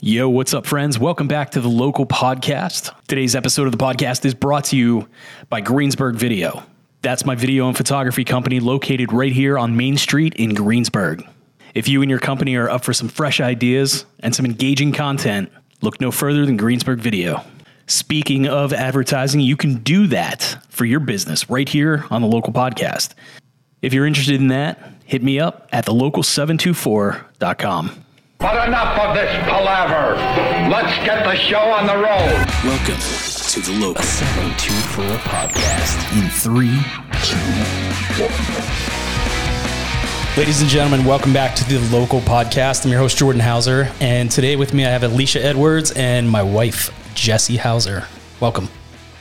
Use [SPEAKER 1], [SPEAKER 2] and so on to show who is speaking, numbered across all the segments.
[SPEAKER 1] Yo, what's up, friends? Welcome back to the local podcast. Today's episode of the podcast is brought to you by Greensburg Video. That's my video and photography company located right here on Main Street in Greensburg. If you and your company are up for some fresh ideas and some engaging content, look no further than Greensburg Video. Speaking of advertising, you can do that for your business right here on the local podcast. If you're interested in that, hit me up at thelocal724.com.
[SPEAKER 2] But enough of this palaver. Let's get the show on the road.
[SPEAKER 3] Welcome to the Local 724 Podcast.
[SPEAKER 1] in three, two, one. Ladies and gentlemen, welcome back to the local podcast. I'm your host, Jordan Hauser, and today with me I have Alicia Edwards and my wife, Jessie Hauser. Welcome.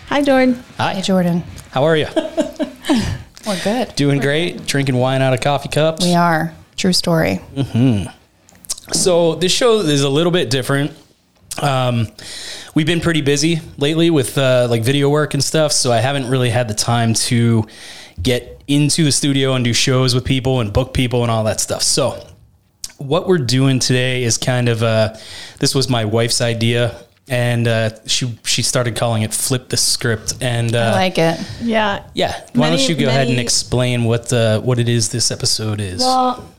[SPEAKER 4] Hi, Jordan.
[SPEAKER 1] Hi.
[SPEAKER 4] Jordan.
[SPEAKER 1] How are you?
[SPEAKER 4] We're good.
[SPEAKER 1] Doing great, drinking wine out of coffee cups.
[SPEAKER 4] We are. True story.
[SPEAKER 1] So, this show is a little bit different. Um, we've been pretty busy lately with uh, like video work and stuff, so I haven't really had the time to get into the studio and do shows with people and book people and all that stuff. So, what we're doing today is kind of uh, this was my wife's idea, and uh, she she started calling it "flip the script." And uh,
[SPEAKER 4] I like it.
[SPEAKER 5] Yeah.
[SPEAKER 1] yeah, why
[SPEAKER 5] many-
[SPEAKER 1] don't you go ahead and
[SPEAKER 5] many-
[SPEAKER 1] explain what uh, what it is this episode is?
[SPEAKER 5] Well,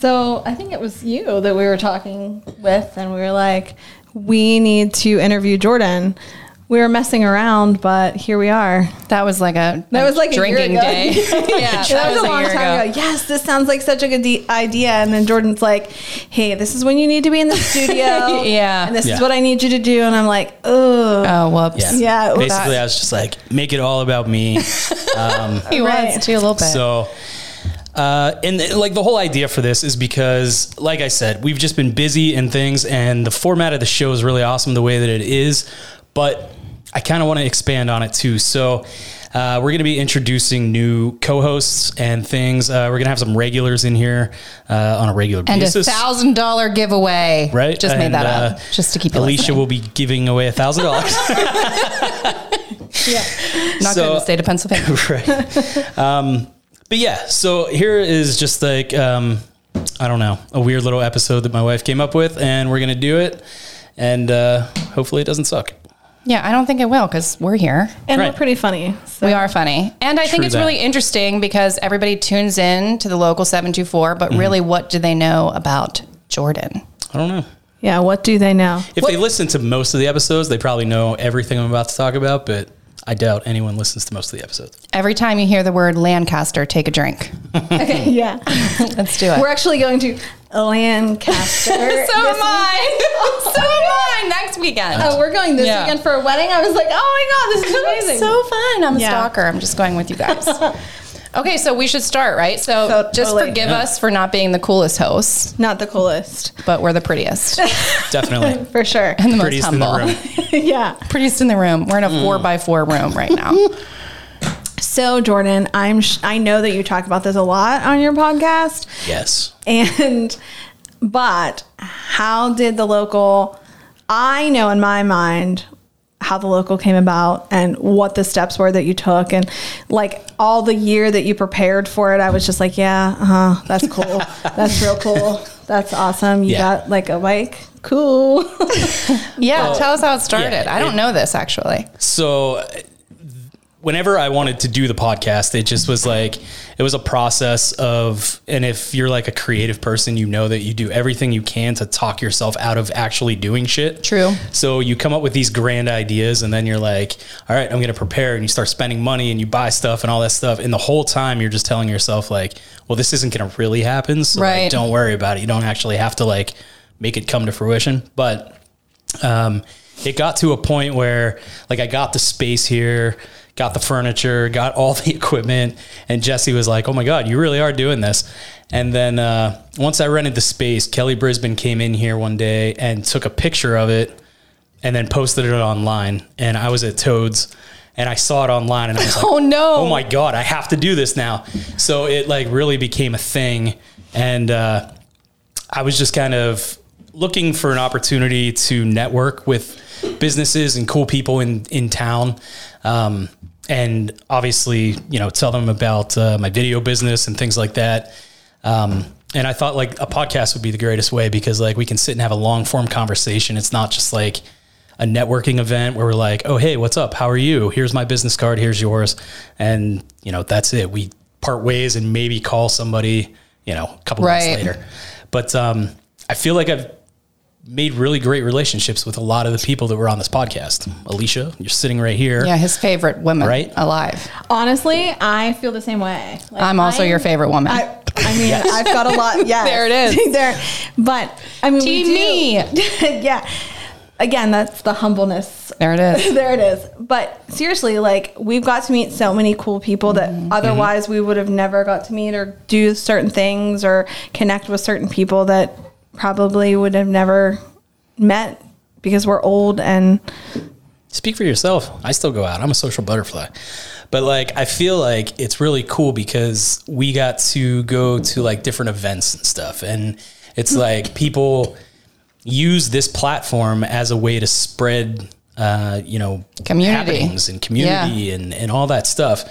[SPEAKER 5] so I think it was you that we were talking with, and we were like, we need to interview Jordan. We were messing around, but here we are.
[SPEAKER 4] That was like a
[SPEAKER 5] That was like a year
[SPEAKER 4] drinking
[SPEAKER 5] ago.
[SPEAKER 4] day. yeah,
[SPEAKER 5] that was a long time ago. Yes, this sounds like such a good de- idea. And then Jordan's like, "Hey, this is when you need to be in the studio.
[SPEAKER 4] Yeah.
[SPEAKER 5] and this
[SPEAKER 1] Yeah.
[SPEAKER 5] is what I need you to do." And I'm like, "Oh,
[SPEAKER 4] Oh, whoops.
[SPEAKER 1] yeah,
[SPEAKER 5] yeah, well,
[SPEAKER 1] basically,
[SPEAKER 5] that-
[SPEAKER 1] I was just like, make it all about me.
[SPEAKER 4] He
[SPEAKER 5] Right.
[SPEAKER 4] was too a little bit.
[SPEAKER 1] So, uh, and th- like the whole idea for this is because, like I said, we've just been busy and things, and the format of the show is really awesome the way that it is. But I kind of want to expand on it too. So, uh, we're going to be introducing new co hosts and things. Uh, we're going to have some regulars in here uh, on a regular
[SPEAKER 4] and a
[SPEAKER 1] basis.
[SPEAKER 4] thousand dollar giveaway.
[SPEAKER 1] Right?
[SPEAKER 4] Just made
[SPEAKER 1] And,
[SPEAKER 4] that
[SPEAKER 1] uh,
[SPEAKER 4] up. Just to keep you
[SPEAKER 1] Alicia
[SPEAKER 4] listening.
[SPEAKER 1] will be giving away a thousand dollars.
[SPEAKER 4] not
[SPEAKER 1] so-
[SPEAKER 4] good in the state of Pennsylvania.
[SPEAKER 1] right. Um, but yeah, so here is just like um, I don't know a weird little episode that my wife came up with, and we're gonna do it, and uh, hopefully it doesn't suck.
[SPEAKER 4] yeah, I don't think it will because we're here.
[SPEAKER 5] and
[SPEAKER 1] right.
[SPEAKER 5] we're pretty funny. So
[SPEAKER 4] We are funny. And I think
[SPEAKER 1] True
[SPEAKER 4] it's
[SPEAKER 1] that.
[SPEAKER 4] really interesting because everybody tunes in to the local 724,
[SPEAKER 1] Mm-hmm.
[SPEAKER 4] but really, what do they know about Jordan?
[SPEAKER 1] I don't know.
[SPEAKER 5] yeah, what do they know?
[SPEAKER 1] If they listen to most of the episodes, they probably know everything I'm about to talk about, but I doubt anyone listens to most of the episodes.
[SPEAKER 4] Every time you hear the word Lancaster, take a drink.
[SPEAKER 5] okay, yeah."
[SPEAKER 4] Let's do it.
[SPEAKER 5] We're actually going to Lancaster. so
[SPEAKER 4] I. so am I next weekend.
[SPEAKER 5] Oh, we're going this
[SPEAKER 4] Yeah.
[SPEAKER 5] weekend for a wedding. I was like, oh my god, this is amazing.
[SPEAKER 4] so fun. I'm a
[SPEAKER 5] Yeah.
[SPEAKER 4] stalker. I'm just going with you guys. okay, so we should start, right? So,
[SPEAKER 5] So
[SPEAKER 4] just
[SPEAKER 5] totally.
[SPEAKER 4] forgive us for not being the coolest hosts,
[SPEAKER 5] Not the coolest,
[SPEAKER 4] but we're the prettiest and
[SPEAKER 1] Definitely.
[SPEAKER 5] for sure.
[SPEAKER 4] the
[SPEAKER 1] Prettiest in
[SPEAKER 4] most
[SPEAKER 1] the
[SPEAKER 4] humble.
[SPEAKER 1] room. Mm.
[SPEAKER 5] yeah.
[SPEAKER 4] Prettiest in the room. We're in a four by four room right now.
[SPEAKER 5] So Jordan, I'm sh- I know that you talk about this a lot on your podcast,
[SPEAKER 1] Yes.
[SPEAKER 5] and but how did the local? I know in my mind how the local came about and what the steps were that you took and like all the year that you prepared for it i was just like yeah uh-huh, that's cool that's real cool that's awesome you
[SPEAKER 1] Yeah.
[SPEAKER 5] got like a bike cool
[SPEAKER 4] Yeah, tell us how it started. I don't
[SPEAKER 1] it-
[SPEAKER 4] know this actually.
[SPEAKER 1] so uh, whenever I wanted to do the podcast, it just was like it was a process of and if you're like a creative person, you know that you do everything you can to talk yourself out of actually doing shit.
[SPEAKER 4] True.
[SPEAKER 1] So you come up with these grand ideas and then you're like, all right, I'm going to prepare and you start spending money and you buy stuff and all that stuff and the whole time you're just telling yourself like, well this isn't going to really happen, so like,
[SPEAKER 4] Right.
[SPEAKER 1] don't worry about it. You don't actually have to like make it come to fruition, but um, it got to a point where like I got the space here, got the furniture, got all the equipment, and Jesse was like, "Oh my god, you really are doing this." And then uh, once I rented the space, Kelly Brisbane came in here one day and took a picture of it, and then posted it online. And I was at Toads, and I saw it online, and I was like,
[SPEAKER 4] Oh no.
[SPEAKER 1] oh my god i have to do this now so it like really became a thing and uh, i was just kind of looking for an opportunity to network with businesses and cool people in in town um, and obviously you know tell them about uh, my video business and things like that um,
[SPEAKER 6] And I thought like a podcast would be the greatest way because like we can sit and have a long form conversation. It's not just like a networking event where we're like, oh, hey, what's up? How are you? Here's my business card. Here's yours. And, you know, that's it. We part ways and maybe call somebody, you know, a couple
[SPEAKER 4] Right.
[SPEAKER 6] months later. But um, I feel like I've made really great relationships with a lot of the people that were on this podcast. Alicia, you're sitting right here.
[SPEAKER 4] Yeah, his favorite woman
[SPEAKER 6] Right?
[SPEAKER 4] alive.
[SPEAKER 5] Honestly, I feel the same way. Like,
[SPEAKER 4] I'm also
[SPEAKER 5] I-
[SPEAKER 4] your favorite woman.
[SPEAKER 5] I, I mean, I've got a lot. Yeah,
[SPEAKER 4] There it is.
[SPEAKER 5] there, but I mean,
[SPEAKER 4] Team
[SPEAKER 5] we do. yeah. Again, that's the humbleness.
[SPEAKER 4] there it is.
[SPEAKER 5] there it is. But seriously, like we've got to meet so many cool people that
[SPEAKER 4] Mm-hmm.
[SPEAKER 5] otherwise we would have never got to meet or do certain things or connect with certain people that probably would have never met because we're old and
[SPEAKER 6] speak for yourself. I still go out. I'm a social butterfly. But like I feel like it's really cool because we got to go to like different events and stuff and
[SPEAKER 4] Hmm.
[SPEAKER 6] it's like people use this platform as a way to spread uh, you know
[SPEAKER 4] Community.
[SPEAKER 6] happenings and community and, and all that stuff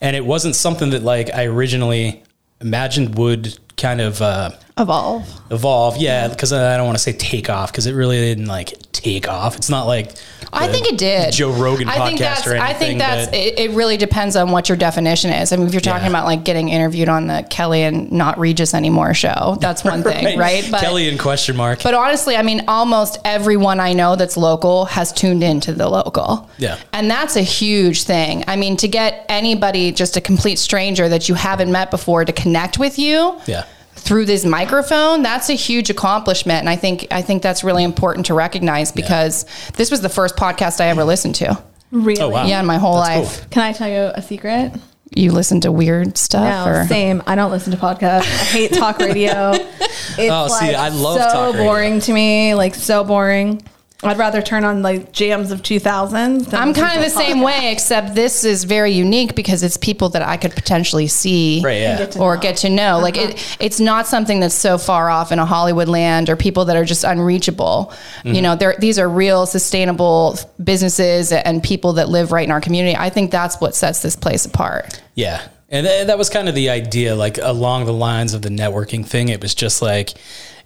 [SPEAKER 6] and it wasn't something that like i originally imagined would kind of uh,
[SPEAKER 5] evolve.
[SPEAKER 6] evolve yeah because i don't want to say take off because it really didn't like take off it's not like
[SPEAKER 4] I
[SPEAKER 6] the
[SPEAKER 4] think it did.
[SPEAKER 6] joe rogan
[SPEAKER 4] I think
[SPEAKER 6] podcast
[SPEAKER 4] that's.
[SPEAKER 6] or anything
[SPEAKER 4] I think that's.
[SPEAKER 6] but-
[SPEAKER 4] It, it really depends on what your definition is. I mean, if you're talking
[SPEAKER 6] Yeah.
[SPEAKER 4] about like getting interviewed on the Kelly and not Regis anymore show, that's one thing, right?
[SPEAKER 6] Kelly in question mark.
[SPEAKER 4] But honestly, I mean, almost everyone I know that's local has tuned into the local.
[SPEAKER 6] Yeah.
[SPEAKER 4] And that's a huge thing. I mean, to get anybody, just a complete stranger that you haven't met before, to connect with you
[SPEAKER 6] yeah.
[SPEAKER 4] through this microphone, that's a huge accomplishment. And I think I think that's really important to recognize because this was the first podcast I ever listened to.
[SPEAKER 5] Really?
[SPEAKER 6] Oh wow.
[SPEAKER 4] Yeah, in my whole
[SPEAKER 6] That's
[SPEAKER 4] life.
[SPEAKER 5] Can I tell you a secret?
[SPEAKER 4] You listen to weird stuff
[SPEAKER 5] No,
[SPEAKER 4] or
[SPEAKER 5] same. I don't listen to podcasts. I hate talk radio. It's
[SPEAKER 6] Oh, see, I love
[SPEAKER 5] so
[SPEAKER 6] talk radio.
[SPEAKER 5] boring to me. Like so boring. I'd rather turn on like jams of two thousands.
[SPEAKER 4] I'm kind of the same way, except this is very unique because it's people that I could potentially see
[SPEAKER 6] Right, yeah. Get
[SPEAKER 5] to
[SPEAKER 4] or
[SPEAKER 5] know. Uh-huh.
[SPEAKER 4] get to know. Like it, it's not something that's so far off in a Hollywood land or people that are just unreachable.
[SPEAKER 6] Mm-hmm.
[SPEAKER 4] You know, they're, these are real sustainable businesses and people that live right in our community. I think that's what sets this place apart.
[SPEAKER 6] Yeah. And th- that was kind of the idea, like along the lines of the networking thing. It was just like,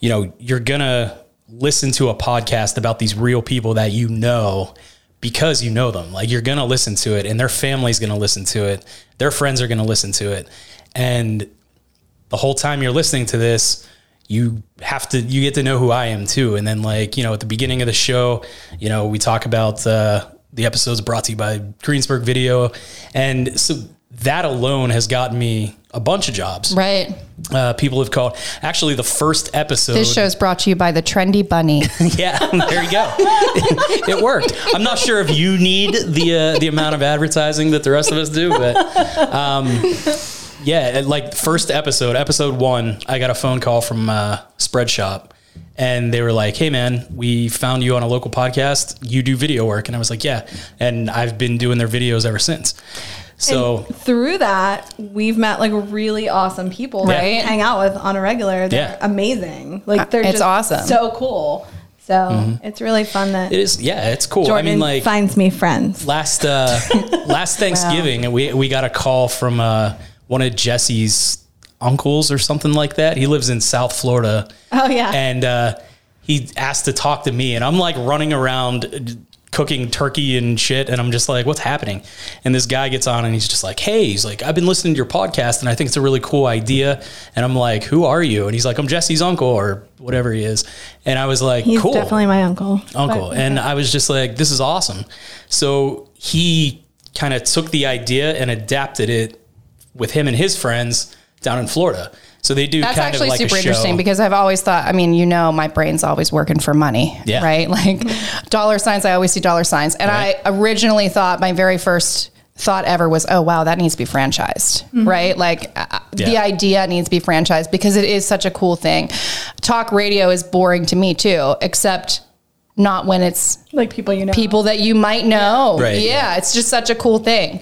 [SPEAKER 6] you know, you're going to listen to a podcast about these real people that you know because you know them. Like you're going to listen to it and their family's going to listen to it. Their friends are going to listen to it. And the whole time you're listening to this, you have to you get to know who I am too. And then like, you know, at the beginning of the show, you know, we talk about uh the episodes brought to you by Greensburg Video. And so that alone has gotten me a bunch of jobs.
[SPEAKER 4] Right.
[SPEAKER 6] Uh, people have called. Actually, the first episode.
[SPEAKER 4] This show is brought to you by the Trendy Bunny.
[SPEAKER 6] Yeah, there you go. it worked. I'm not sure if you need the uh, the amount of advertising that the rest of us do, but um, yeah, it- like first episode, episode one, I got a phone call from uh, Spreadshop, and they were like, "Hey, man, we found you on a local podcast. You do video work," and I was like, "Yeah," and I've been doing their videos ever since. So
[SPEAKER 5] Through that, we've met like really awesome people that we
[SPEAKER 6] Right.
[SPEAKER 5] hang out with on a regular. They're
[SPEAKER 6] Yeah.
[SPEAKER 5] amazing. Like they're
[SPEAKER 4] It's
[SPEAKER 5] just
[SPEAKER 4] awesome.
[SPEAKER 5] So cool. So it's really fun that
[SPEAKER 6] Mm-hmm. it is, yeah, it's cool.
[SPEAKER 5] Jordan
[SPEAKER 6] I mean, like
[SPEAKER 5] finds me friends.
[SPEAKER 6] last uh, last Thanksgiving, we we got a call from uh, one of Jesse's uncles or something like that. He lives in South Florida,
[SPEAKER 5] Oh yeah.
[SPEAKER 6] and uh, he asked to talk to me, and I'm like running around uh, cooking turkey and shit, and I'm just like, what's happening? And this guy gets on, and he's just like, hey, he's like, I've been listening to your podcast, and I think it's a really cool idea, and I'm like, who are you? And he's like, I'm Jesse's uncle or whatever he is, and I was like,
[SPEAKER 5] He's
[SPEAKER 6] cool
[SPEAKER 5] definitely my uncle.
[SPEAKER 6] uncle.
[SPEAKER 5] But-
[SPEAKER 6] And I was just like, this is awesome. So he kind of took the idea and adapted it with him and his friends down in Florida. So they do
[SPEAKER 4] That's
[SPEAKER 6] kind
[SPEAKER 4] actually
[SPEAKER 6] of like
[SPEAKER 4] super
[SPEAKER 6] a show.
[SPEAKER 4] interesting because I've always thought, I mean, you know, my brain's always working for money,
[SPEAKER 6] Yeah.
[SPEAKER 4] right? Like dollar signs, I always see dollar signs. And
[SPEAKER 6] Right.
[SPEAKER 4] I originally thought my very first thought ever was, oh, wow, that needs to be franchised, right? Like uh, the
[SPEAKER 6] Yeah.
[SPEAKER 4] idea needs to be franchised because it is such a cool thing. Talk radio is boring to me too, except not when it's
[SPEAKER 5] like people you know.
[SPEAKER 4] people that you might know.
[SPEAKER 6] Right,
[SPEAKER 4] yeah,
[SPEAKER 6] yeah.
[SPEAKER 4] it's just such a cool thing.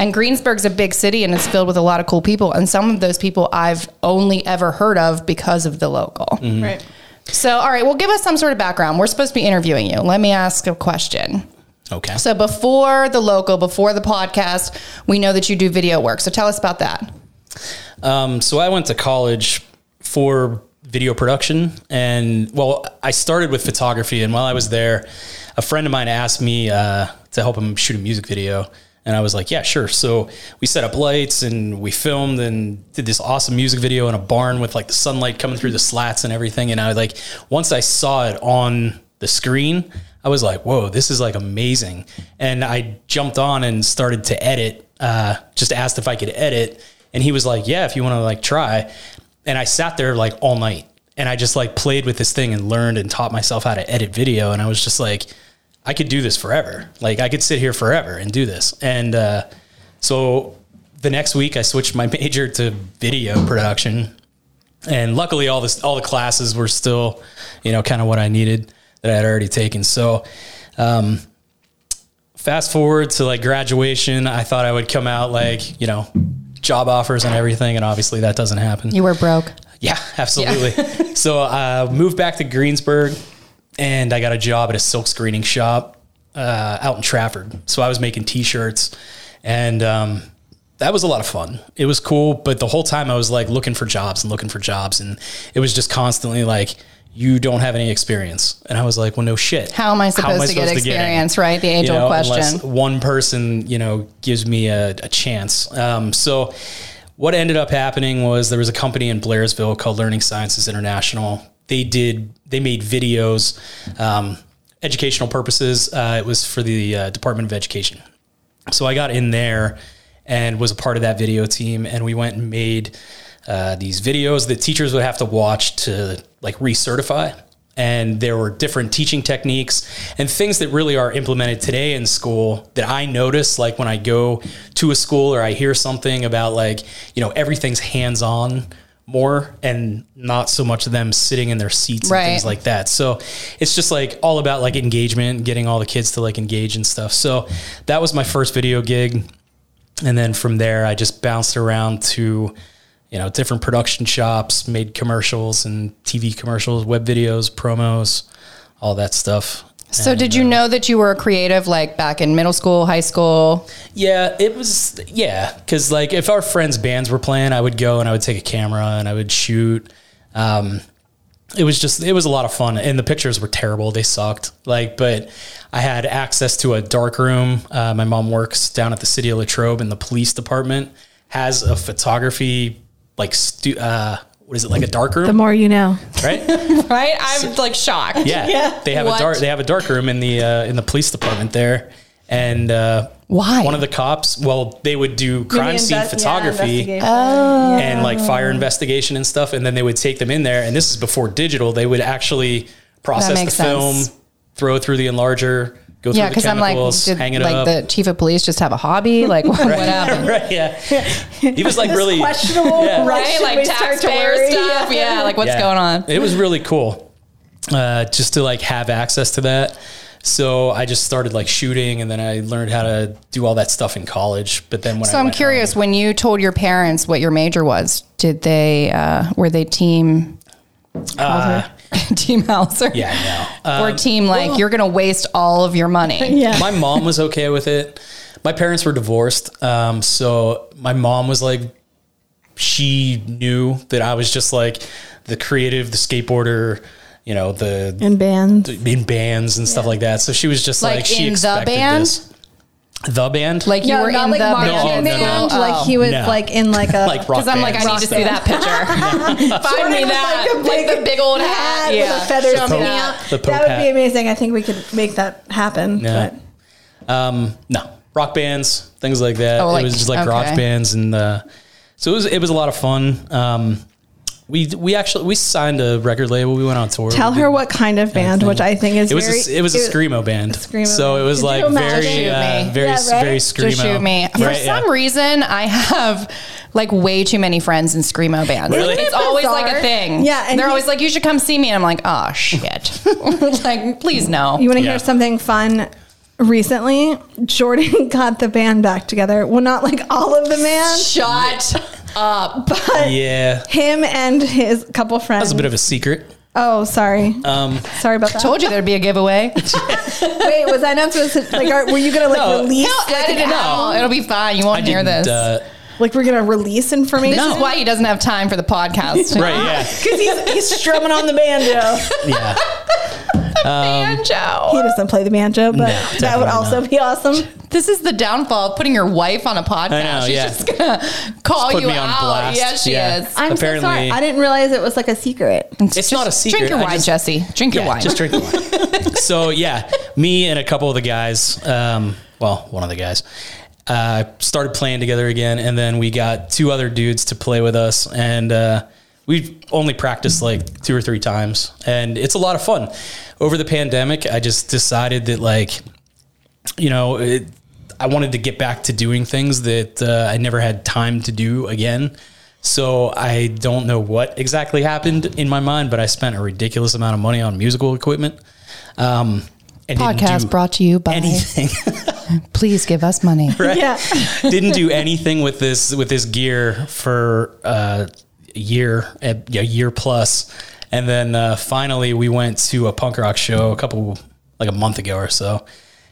[SPEAKER 4] And Greensburg's a big city and it's filled with a lot of cool people. And some of those people I've only ever heard of because of the local.
[SPEAKER 6] Mm-hmm.
[SPEAKER 5] Right.
[SPEAKER 4] So, all right, well, give us some sort of background. We're supposed to be interviewing you. Let me ask a question.
[SPEAKER 6] Okay.
[SPEAKER 4] So, before the local, before the podcast, we know that you do video work. So, tell us about that.
[SPEAKER 6] Um, so I went to college for video production. And well, I started with photography. And while I was there, a friend of mine asked me uh, to help him shoot a music video. And I was like, yeah, sure. So we set up lights and we filmed and did this awesome music video in a barn with like the sunlight coming through the slats and everything. And I like, once I saw it on the screen, I was like, whoa, this is like amazing. And I jumped on and started to edit, uh, just asked if I could edit. And he was like, yeah, if you want to like try. And I sat there like all night and I just like played with this thing and learned and taught myself how to edit video. And I was just like, I could do this forever. Like I could sit here forever and do this. And uh, so the next week I switched my major to video production. And luckily all this all the classes were still, you know, kind of what I needed that I had already taken. So um fast forward to like graduation, I thought I would come out like, you know, job offers and everything and obviously that doesn't happen.
[SPEAKER 4] You were broke.
[SPEAKER 6] Yeah, absolutely. so I moved back to Greensburg and I got a job at a silk screening shop uh, out in Trafford. So I was making t shirts and um, that was a lot of fun. It was cool. But the whole time I was like looking for jobs and looking for jobs. And it was just constantly like, you don't have any experience. And I was like, well, no shit.
[SPEAKER 4] How am I supposed to get
[SPEAKER 6] it?
[SPEAKER 4] experience, right? The age
[SPEAKER 6] you
[SPEAKER 4] old
[SPEAKER 6] know,
[SPEAKER 4] question.
[SPEAKER 6] Unless one person, you know, gives me a, a chance. Um, so what ended up happening was there was a company in Blairsville called Learning Sciences International. They did they made videos, um, educational purposes. Uh, it was for the uh, Department of Education. So I got in there and was a part of that video team, and we went and made uh, these videos that teachers would have to watch to like recertify. And there were different teaching techniques and things that really are implemented today in school that I notice, like when I go to a school or I hear something about, like, you know, everything's hands on more and not so much them sitting in their seats
[SPEAKER 4] Right.
[SPEAKER 6] and things like that. So it's just like all about like engagement, getting all the kids to like engage and stuff. So that was my first video gig and then from there i just bounced around to you know different production shops made commercials and tv commercials web videos promos all that stuff
[SPEAKER 4] So, did you know that you were a creative like back in middle school, high school?
[SPEAKER 6] yeah it was yeah because like if our friends bands were playing i would go and i would take a camera and i would shoot um, it was just it was a lot of fun and the pictures were terrible they sucked like but i had access to a dark room uh, my mom works down at the city of latrobe in the police department has a photography like stu- uh, what is it like a dark room
[SPEAKER 5] The more you know.
[SPEAKER 6] right
[SPEAKER 4] Right? I'm like shocked.
[SPEAKER 6] yeah, they have
[SPEAKER 4] What?
[SPEAKER 6] a dark they have a dark room in the uh, in the police department there and uh,
[SPEAKER 4] Why?
[SPEAKER 6] one of the cops well they would do crime scene photography
[SPEAKER 5] oh.
[SPEAKER 6] and like fire investigation and stuff. And then they would take them in there. And this is before digital. They would actually process the
[SPEAKER 4] makes
[SPEAKER 6] film,
[SPEAKER 4] sense.
[SPEAKER 6] throw it through the enlarger, go
[SPEAKER 4] yeah,
[SPEAKER 6] through the
[SPEAKER 4] because I'm like,
[SPEAKER 6] chemicals,
[SPEAKER 4] did
[SPEAKER 6] hang it
[SPEAKER 4] like
[SPEAKER 6] up.
[SPEAKER 4] the chief of police just have a hobby? Like, what, what happened?
[SPEAKER 6] right? Yeah. He was like really.
[SPEAKER 5] questionable,
[SPEAKER 6] Yeah.
[SPEAKER 5] right? Should we start to worry?
[SPEAKER 4] Yeah, like what's
[SPEAKER 6] yeah.
[SPEAKER 4] going on?
[SPEAKER 6] It was really cool, uh, just to like have access to that. So I just started like shooting, and then I learned how to do all that stuff in college. But then when
[SPEAKER 4] So
[SPEAKER 6] I
[SPEAKER 4] I'm
[SPEAKER 6] went
[SPEAKER 4] curious. When you told your parents what your major was, did they uh, were they team team Hauser?
[SPEAKER 6] home- Uh, yeah, Um, no.
[SPEAKER 4] or team like you're going to waste all of your money?
[SPEAKER 5] Yeah.
[SPEAKER 6] my mom was okay with it. My parents were divorced. Um, so my mom was like, she knew that I was just like the creative, the skateboarder, you know, the
[SPEAKER 5] and bands.
[SPEAKER 6] in bands and stuff like that. So she was just like,
[SPEAKER 4] Like
[SPEAKER 6] she
[SPEAKER 4] in the
[SPEAKER 6] expected
[SPEAKER 4] band?
[SPEAKER 6] this. The band?
[SPEAKER 4] Like you were in the Oh.
[SPEAKER 6] marching
[SPEAKER 4] band.
[SPEAKER 6] No, no, band, no.
[SPEAKER 5] Like he was
[SPEAKER 6] Oh, No.
[SPEAKER 5] like in like a
[SPEAKER 6] like rock
[SPEAKER 4] Because uh, I'm like, I
[SPEAKER 6] bands.
[SPEAKER 4] need to see that picture. Find me that, like, the big old hat, yeah.
[SPEAKER 5] with a feather
[SPEAKER 4] Show me
[SPEAKER 5] sticking
[SPEAKER 4] that.
[SPEAKER 5] out.
[SPEAKER 6] The
[SPEAKER 5] That
[SPEAKER 6] Pope
[SPEAKER 5] would be
[SPEAKER 6] hat.
[SPEAKER 5] amazing. I think we could make that happen.
[SPEAKER 6] Yeah. Um,
[SPEAKER 5] But
[SPEAKER 6] no rock bands, things like that.
[SPEAKER 4] Oh, like-
[SPEAKER 6] it was just like garage
[SPEAKER 4] okay.
[SPEAKER 6] bands, and uh, so it was. It was a lot of fun. Um, we we actually we signed a record label. We went on tour.
[SPEAKER 5] tell
[SPEAKER 6] We did-
[SPEAKER 5] her what kind of band, which I think is
[SPEAKER 6] it was
[SPEAKER 5] very.
[SPEAKER 6] a, it was a screamo band.
[SPEAKER 5] screamo
[SPEAKER 6] so
[SPEAKER 5] band.
[SPEAKER 6] it was
[SPEAKER 5] Could
[SPEAKER 6] like
[SPEAKER 5] you imagine?
[SPEAKER 6] very
[SPEAKER 4] Shoot
[SPEAKER 6] uh,
[SPEAKER 4] me.
[SPEAKER 6] very
[SPEAKER 5] Yeah,
[SPEAKER 6] s-
[SPEAKER 5] right?
[SPEAKER 6] very
[SPEAKER 5] Just
[SPEAKER 6] screamo.
[SPEAKER 4] Just shoot me. For
[SPEAKER 6] Right,
[SPEAKER 4] some
[SPEAKER 6] yeah.
[SPEAKER 4] reason, I have like way too many friends in screamo bands.
[SPEAKER 6] Really?
[SPEAKER 4] It's
[SPEAKER 6] Isn't it
[SPEAKER 4] always like a
[SPEAKER 5] bizarre?
[SPEAKER 4] thing.
[SPEAKER 5] Yeah, and
[SPEAKER 4] they're
[SPEAKER 5] he-
[SPEAKER 4] always like, "You should come see me," and I'm like, "Oh shit!" like, please no.
[SPEAKER 5] You want to
[SPEAKER 6] Yeah.
[SPEAKER 5] hear something fun? Recently, Jordan got the band back together. Well, not like all of the bands,
[SPEAKER 4] Shut up.
[SPEAKER 5] but
[SPEAKER 6] Yeah, that
[SPEAKER 5] him and his couple friends.
[SPEAKER 6] was a bit of Um, a secret.
[SPEAKER 5] oh, sorry, sorry about that.
[SPEAKER 4] Told you there'd be a giveaway.
[SPEAKER 5] Wait, was I not supposed to like? Are, were you gonna like
[SPEAKER 6] No.
[SPEAKER 5] release?
[SPEAKER 4] He'll
[SPEAKER 5] like,
[SPEAKER 4] edit
[SPEAKER 5] an
[SPEAKER 4] it
[SPEAKER 5] album?
[SPEAKER 4] out. It'll be fine. You won't
[SPEAKER 6] I
[SPEAKER 4] hear
[SPEAKER 6] didn't.
[SPEAKER 4] this.
[SPEAKER 6] Uh,
[SPEAKER 5] Like we're gonna release information.
[SPEAKER 4] This is why he doesn't have time for the podcast.
[SPEAKER 6] Right. Yeah.
[SPEAKER 5] Because he's, he's strumming on the banjo.
[SPEAKER 6] Yeah.
[SPEAKER 5] He
[SPEAKER 6] Um,
[SPEAKER 4] Banjo.
[SPEAKER 5] doesn't play the banjo, but that
[SPEAKER 6] definitely
[SPEAKER 5] would also be awesome.
[SPEAKER 4] This is the downfall of putting your wife on a podcast.
[SPEAKER 6] know,
[SPEAKER 4] She's
[SPEAKER 6] yeah.
[SPEAKER 4] just gonna call
[SPEAKER 6] put
[SPEAKER 4] you
[SPEAKER 6] me on
[SPEAKER 4] out.
[SPEAKER 6] blast.
[SPEAKER 4] Yeah, she
[SPEAKER 6] Yeah.
[SPEAKER 4] is.
[SPEAKER 5] I'm
[SPEAKER 6] Apparently-
[SPEAKER 5] so sorry. I didn't realize it was like a secret.
[SPEAKER 6] It's not a secret.
[SPEAKER 4] Drink your
[SPEAKER 6] I
[SPEAKER 4] wine,
[SPEAKER 6] just-
[SPEAKER 4] Jesse. Drink your
[SPEAKER 6] Yeah,
[SPEAKER 4] wine.
[SPEAKER 6] Just drink the wine. so yeah, me and a couple of the guys, um, well, one of the guys, uh, started playing together again, and then we got two other dudes to play with us, and uh, we only practiced like two or three times, and it's a lot of fun. Over the pandemic, I just decided that like, you know. It, I wanted to get back to doing things that uh, I never had time to do again. So I don't know what exactly happened in my mind, but I spent a ridiculous amount of money on musical equipment. Um, and didn't do
[SPEAKER 4] podcast brought to you by
[SPEAKER 6] anything.
[SPEAKER 4] Please give us money.
[SPEAKER 5] Yeah.
[SPEAKER 6] didn't do anything with this with this gear for uh, a year, a a year plus, and then uh, finally we went to a punk rock show a couple like a month ago or so.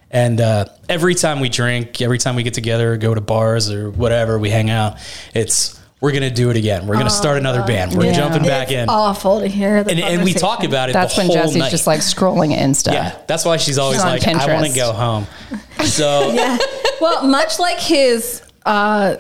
[SPEAKER 6] And uh, every time we drink, every time we get together, go to bars or whatever, we hang out. It's we're gonna do it again. We're gonna start another band. We're jumping back in,
[SPEAKER 5] Awful to hear. The
[SPEAKER 6] and, and we talk
[SPEAKER 5] conversation.
[SPEAKER 6] about it.
[SPEAKER 4] That's
[SPEAKER 6] the
[SPEAKER 4] when
[SPEAKER 6] whole
[SPEAKER 4] Jesse's
[SPEAKER 6] night.
[SPEAKER 4] just like scrolling Insta.
[SPEAKER 6] yeah. That's why she's always
[SPEAKER 4] She's on
[SPEAKER 6] like, I want to
[SPEAKER 4] Pinterest.
[SPEAKER 6] go home. So
[SPEAKER 5] Well, much like his uh,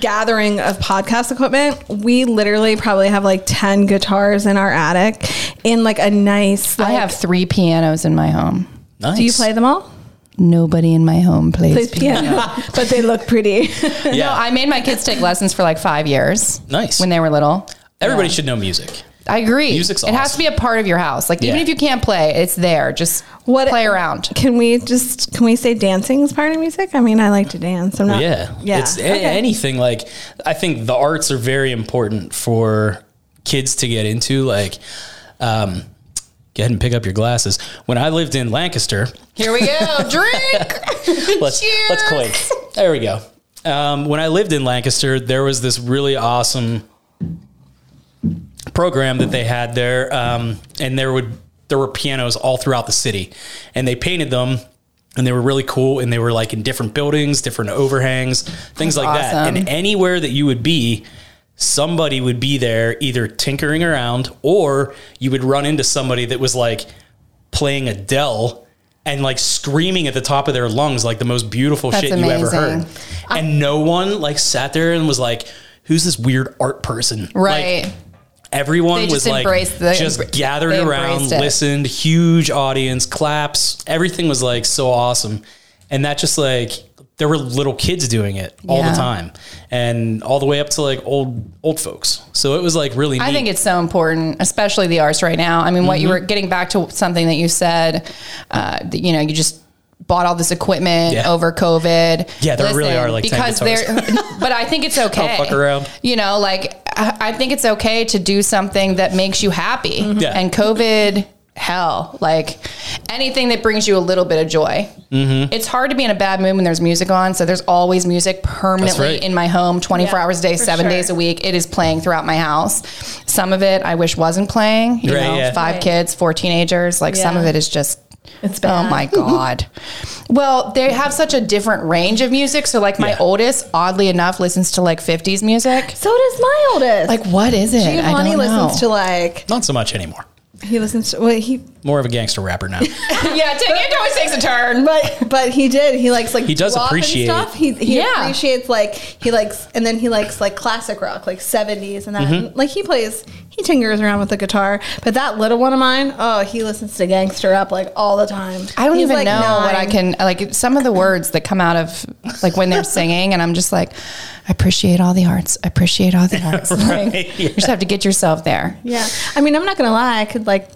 [SPEAKER 5] gathering of podcast equipment, we literally probably have like 10 guitars in our attic in like a nice. Like,
[SPEAKER 4] I have three pianos in my home.
[SPEAKER 6] nice.
[SPEAKER 5] Do you play them all?
[SPEAKER 4] Nobody in my home plays.
[SPEAKER 5] Plays
[SPEAKER 4] piano.
[SPEAKER 5] piano, but they look pretty.
[SPEAKER 6] Yeah.
[SPEAKER 4] I made my kids take lessons for like five years
[SPEAKER 6] nice.
[SPEAKER 4] when they were little.
[SPEAKER 6] Everybody should know music.
[SPEAKER 4] I agree.
[SPEAKER 6] Music's
[SPEAKER 4] it has to
[SPEAKER 6] awesome.
[SPEAKER 4] be a part of your house. Like even
[SPEAKER 6] Yeah.
[SPEAKER 4] if you can't play, it's there. Just
[SPEAKER 5] What-
[SPEAKER 4] play around.
[SPEAKER 5] Can we just can we say dancing is part of music? I mean, I like to dance. I'm not.
[SPEAKER 6] Yeah.
[SPEAKER 5] yeah.
[SPEAKER 6] It's a-
[SPEAKER 5] Okay.
[SPEAKER 6] anything like I think the arts are very important for kids to get into. Like, um, go ahead and pick up your glasses. When I lived in Lancaster,
[SPEAKER 4] Here we go. Drink.
[SPEAKER 6] let's
[SPEAKER 4] Cheers.
[SPEAKER 6] let's clink. There we go. Um, when I lived in Lancaster, there was this really awesome program that they had there, um, and there would there were pianos all throughout the city, and they painted them. And they were really cool, and they were like in different buildings, different overhangs, things like that.
[SPEAKER 4] awesome.
[SPEAKER 6] And anywhere that you would be, somebody would be there either tinkering around, or you would run into somebody that was like playing Adele and like screaming at the top of their lungs like the most beautiful
[SPEAKER 4] That's
[SPEAKER 6] shit you ever
[SPEAKER 4] amazing.
[SPEAKER 6] heard. And no one like sat there and was like, "Who's this weird art person?"
[SPEAKER 4] Right.
[SPEAKER 6] Like, everyone
[SPEAKER 4] They
[SPEAKER 6] was
[SPEAKER 4] just
[SPEAKER 6] like
[SPEAKER 4] embraced the-
[SPEAKER 6] just
[SPEAKER 4] embra-
[SPEAKER 6] gathered
[SPEAKER 4] they
[SPEAKER 6] around,
[SPEAKER 4] embraced it.
[SPEAKER 6] listened, huge audience, claps. Everything was like so awesome, and that just like there were little kids doing it all the
[SPEAKER 4] Yeah.
[SPEAKER 6] time, and all the way up to like old old folks. So it was like really. Neat.
[SPEAKER 4] I think it's so important, especially the arts right now. I mean, what you
[SPEAKER 6] Mm-hmm.
[SPEAKER 4] were getting back to something that you said, uh, that, you know, you just bought all this equipment
[SPEAKER 6] Yeah.
[SPEAKER 4] over COVID.
[SPEAKER 6] Yeah, there really are, like, 10
[SPEAKER 4] because
[SPEAKER 6] guitars.
[SPEAKER 4] they're, but I think it's okay.
[SPEAKER 6] fuck around.
[SPEAKER 4] You know, like I I think it's okay to do something that makes you happy.
[SPEAKER 6] Mm-hmm. Yeah.
[SPEAKER 4] And COVID, hell, like anything that brings you a little bit of joy. It's hard to be in a bad mood when there's music on. So there's always music permanently
[SPEAKER 6] right.
[SPEAKER 4] in my home, 24
[SPEAKER 5] Yeah,
[SPEAKER 4] hours a day,
[SPEAKER 5] for
[SPEAKER 4] seven
[SPEAKER 5] sure.
[SPEAKER 4] days a week. It is playing throughout my house. Some of it I wish wasn't playing. You
[SPEAKER 6] Right,
[SPEAKER 4] know,
[SPEAKER 6] yeah.
[SPEAKER 4] five
[SPEAKER 5] Right.
[SPEAKER 4] kids, four teenagers. Like some
[SPEAKER 5] Yeah.
[SPEAKER 4] of it is just.
[SPEAKER 5] It's
[SPEAKER 4] Oh
[SPEAKER 5] bad.
[SPEAKER 4] my god! well, they have such a different range of music. So, like my
[SPEAKER 6] Yeah.
[SPEAKER 4] oldest, oddly enough, listens to like '50s music.
[SPEAKER 5] So does my oldest.
[SPEAKER 4] Like what is it? I
[SPEAKER 5] Giovanni
[SPEAKER 4] don't
[SPEAKER 5] listens to
[SPEAKER 4] know.
[SPEAKER 5] like
[SPEAKER 6] not so much anymore.
[SPEAKER 5] he listens to well he
[SPEAKER 6] More of a gangster rapper now.
[SPEAKER 4] yeah, take it always takes a turn.
[SPEAKER 5] But but he did. He likes like
[SPEAKER 6] He does
[SPEAKER 5] doo-wop
[SPEAKER 6] appreciate-
[SPEAKER 5] and stuff. He, he
[SPEAKER 4] Yeah.
[SPEAKER 5] appreciates like he likes and then he likes like classic rock like seventies and that
[SPEAKER 6] Mm-hmm.
[SPEAKER 5] And, like he plays he tinkers around with the guitar. But that little one of mine, oh, he listens to gangster up like all the time.
[SPEAKER 4] I don't
[SPEAKER 5] He's,
[SPEAKER 4] even
[SPEAKER 5] like,
[SPEAKER 4] know what I
[SPEAKER 5] nine.
[SPEAKER 4] can like some of the words that come out of like when they're singing and I'm just like I appreciate all the arts. I appreciate all the arts. Like,
[SPEAKER 6] Right,
[SPEAKER 4] You just have to get yourself there.
[SPEAKER 5] Yeah, I mean, I'm not gonna lie. I could like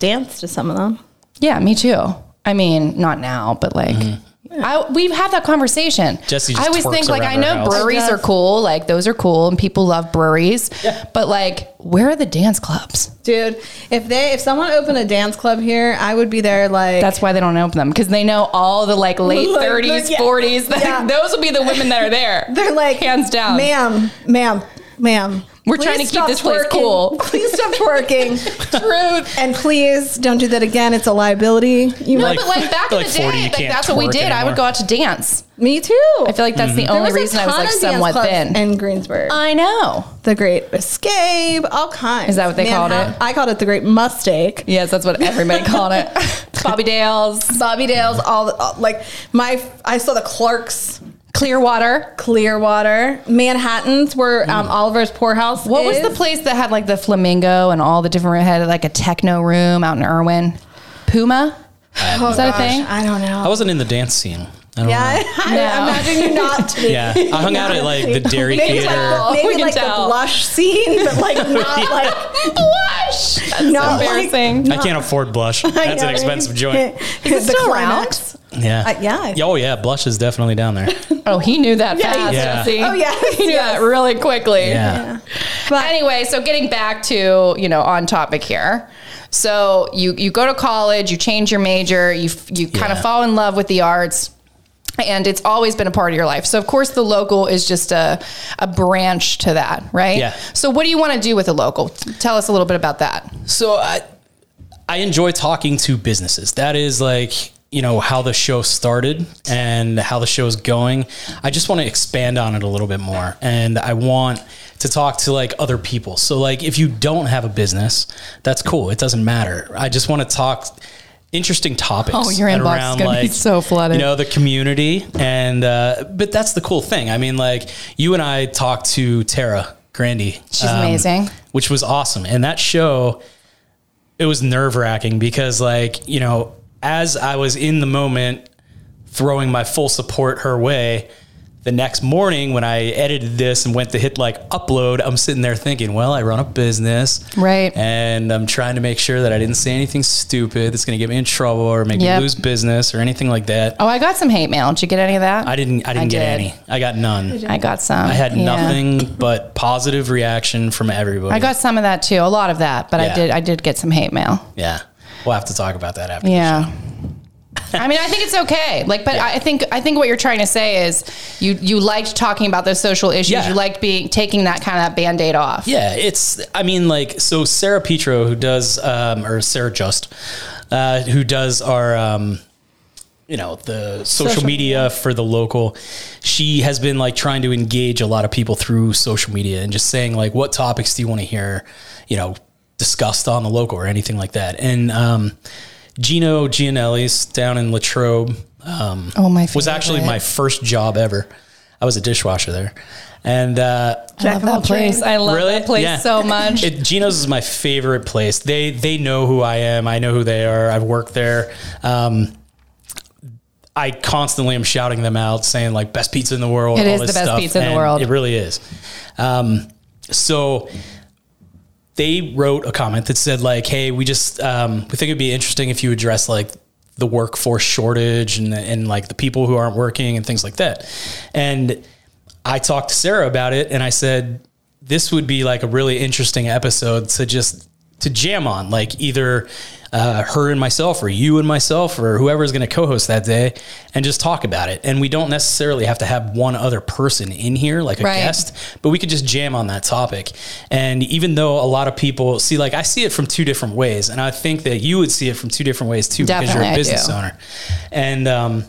[SPEAKER 5] dance to some of them.
[SPEAKER 4] Yeah, me too. I mean, not now, but like
[SPEAKER 5] Mm-hmm.
[SPEAKER 4] I, we've had that conversation.
[SPEAKER 6] Jesse just
[SPEAKER 4] I always
[SPEAKER 6] twerks
[SPEAKER 4] think like
[SPEAKER 6] around
[SPEAKER 4] I
[SPEAKER 6] her
[SPEAKER 4] know
[SPEAKER 6] house.
[SPEAKER 4] breweries
[SPEAKER 5] She
[SPEAKER 4] are
[SPEAKER 5] does.
[SPEAKER 4] cool, like those are cool, and people love breweries. But like, where are the dance clubs?
[SPEAKER 5] Dude, if they if someone opened a dance club here, I would be there like
[SPEAKER 4] That's why they don't open them because they know all the like late
[SPEAKER 5] Like,
[SPEAKER 4] 30s,
[SPEAKER 5] yeah.
[SPEAKER 4] 40s. like,
[SPEAKER 5] Yeah.
[SPEAKER 4] Those will be the women that are there.
[SPEAKER 5] They're like
[SPEAKER 4] hands down.
[SPEAKER 5] ma'am, ma'am, ma'am.
[SPEAKER 4] We're trying to keep
[SPEAKER 5] stop
[SPEAKER 4] this place
[SPEAKER 5] twerking.
[SPEAKER 4] cool.
[SPEAKER 5] Please stop twerking. Truth. And please don't do that again. It's a liability. You
[SPEAKER 4] No,
[SPEAKER 5] like,
[SPEAKER 4] but like back
[SPEAKER 6] like
[SPEAKER 4] in the
[SPEAKER 6] 40, you
[SPEAKER 4] day, like
[SPEAKER 6] can't
[SPEAKER 4] that's what we
[SPEAKER 6] twerk
[SPEAKER 4] did. I
[SPEAKER 6] anymore.
[SPEAKER 4] would go out to dance.
[SPEAKER 5] me too.
[SPEAKER 4] I feel like that's the only reason I was like somewhat thin.
[SPEAKER 5] in Greensburg.
[SPEAKER 4] I know.
[SPEAKER 5] the Great Escape, all kinds.
[SPEAKER 4] Is that what they called it?
[SPEAKER 5] Manhattan- I called it the Great Mustake.
[SPEAKER 4] Yes, that's what everybody called it. Bobby Dale's,
[SPEAKER 5] Bobby Dale's, all, all like my. I saw the Clark's.
[SPEAKER 4] Clearwater. Mm.
[SPEAKER 5] Clearwater, Manhattan's, where um, Oliver's Poorhouse.
[SPEAKER 4] What was
[SPEAKER 5] is.
[SPEAKER 4] the place that had like the flamingo and all the different had like a techno room out in Irwin? Puma?
[SPEAKER 6] I,
[SPEAKER 4] Is that a thing?
[SPEAKER 5] Oh I don't
[SPEAKER 6] I
[SPEAKER 5] know.
[SPEAKER 6] wasn't in the dance scene. I don't
[SPEAKER 5] Yeah,
[SPEAKER 6] know.
[SPEAKER 5] I, I
[SPEAKER 4] No.
[SPEAKER 5] imagine you not. To be.
[SPEAKER 6] Yeah, I hung out at like the Dairy
[SPEAKER 5] Maybe
[SPEAKER 6] Theater. Oh,
[SPEAKER 5] like,
[SPEAKER 4] We
[SPEAKER 5] maybe
[SPEAKER 4] can
[SPEAKER 5] like the
[SPEAKER 4] tell.
[SPEAKER 5] blush scene, but like not like
[SPEAKER 4] Blush. That's
[SPEAKER 5] not
[SPEAKER 4] embarrassing.
[SPEAKER 5] Like,
[SPEAKER 6] I can't afford blush. That's an expensive joint.
[SPEAKER 5] Is
[SPEAKER 4] it still around?
[SPEAKER 6] Yeah.
[SPEAKER 5] Uh, yeah.
[SPEAKER 6] Yeah, Oh yeah, blush is definitely down there.
[SPEAKER 4] Oh, he knew that
[SPEAKER 5] Yeah,
[SPEAKER 4] fast.
[SPEAKER 6] yeah.
[SPEAKER 4] Jesse.
[SPEAKER 5] Oh, yes,
[SPEAKER 4] he knew
[SPEAKER 5] yes.
[SPEAKER 4] that really quickly.
[SPEAKER 6] Yeah.
[SPEAKER 5] But
[SPEAKER 4] anyway, so getting back to you know on topic here. So you you go to college, you change your major, you you kind
[SPEAKER 6] Yeah.
[SPEAKER 4] of fall in love with the arts. And it's always been a part of your life. So of course the local is just a a branch to that, right?
[SPEAKER 6] Yeah.
[SPEAKER 4] So what do you want to do with a local? Tell us a little bit about that.
[SPEAKER 6] So I I enjoy talking to businesses. That is like, you know, how the show started and how the show is going. I just want to expand on it a little bit more and I want to talk to like other people. So like if you don't have a business, that's cool. It doesn't matter. I just want to talk interesting topics
[SPEAKER 4] Oh, your inbox is gonna be so flooded.
[SPEAKER 6] you know the community and uh but that's the cool thing i mean like you and i talked to tara grandy
[SPEAKER 4] She's amazing.
[SPEAKER 6] which was awesome. And that show, it was nerve wracking because, like, you know, as I was in the moment throwing my full support her way, the next morning when I edited this and went to hit like upload, I'm sitting there thinking, well, I run a business.
[SPEAKER 4] Right.
[SPEAKER 6] And I'm trying to make sure that I didn't say anything stupid that's going to get me in trouble or make
[SPEAKER 4] Yep.
[SPEAKER 6] me lose business or anything like that.
[SPEAKER 4] Oh, I got some hate mail. Did you get any of that?
[SPEAKER 6] I didn't, I didn't get
[SPEAKER 4] did.
[SPEAKER 6] any. I got none.
[SPEAKER 4] I got some.
[SPEAKER 6] I had
[SPEAKER 4] Yeah.
[SPEAKER 6] nothing but positive reaction from everybody.
[SPEAKER 4] I got some of that too. A lot of that, but
[SPEAKER 6] Yeah.
[SPEAKER 4] I did I did get some hate mail.
[SPEAKER 6] Yeah. We'll have to talk about that after.
[SPEAKER 4] Yeah. I mean, I think it's okay. Like, but I think I think what you're trying to say is you you liked talking about those social issues.
[SPEAKER 6] Yeah.
[SPEAKER 4] You liked being taking that kind of that band-aid off.
[SPEAKER 6] Yeah, it's. I mean, like, so Sarah Petro, who does, um, or Sarah Just, uh, who does our, um, you know, the social, media for the local. She has been like trying to engage a lot of people through social media and just saying like, what topics do you want to hear, you know, discussed on the local or anything like that. And um, Gino Gianelli's down in Latrobe. Um,
[SPEAKER 4] Oh, my
[SPEAKER 6] was actually
[SPEAKER 4] favorite.
[SPEAKER 6] my first job ever. I was a dishwasher there, and. Uh,
[SPEAKER 4] I love that place. I love
[SPEAKER 6] Really?
[SPEAKER 4] that place
[SPEAKER 6] Yeah.
[SPEAKER 4] so much.
[SPEAKER 6] it, Gino's is my favorite place. They they know who I am. I know who they are. I've worked there. Um, I constantly am shouting them out, saying like best pizza in the world.
[SPEAKER 4] It
[SPEAKER 6] all
[SPEAKER 4] is
[SPEAKER 6] this
[SPEAKER 4] the best
[SPEAKER 6] stuff,
[SPEAKER 4] pizza in the
[SPEAKER 6] and
[SPEAKER 4] world.
[SPEAKER 6] It really is. Um, so they wrote a comment that said like, "Hey, we just um, we think it'd be interesting if you address like the workforce shortage and and like the people who aren't working and things like that." And I talked to Sarah about it, and I said this would be like a really interesting episode to just to jam on, like either uh, her and myself, or you and myself, or whoever's going to co-host that day, and just talk about it. And we don't necessarily have to have one other person in here, like a
[SPEAKER 4] Right.
[SPEAKER 6] guest but we could just jam on that topic. And even though a lot of people see, like, I see it from two different ways, and I think that you would see it from two different ways too, because
[SPEAKER 4] Definitely,
[SPEAKER 6] you're
[SPEAKER 4] I
[SPEAKER 6] a business
[SPEAKER 4] do.
[SPEAKER 6] owner. And um,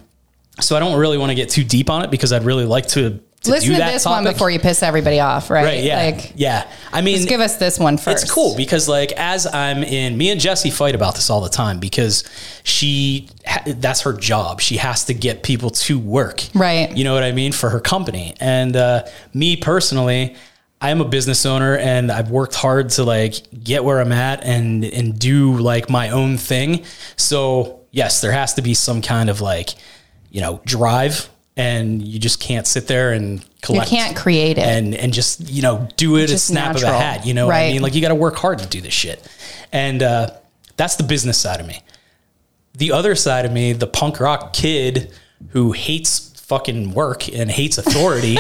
[SPEAKER 6] so I don't really want to get too deep on it because I'd really like to, to
[SPEAKER 4] Listen
[SPEAKER 6] do
[SPEAKER 4] to
[SPEAKER 6] that
[SPEAKER 4] this
[SPEAKER 6] topic.
[SPEAKER 4] one before you piss everybody off, right?
[SPEAKER 6] Right? Yeah.
[SPEAKER 4] Like,
[SPEAKER 6] yeah. I mean,
[SPEAKER 4] just give us this one first.
[SPEAKER 6] it's cool because like as I'm in, me and Jesse fight about this all the time because she ha- that's her job. She has to get people to work,
[SPEAKER 4] Right.
[SPEAKER 6] You know what I mean for her company. And uh, me personally, I am a business owner and I've worked hard to like get where I'm at and and do like my own thing. So yes, there has to be some kind of like you know drive. And you just can't sit there and
[SPEAKER 4] You
[SPEAKER 6] collect.
[SPEAKER 4] can't create it.
[SPEAKER 6] and and just you know do it a
[SPEAKER 4] just
[SPEAKER 6] snap of
[SPEAKER 4] natural.
[SPEAKER 6] a hat. You know what I
[SPEAKER 4] Right.
[SPEAKER 6] mean? Like you got to work hard to do this shit, and uh, that's the business side of me. The other side of me, the punk rock kid who hates fucking work and hates authority,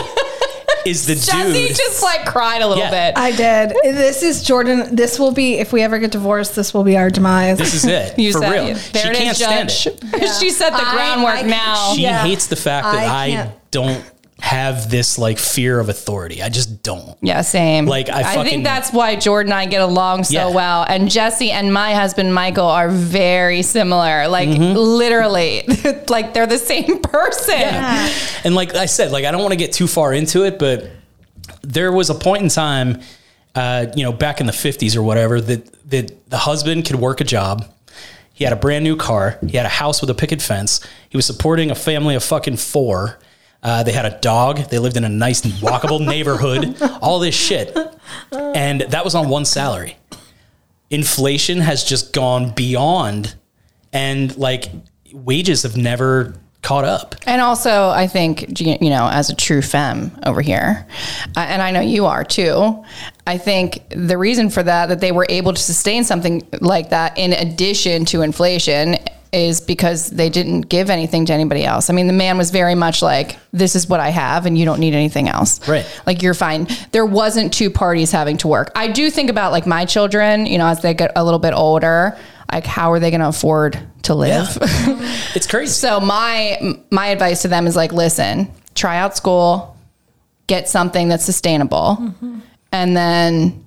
[SPEAKER 6] is the
[SPEAKER 4] Jesse
[SPEAKER 6] dude.
[SPEAKER 4] just like cried a little
[SPEAKER 6] Yeah.
[SPEAKER 4] bit.
[SPEAKER 5] I did. This is Jordan. This will be if we ever get divorced. This will be our demise.
[SPEAKER 6] this is it
[SPEAKER 4] you
[SPEAKER 6] for
[SPEAKER 4] said
[SPEAKER 6] real.
[SPEAKER 4] it.
[SPEAKER 6] She
[SPEAKER 4] There it is,
[SPEAKER 6] can't stand
[SPEAKER 4] Judge.
[SPEAKER 6] it.
[SPEAKER 4] she set the
[SPEAKER 5] I-
[SPEAKER 4] groundwork
[SPEAKER 5] I-
[SPEAKER 4] now.
[SPEAKER 6] She
[SPEAKER 5] Yeah.
[SPEAKER 6] hates the fact that
[SPEAKER 5] I
[SPEAKER 6] I,
[SPEAKER 5] can't-
[SPEAKER 6] don't have this like fear of authority. I just don't.
[SPEAKER 4] Yeah, same.
[SPEAKER 6] Like, I fucking-
[SPEAKER 4] think that's why Jordan and I get along so
[SPEAKER 6] Yeah.
[SPEAKER 4] well, and Jesse and my husband Michael are very similar. Like
[SPEAKER 6] Mm-hmm.
[SPEAKER 4] literally, like they're the same person.
[SPEAKER 6] And like I said, like I don't want to get too far into it, but there was a point in time, uh, you know, back in the fifties or whatever, that that the husband could work a job. He had a brand new car. He had a house with a picket fence. He was supporting a family of fucking four. Uh, they had a dog. They lived in a nice, walkable neighborhood. All this shit, and that was on one salary. Inflation has just gone beyond, and like wages have never caught up.
[SPEAKER 4] And also, I think you you know, as a true femme over here, uh, and I know you are too. I think the reason for that that they were able to sustain something like that in addition to inflation is because they didn't give anything to anybody else. I mean, the man was very much like, "This is what I have, and you don't need anything else."
[SPEAKER 6] Right.
[SPEAKER 4] Like you're fine. There wasn't two parties having to work. I do think about like my children. You know, as they get a little bit older, like how are they going to afford to live?
[SPEAKER 6] It's crazy.
[SPEAKER 4] So my my advice to them is like, listen, try out school, get something that's sustainable, and then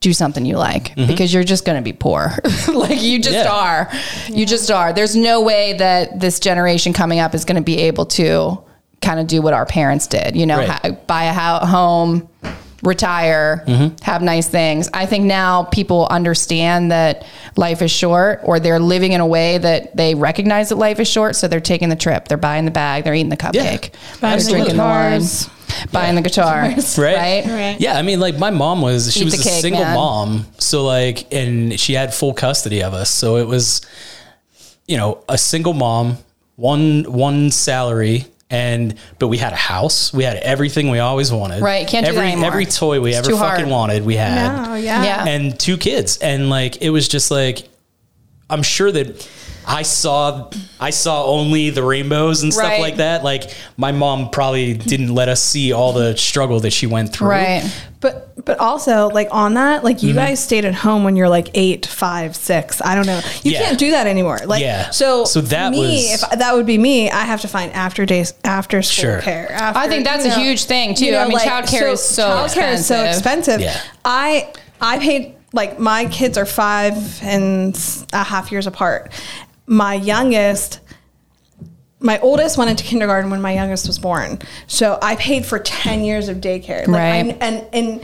[SPEAKER 4] do something you like because you're just going to be poor. like you just
[SPEAKER 6] Mm-hmm. Yeah.
[SPEAKER 4] are. You just are. There's no way that this generation coming up is going to be able to kind of do what our parents did, you know,
[SPEAKER 6] Right.
[SPEAKER 4] ha- buy a ho- home, retire,
[SPEAKER 6] Mm-hmm.
[SPEAKER 4] have nice things. I think now people understand that life is short or they're living in a way that they recognize that life is short. So they're taking the trip, they're buying the bag, they're eating the cupcake,
[SPEAKER 5] Buying
[SPEAKER 4] they're
[SPEAKER 5] the
[SPEAKER 4] drinking the wine,
[SPEAKER 5] guitars.
[SPEAKER 4] buying the guitar,
[SPEAKER 6] Right.
[SPEAKER 4] right?
[SPEAKER 5] Right.
[SPEAKER 6] Yeah, I mean, like my mom was, she
[SPEAKER 4] Eat
[SPEAKER 6] was
[SPEAKER 4] the
[SPEAKER 6] a
[SPEAKER 4] cake,
[SPEAKER 6] single
[SPEAKER 4] man.
[SPEAKER 6] mom, so like, and she had full custody of us, so it was, you know, a single mom, one one salary, and but we had a house, we had everything we always wanted.
[SPEAKER 4] Right, can't do that
[SPEAKER 6] every
[SPEAKER 4] anymore.
[SPEAKER 6] every toy we
[SPEAKER 4] It's
[SPEAKER 6] ever
[SPEAKER 4] too
[SPEAKER 6] fucking
[SPEAKER 4] hard.
[SPEAKER 6] wanted, we had
[SPEAKER 5] No, Oh, yeah.
[SPEAKER 4] Yeah.
[SPEAKER 6] and two kids and like it was just like i'm sure that i saw i saw only the rainbows and stuff
[SPEAKER 4] Right.
[SPEAKER 6] like that like my mom probably didn't let us see all the struggle that she went through
[SPEAKER 4] Right.
[SPEAKER 5] But but also like on that, like you
[SPEAKER 6] Mm-hmm.
[SPEAKER 5] guys stayed at home when you're like eight, five, six. I don't know. You
[SPEAKER 6] Yeah.
[SPEAKER 5] can't do that anymore. Like
[SPEAKER 6] Yeah.
[SPEAKER 5] so.
[SPEAKER 6] So that
[SPEAKER 5] me,
[SPEAKER 6] was-
[SPEAKER 5] if that would be me, I have to find after days after school
[SPEAKER 6] Sure.
[SPEAKER 5] care. after-
[SPEAKER 4] I think that's
[SPEAKER 5] you
[SPEAKER 4] a huge thing, too. I mean, childcare is so
[SPEAKER 5] childcare is so expensive.
[SPEAKER 4] expensive.
[SPEAKER 6] Yeah.
[SPEAKER 5] I I paid like my kids are five and s- a half years apart. My youngest my oldest went into kindergarten when my youngest was born. So I paid for 10 years of daycare. Like
[SPEAKER 4] Right.
[SPEAKER 5] I'm, and and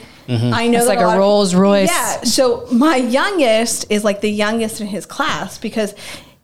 [SPEAKER 5] I know
[SPEAKER 4] It's
[SPEAKER 5] that
[SPEAKER 4] like a
[SPEAKER 5] lot of-
[SPEAKER 4] Rolls Royce.
[SPEAKER 5] Yeah. So my youngest is like the youngest in his class because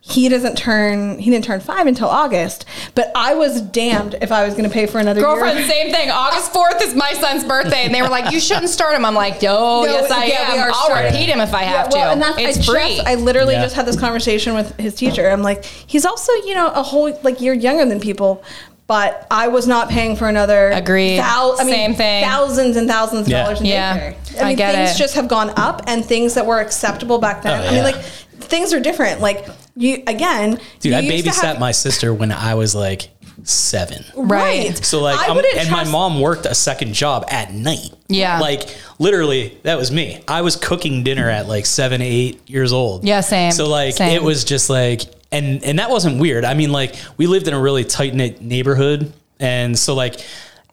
[SPEAKER 5] he doesn't turn he didn't turn 5 until August, but I was damned if I was going to pay for another year.
[SPEAKER 4] Girlfriend, same thing. August 4th is my son's birthday. And they were like, you shouldn't start him. I'm like, yo,
[SPEAKER 5] No,
[SPEAKER 4] yes, I
[SPEAKER 5] yeah, we
[SPEAKER 4] am.
[SPEAKER 5] are
[SPEAKER 4] I'll
[SPEAKER 5] starting.
[SPEAKER 4] repeat him if I have
[SPEAKER 5] well,
[SPEAKER 4] to.
[SPEAKER 5] and that's
[SPEAKER 4] it's
[SPEAKER 5] I
[SPEAKER 4] free.
[SPEAKER 5] Just, I literally
[SPEAKER 6] Yeah.
[SPEAKER 5] just had this conversation with his teacher. I'm like, he's also, you know, a whole like you're younger than people, but I was not paying for another
[SPEAKER 4] Agreed. Same thing.
[SPEAKER 5] thousands and thousands of
[SPEAKER 6] Yeah.
[SPEAKER 5] dollars in
[SPEAKER 4] Yeah.
[SPEAKER 5] daycare.
[SPEAKER 4] I
[SPEAKER 5] I mean,
[SPEAKER 4] get
[SPEAKER 5] things
[SPEAKER 4] it.
[SPEAKER 5] just have gone up, and things that were acceptable back then.
[SPEAKER 6] Oh,
[SPEAKER 5] I mean,
[SPEAKER 6] yeah.
[SPEAKER 5] like things are different. Like you again,
[SPEAKER 6] dude
[SPEAKER 5] you
[SPEAKER 6] i
[SPEAKER 5] used to
[SPEAKER 6] babysat
[SPEAKER 5] have-
[SPEAKER 6] my sister when i was like seven
[SPEAKER 4] Right.
[SPEAKER 6] so like
[SPEAKER 5] I
[SPEAKER 6] I'm,
[SPEAKER 5] wouldn't
[SPEAKER 6] and my
[SPEAKER 5] trust-
[SPEAKER 6] mom worked a second job at night
[SPEAKER 4] Yeah.
[SPEAKER 6] like literally that was me i was cooking dinner at like seven eight years old
[SPEAKER 4] Yeah, same,
[SPEAKER 6] so like
[SPEAKER 4] same.
[SPEAKER 6] it was just like and and that wasn't weird i mean like we lived in a really tight-knit neighborhood and so like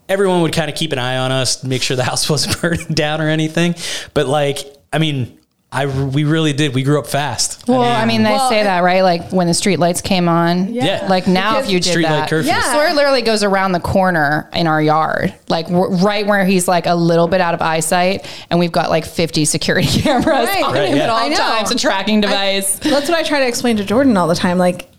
[SPEAKER 6] everyone would kind of keep an eye on us make sure the house wasn't burning down or anything but like i mean I, we really did. We grew up fast.
[SPEAKER 4] Well, I mean, they
[SPEAKER 5] Well,
[SPEAKER 4] say that, right? Like when the street lights came on.
[SPEAKER 6] Yeah.
[SPEAKER 4] Like now, if you did
[SPEAKER 6] Streetlight
[SPEAKER 4] that,
[SPEAKER 6] curfews.
[SPEAKER 5] Yeah.
[SPEAKER 4] Sawyer literally goes around the corner in our yard, like w- right where he's like a little bit out of eyesight, and we've got like 50 security cameras
[SPEAKER 5] Right.
[SPEAKER 4] on
[SPEAKER 5] Right,
[SPEAKER 4] him
[SPEAKER 6] yeah.
[SPEAKER 4] at
[SPEAKER 5] I
[SPEAKER 4] all
[SPEAKER 5] know.
[SPEAKER 4] times, a tracking device.
[SPEAKER 5] That's what I try to explain to Jordan all the time. Like,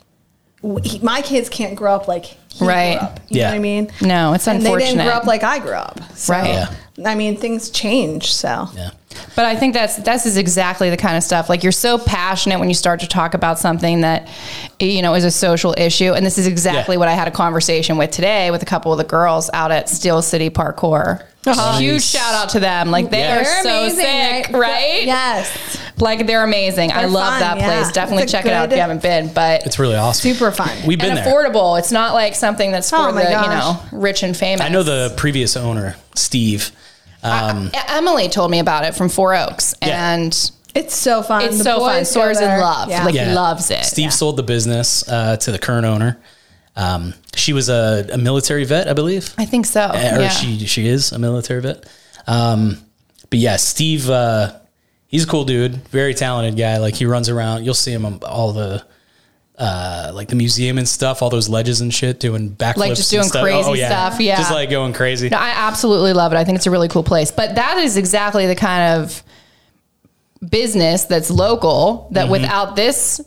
[SPEAKER 5] w- he, my kids can't grow up like he
[SPEAKER 4] Right.
[SPEAKER 5] grew up. You
[SPEAKER 6] Yeah.
[SPEAKER 5] know what I mean?
[SPEAKER 4] No, it's
[SPEAKER 5] and They didn't
[SPEAKER 4] unfortunate.
[SPEAKER 5] grow up like I grew up. So,
[SPEAKER 4] Right.
[SPEAKER 6] Yeah.
[SPEAKER 5] I mean, things change. So,
[SPEAKER 6] Yeah.
[SPEAKER 4] But I think that's this is exactly the kind of stuff. Like you're so passionate when you start to talk about something that you know is a social issue, and this is exactly
[SPEAKER 6] Yeah.
[SPEAKER 4] what I had a conversation with today with a couple of the girls out at Steel City Parkour. Huge shout out to them. Like they
[SPEAKER 6] Yeah.
[SPEAKER 4] are
[SPEAKER 5] Uh-huh. They're
[SPEAKER 4] so
[SPEAKER 5] amazing,
[SPEAKER 4] sick,
[SPEAKER 5] right?
[SPEAKER 4] right?
[SPEAKER 5] yes.
[SPEAKER 4] Like they're amazing. I
[SPEAKER 5] They're
[SPEAKER 4] love
[SPEAKER 5] fun,
[SPEAKER 4] that
[SPEAKER 5] yeah.
[SPEAKER 4] place. Definitely
[SPEAKER 5] It's a
[SPEAKER 4] check it out if
[SPEAKER 5] good-
[SPEAKER 4] you haven't been. But
[SPEAKER 6] It's really awesome.
[SPEAKER 5] Super fun.
[SPEAKER 6] We've been
[SPEAKER 4] and
[SPEAKER 6] there.
[SPEAKER 4] affordable. It's not like something that's for
[SPEAKER 5] Oh
[SPEAKER 4] the
[SPEAKER 5] my
[SPEAKER 4] you
[SPEAKER 5] gosh.
[SPEAKER 4] know rich and famous. E-,
[SPEAKER 6] I know the previous owner, Steve. Um,
[SPEAKER 4] Emily told me about it from Four Oaks,
[SPEAKER 6] Yeah.
[SPEAKER 4] and
[SPEAKER 5] it's so fun.
[SPEAKER 4] It's
[SPEAKER 5] The
[SPEAKER 4] so fun.
[SPEAKER 5] boys go
[SPEAKER 4] Sora's in
[SPEAKER 5] there.
[SPEAKER 4] love. Like- he loves it.
[SPEAKER 6] Steve sold the business uh, to the current owner. Um, she was a, a military vet, I believe,
[SPEAKER 4] I think so.
[SPEAKER 6] Eh, or
[SPEAKER 4] yeah.
[SPEAKER 6] she she is a military vet. Um, but yeah, Steve, uh, he's a cool dude, very talented guy. Like he runs around, you'll see him on all the. Uh, like the museum and stuff, all those ledges and shit, doing backflips,
[SPEAKER 4] Like, just
[SPEAKER 6] and Oh,
[SPEAKER 4] doing crazy stuff, yeah.
[SPEAKER 6] just like going crazy.
[SPEAKER 4] No, I absolutely love it. I think it's a really cool place. But that is exactly the kind of business that's local that
[SPEAKER 6] Mm-hmm.
[SPEAKER 4] without this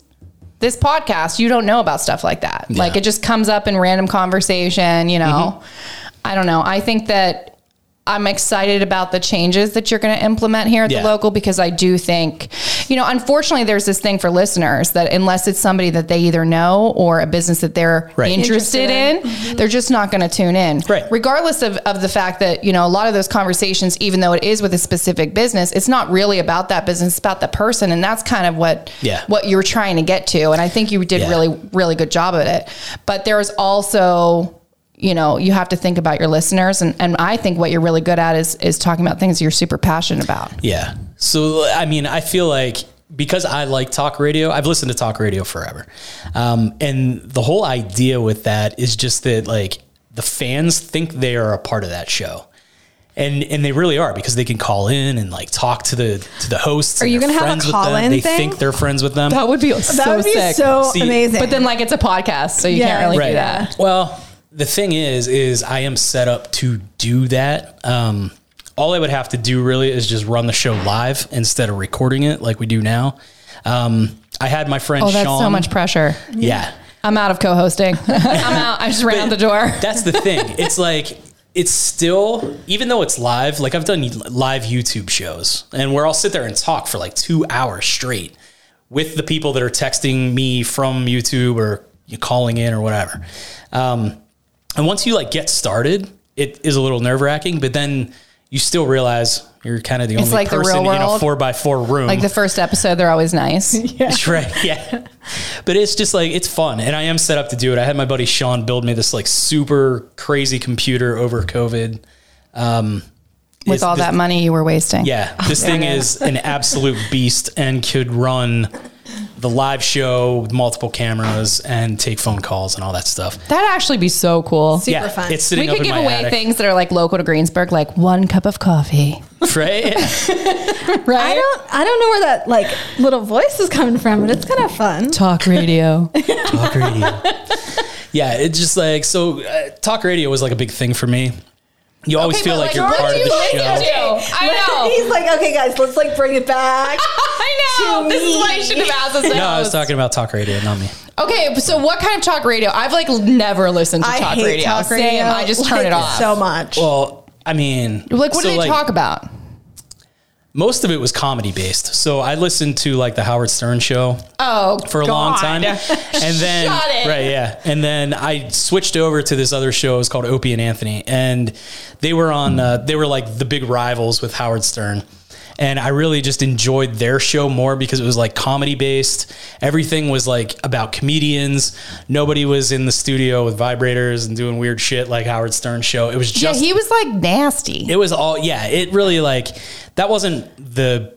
[SPEAKER 4] this podcast, you don't know about stuff like that. Like it just comes up in random conversation, you know.
[SPEAKER 6] Mm-hmm.
[SPEAKER 4] I don't know. I think that I'm excited about the changes that you're going to implement here at
[SPEAKER 6] Yeah.
[SPEAKER 4] the local because I do think, you know, unfortunately, there's this thing for listeners that unless it's somebody that they either know or a business that they're
[SPEAKER 6] Right.
[SPEAKER 4] interested,
[SPEAKER 5] Interested
[SPEAKER 4] in,
[SPEAKER 5] in.
[SPEAKER 4] they're just not going to tune in.
[SPEAKER 6] Right.
[SPEAKER 4] Regardless of, of the fact that, you know, a lot of those conversations, even though it is with a specific business, it's not really about that business, it's about the person. And that's kind of what,
[SPEAKER 6] Yeah.
[SPEAKER 4] what you're trying to get to. And I think you did
[SPEAKER 6] Yeah.
[SPEAKER 4] really, really good job at it. But there's also, you know, you have to think about your listeners. And, and I think what you're really good at is, is talking about things you're super passionate about.
[SPEAKER 6] Yeah. So I mean, I feel like because I like talk radio, I've listened to talk radio forever, um, and the whole idea with that is just that like the fans think they are a part of that show. And, and they really are because they can call in and like talk to the to the hosts. Are
[SPEAKER 5] you gonna have a call-in
[SPEAKER 6] They
[SPEAKER 5] thing?
[SPEAKER 6] think they're friends with them.
[SPEAKER 4] That would be
[SPEAKER 5] That
[SPEAKER 4] so
[SPEAKER 5] would be
[SPEAKER 4] sick.
[SPEAKER 5] so
[SPEAKER 6] See,
[SPEAKER 5] amazing.
[SPEAKER 4] but then like it's a podcast, so you
[SPEAKER 5] Yeah.
[SPEAKER 4] can't really
[SPEAKER 5] Right.
[SPEAKER 4] do that.
[SPEAKER 6] Well, the thing is, is I am set up to do that. Um, all I would have to do really is just run the show live instead of recording it like we do now. Um, I had my friend
[SPEAKER 4] Oh, that's
[SPEAKER 6] Sean.
[SPEAKER 4] so much pressure.
[SPEAKER 6] Yeah.
[SPEAKER 4] I'm out of co-hosting. I'm out. I just ran out the door.
[SPEAKER 6] That's the thing. It's like it's still even though it's live. Like I've done live YouTube shows, and where I'll sit there and talk for like two hours straight with the people that are texting me from YouTube or you calling in or whatever. Um, and once you like get started, it is a little nerve wracking, but then you still realize you're kind of the only
[SPEAKER 4] like the
[SPEAKER 6] person
[SPEAKER 4] real
[SPEAKER 6] in a
[SPEAKER 4] world.
[SPEAKER 6] four by four room.
[SPEAKER 4] Like the first episode, they're always nice.
[SPEAKER 6] That's right. Yeah. But it's just like, it's fun. And I am set up to do it. I had my buddy Sean build me this like super crazy computer over COVID. Um,
[SPEAKER 4] With all that oh, money you were wasting.
[SPEAKER 6] yeah, this thing is an absolute beast and could run the live show with multiple cameras and take phone calls and all that stuff.
[SPEAKER 4] That'd actually be so cool.
[SPEAKER 5] Super
[SPEAKER 6] yeah,
[SPEAKER 5] fun.
[SPEAKER 6] it's sitting
[SPEAKER 4] we
[SPEAKER 6] up
[SPEAKER 4] could
[SPEAKER 6] in
[SPEAKER 4] give
[SPEAKER 6] my
[SPEAKER 4] away
[SPEAKER 6] attic,
[SPEAKER 4] things that are like local to Greensburg, like one cup of coffee.
[SPEAKER 6] right?
[SPEAKER 5] I
[SPEAKER 4] Right?
[SPEAKER 5] don't I don't know where that like little voice is coming from, but it's kind of fun.
[SPEAKER 4] Talk radio.
[SPEAKER 6] Talk radio. Yeah, it's just like so. Uh, talk radio was like a big thing for me. You always feel like, you're
[SPEAKER 4] what
[SPEAKER 6] part
[SPEAKER 4] do
[SPEAKER 6] of
[SPEAKER 4] you
[SPEAKER 6] the
[SPEAKER 4] listen
[SPEAKER 6] show.
[SPEAKER 4] to? I know.
[SPEAKER 5] He's like, okay, guys, let's like bring it back.
[SPEAKER 4] I know.
[SPEAKER 5] To
[SPEAKER 4] This is why I
[SPEAKER 5] me.
[SPEAKER 4] shouldn't have asked this.
[SPEAKER 6] No, I was talking about talk radio, not me.
[SPEAKER 4] Okay, so what kind of talk radio? I've like never listened to
[SPEAKER 5] I
[SPEAKER 4] talk,
[SPEAKER 5] hate
[SPEAKER 4] radio.
[SPEAKER 5] talk radio.
[SPEAKER 4] Same. I just turn
[SPEAKER 5] like,
[SPEAKER 4] it off.
[SPEAKER 5] so much.
[SPEAKER 6] Well, I mean,
[SPEAKER 4] like, what
[SPEAKER 6] so,
[SPEAKER 4] do they talk about?
[SPEAKER 6] Most of it was comedy based. So I listened to like the Howard Stern show
[SPEAKER 4] Oh,
[SPEAKER 6] for a long
[SPEAKER 4] God.
[SPEAKER 6] time, and then
[SPEAKER 4] Shut it.
[SPEAKER 6] right, yeah, and then I switched over to this other show. It was called Opie and Anthony, and they were on. Uh, they were like the big rivals with Howard Stern. And I really just enjoyed their show more because it was like comedy based. Everything was like about comedians. Nobody was in the studio with vibrators and doing weird shit like Howard Stern's show. It was
[SPEAKER 4] Yeah,
[SPEAKER 6] just
[SPEAKER 4] he was like nasty.
[SPEAKER 6] it was all yeah it really like that wasn't the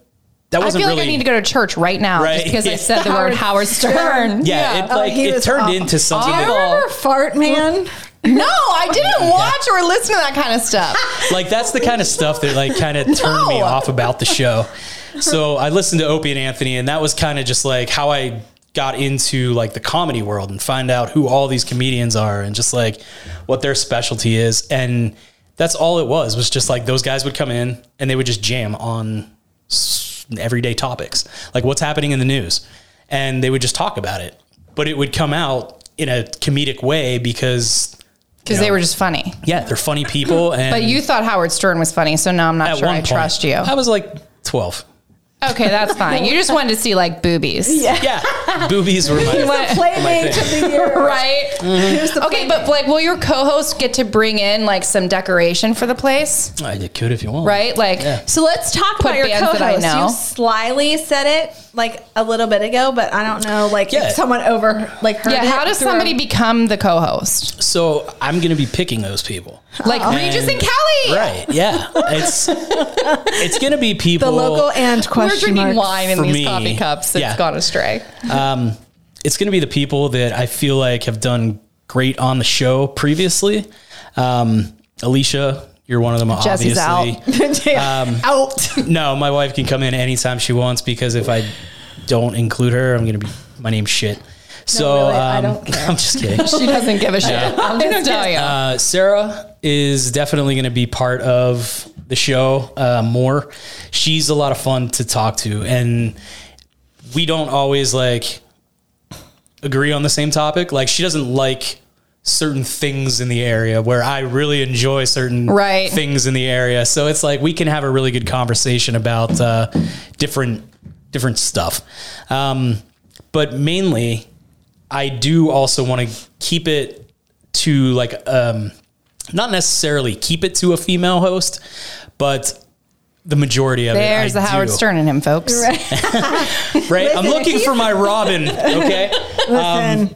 [SPEAKER 6] that
[SPEAKER 4] I
[SPEAKER 6] wasn't
[SPEAKER 4] feel
[SPEAKER 6] really
[SPEAKER 4] like I need to go to church right now
[SPEAKER 6] Right,
[SPEAKER 4] just because
[SPEAKER 6] yeah.
[SPEAKER 4] I said the word Howard Stern.
[SPEAKER 6] yeah, it like
[SPEAKER 5] he
[SPEAKER 6] it
[SPEAKER 5] was
[SPEAKER 6] turned
[SPEAKER 5] awful.
[SPEAKER 6] into something
[SPEAKER 5] Do you
[SPEAKER 6] that,
[SPEAKER 5] remember Fart Man?
[SPEAKER 4] No, I didn't watch or listen to that kind of stuff.
[SPEAKER 6] like that's the kind of stuff that like kind of turned me
[SPEAKER 4] No.
[SPEAKER 6] off about the show so i listened to opie and anthony and that was kind of just like how i got into like the comedy world and find out who all these comedians are and just like what their specialty is and that's all it was was just like those guys would come in and they would just jam on s- everyday topics like what's happening in the news and they would just talk about it but it would come out in a comedic way because
[SPEAKER 4] Because
[SPEAKER 6] Yeah.
[SPEAKER 4] they were just funny.
[SPEAKER 6] yeah they're funny people and
[SPEAKER 4] But you thought Howard Stern was funny, so now I'm not sure I trust you.
[SPEAKER 6] I was like 12.
[SPEAKER 4] Okay, that's fine. You just wanted to see like boobies. Yeah.
[SPEAKER 6] Yeah, boobies were my.
[SPEAKER 5] Playmate of the year.
[SPEAKER 4] Right? Okay, but like, will your co host get to bring in like some decoration for the place?
[SPEAKER 6] I you could if you want.
[SPEAKER 4] Right? Like,
[SPEAKER 6] Yeah.
[SPEAKER 5] So let's talk
[SPEAKER 4] Put
[SPEAKER 5] about your
[SPEAKER 4] bands
[SPEAKER 5] co-host.
[SPEAKER 4] that I know.
[SPEAKER 5] You slyly said it like a little bit ago, but I don't know like
[SPEAKER 6] Yeah.
[SPEAKER 5] if someone over like heard
[SPEAKER 4] yeah,
[SPEAKER 5] it
[SPEAKER 4] how does
[SPEAKER 5] through-
[SPEAKER 4] somebody become the co host?
[SPEAKER 6] So I'm gonna be picking those people.
[SPEAKER 4] Like Regis and Kelly.
[SPEAKER 6] Right. Yeah. It's it's gonna be people.
[SPEAKER 5] the local and
[SPEAKER 4] We're
[SPEAKER 5] question
[SPEAKER 4] drinking
[SPEAKER 5] marks.
[SPEAKER 4] wine in
[SPEAKER 6] For
[SPEAKER 4] these
[SPEAKER 6] me,
[SPEAKER 4] coffee cups. It's
[SPEAKER 6] yeah.
[SPEAKER 4] gone astray.
[SPEAKER 6] Um, it's gonna be the people that I feel like have done great on the show previously. Um, Alicia, you're one of them,
[SPEAKER 5] Jesse's
[SPEAKER 6] obviously. Um,
[SPEAKER 5] out. out.
[SPEAKER 6] No, my wife can come in anytime she wants because if I don't include her, I'm gonna be my name's shit. So
[SPEAKER 5] really,
[SPEAKER 6] um,
[SPEAKER 5] I don't care.
[SPEAKER 6] I'm just kidding.
[SPEAKER 4] She doesn't give a shit. I'm just telling you.
[SPEAKER 6] Uh, Sarah is definitely going to be part of the show uh, more. She's a lot of fun to talk to, and we don't always like agree on the same topic. Like she doesn't like certain things in the area where I really enjoy certain
[SPEAKER 4] Right.
[SPEAKER 6] things in the area. So it's like we can have a really good conversation about uh, different different stuff. Um, but mainly, I do also want to keep it to like um, not necessarily keep it to a female host, but the majority of
[SPEAKER 4] There's
[SPEAKER 6] it.
[SPEAKER 4] the
[SPEAKER 6] I
[SPEAKER 4] Howard
[SPEAKER 6] do.
[SPEAKER 4] Stern in him, folks.
[SPEAKER 6] Right, I'm looking for my Robin. Okay, Um,
[SPEAKER 5] Listen,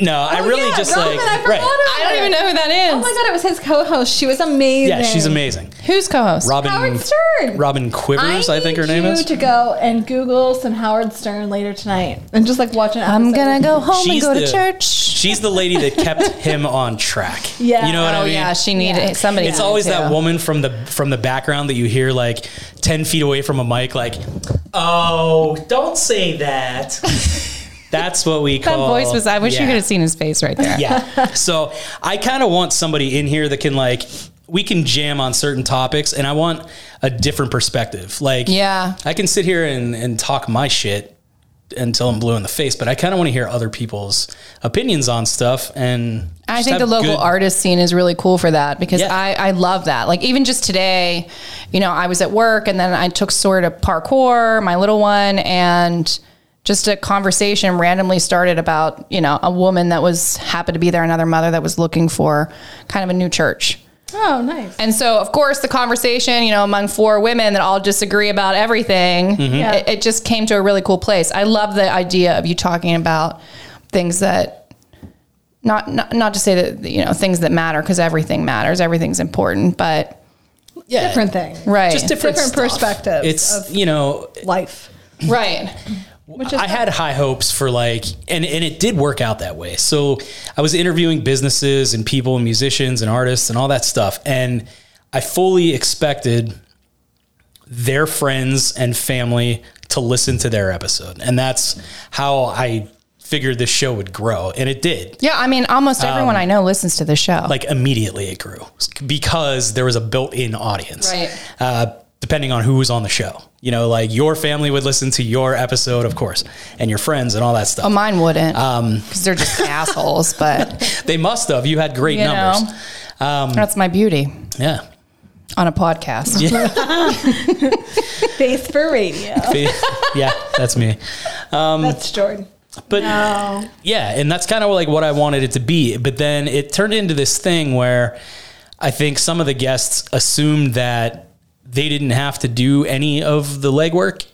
[SPEAKER 5] Oh,
[SPEAKER 6] no, I really
[SPEAKER 5] yeah,
[SPEAKER 6] just
[SPEAKER 5] Robin,
[SPEAKER 6] like
[SPEAKER 5] I forgot
[SPEAKER 6] right.
[SPEAKER 4] I don't even know who that
[SPEAKER 7] Oh
[SPEAKER 4] is.
[SPEAKER 7] my god, it was his co-host. She was amazing.
[SPEAKER 6] Yeah, she's amazing.
[SPEAKER 4] Who's co-host?
[SPEAKER 6] Robin
[SPEAKER 7] Howard Stern.
[SPEAKER 6] Robin Quivers, I, think her
[SPEAKER 7] need
[SPEAKER 6] name
[SPEAKER 7] you
[SPEAKER 6] is.
[SPEAKER 7] to go and Google some Howard Stern later tonight and just like watch an episode.
[SPEAKER 4] I'm gonna go home
[SPEAKER 6] She's
[SPEAKER 4] and go
[SPEAKER 6] the-
[SPEAKER 4] to church.
[SPEAKER 6] She's the lady that kept him on track.
[SPEAKER 7] Yeah.
[SPEAKER 6] you know what
[SPEAKER 4] Oh
[SPEAKER 6] I mean.
[SPEAKER 4] yeah, she needed somebody.
[SPEAKER 6] it's always
[SPEAKER 4] needed
[SPEAKER 6] that
[SPEAKER 4] to.
[SPEAKER 6] woman from the from the background that you hear like ten feet away from a mic, like, "Oh, don't say that." That's what we
[SPEAKER 4] That
[SPEAKER 6] call.
[SPEAKER 4] voice was. I wish you
[SPEAKER 6] Yeah.
[SPEAKER 4] could have seen his face right there.
[SPEAKER 6] Yeah. So I kind of want somebody in here that can like we can jam on certain topics, and I want a different perspective. Like,
[SPEAKER 4] Yeah.
[SPEAKER 6] I can sit here and and talk my shit until I'm blue in the face, but I kind of want to hear other people's opinions on stuff. And
[SPEAKER 4] I
[SPEAKER 6] just
[SPEAKER 4] think the
[SPEAKER 6] have
[SPEAKER 4] local
[SPEAKER 6] good-
[SPEAKER 4] artist scene is really cool for that because
[SPEAKER 6] Yeah.
[SPEAKER 4] I, I love that. Like even just today, you know, I was at work and then I took sort of parkour, my little one, and just a conversation randomly started about, you know, a woman that was happened to be there, another mother that was looking for kind of a new church.
[SPEAKER 7] Oh, nice.
[SPEAKER 4] And so, of course, the conversation, you know, among four women that all disagree about everything,
[SPEAKER 6] Mm-hmm.
[SPEAKER 4] it, it just came to a really cool place. I love the idea of you talking about things that, not not, not to say that you know things that matter because everything matters, everything's important, but
[SPEAKER 6] yeah,
[SPEAKER 7] different thing.
[SPEAKER 4] right,
[SPEAKER 6] just different,
[SPEAKER 7] Different
[SPEAKER 6] stuff.
[SPEAKER 7] perspectives
[SPEAKER 6] It's you know
[SPEAKER 5] life.
[SPEAKER 4] right,
[SPEAKER 7] is
[SPEAKER 6] I had high hopes for like, and and it did work out that way. So I was interviewing businesses and people and musicians and artists and all that stuff, and I fully expected their friends and family to listen to their episode, and that's how I figured this show would grow, and it did
[SPEAKER 4] yeah. I mean, almost everyone I know listens to the show.
[SPEAKER 6] Um, like immediately it grew because there was a built-in audience
[SPEAKER 4] Right.
[SPEAKER 6] uh, depending on who was on the show you know like your family would listen to your episode of course and your friends and all that stuff
[SPEAKER 4] Well, Oh, mine wouldn't
[SPEAKER 6] um,
[SPEAKER 4] because they're just assholes, but
[SPEAKER 6] they must have you had great
[SPEAKER 4] You
[SPEAKER 6] numbers Um,
[SPEAKER 4] that's my beauty
[SPEAKER 6] yeah
[SPEAKER 4] on a podcast.
[SPEAKER 5] Faith for radio.
[SPEAKER 6] yeah that's me
[SPEAKER 5] That's Jordan.
[SPEAKER 6] but Oh, yeah and that's kind of like what i wanted it to be but then it turned into this thing where i think some of the guests assumed that they didn't have to do any of the legwork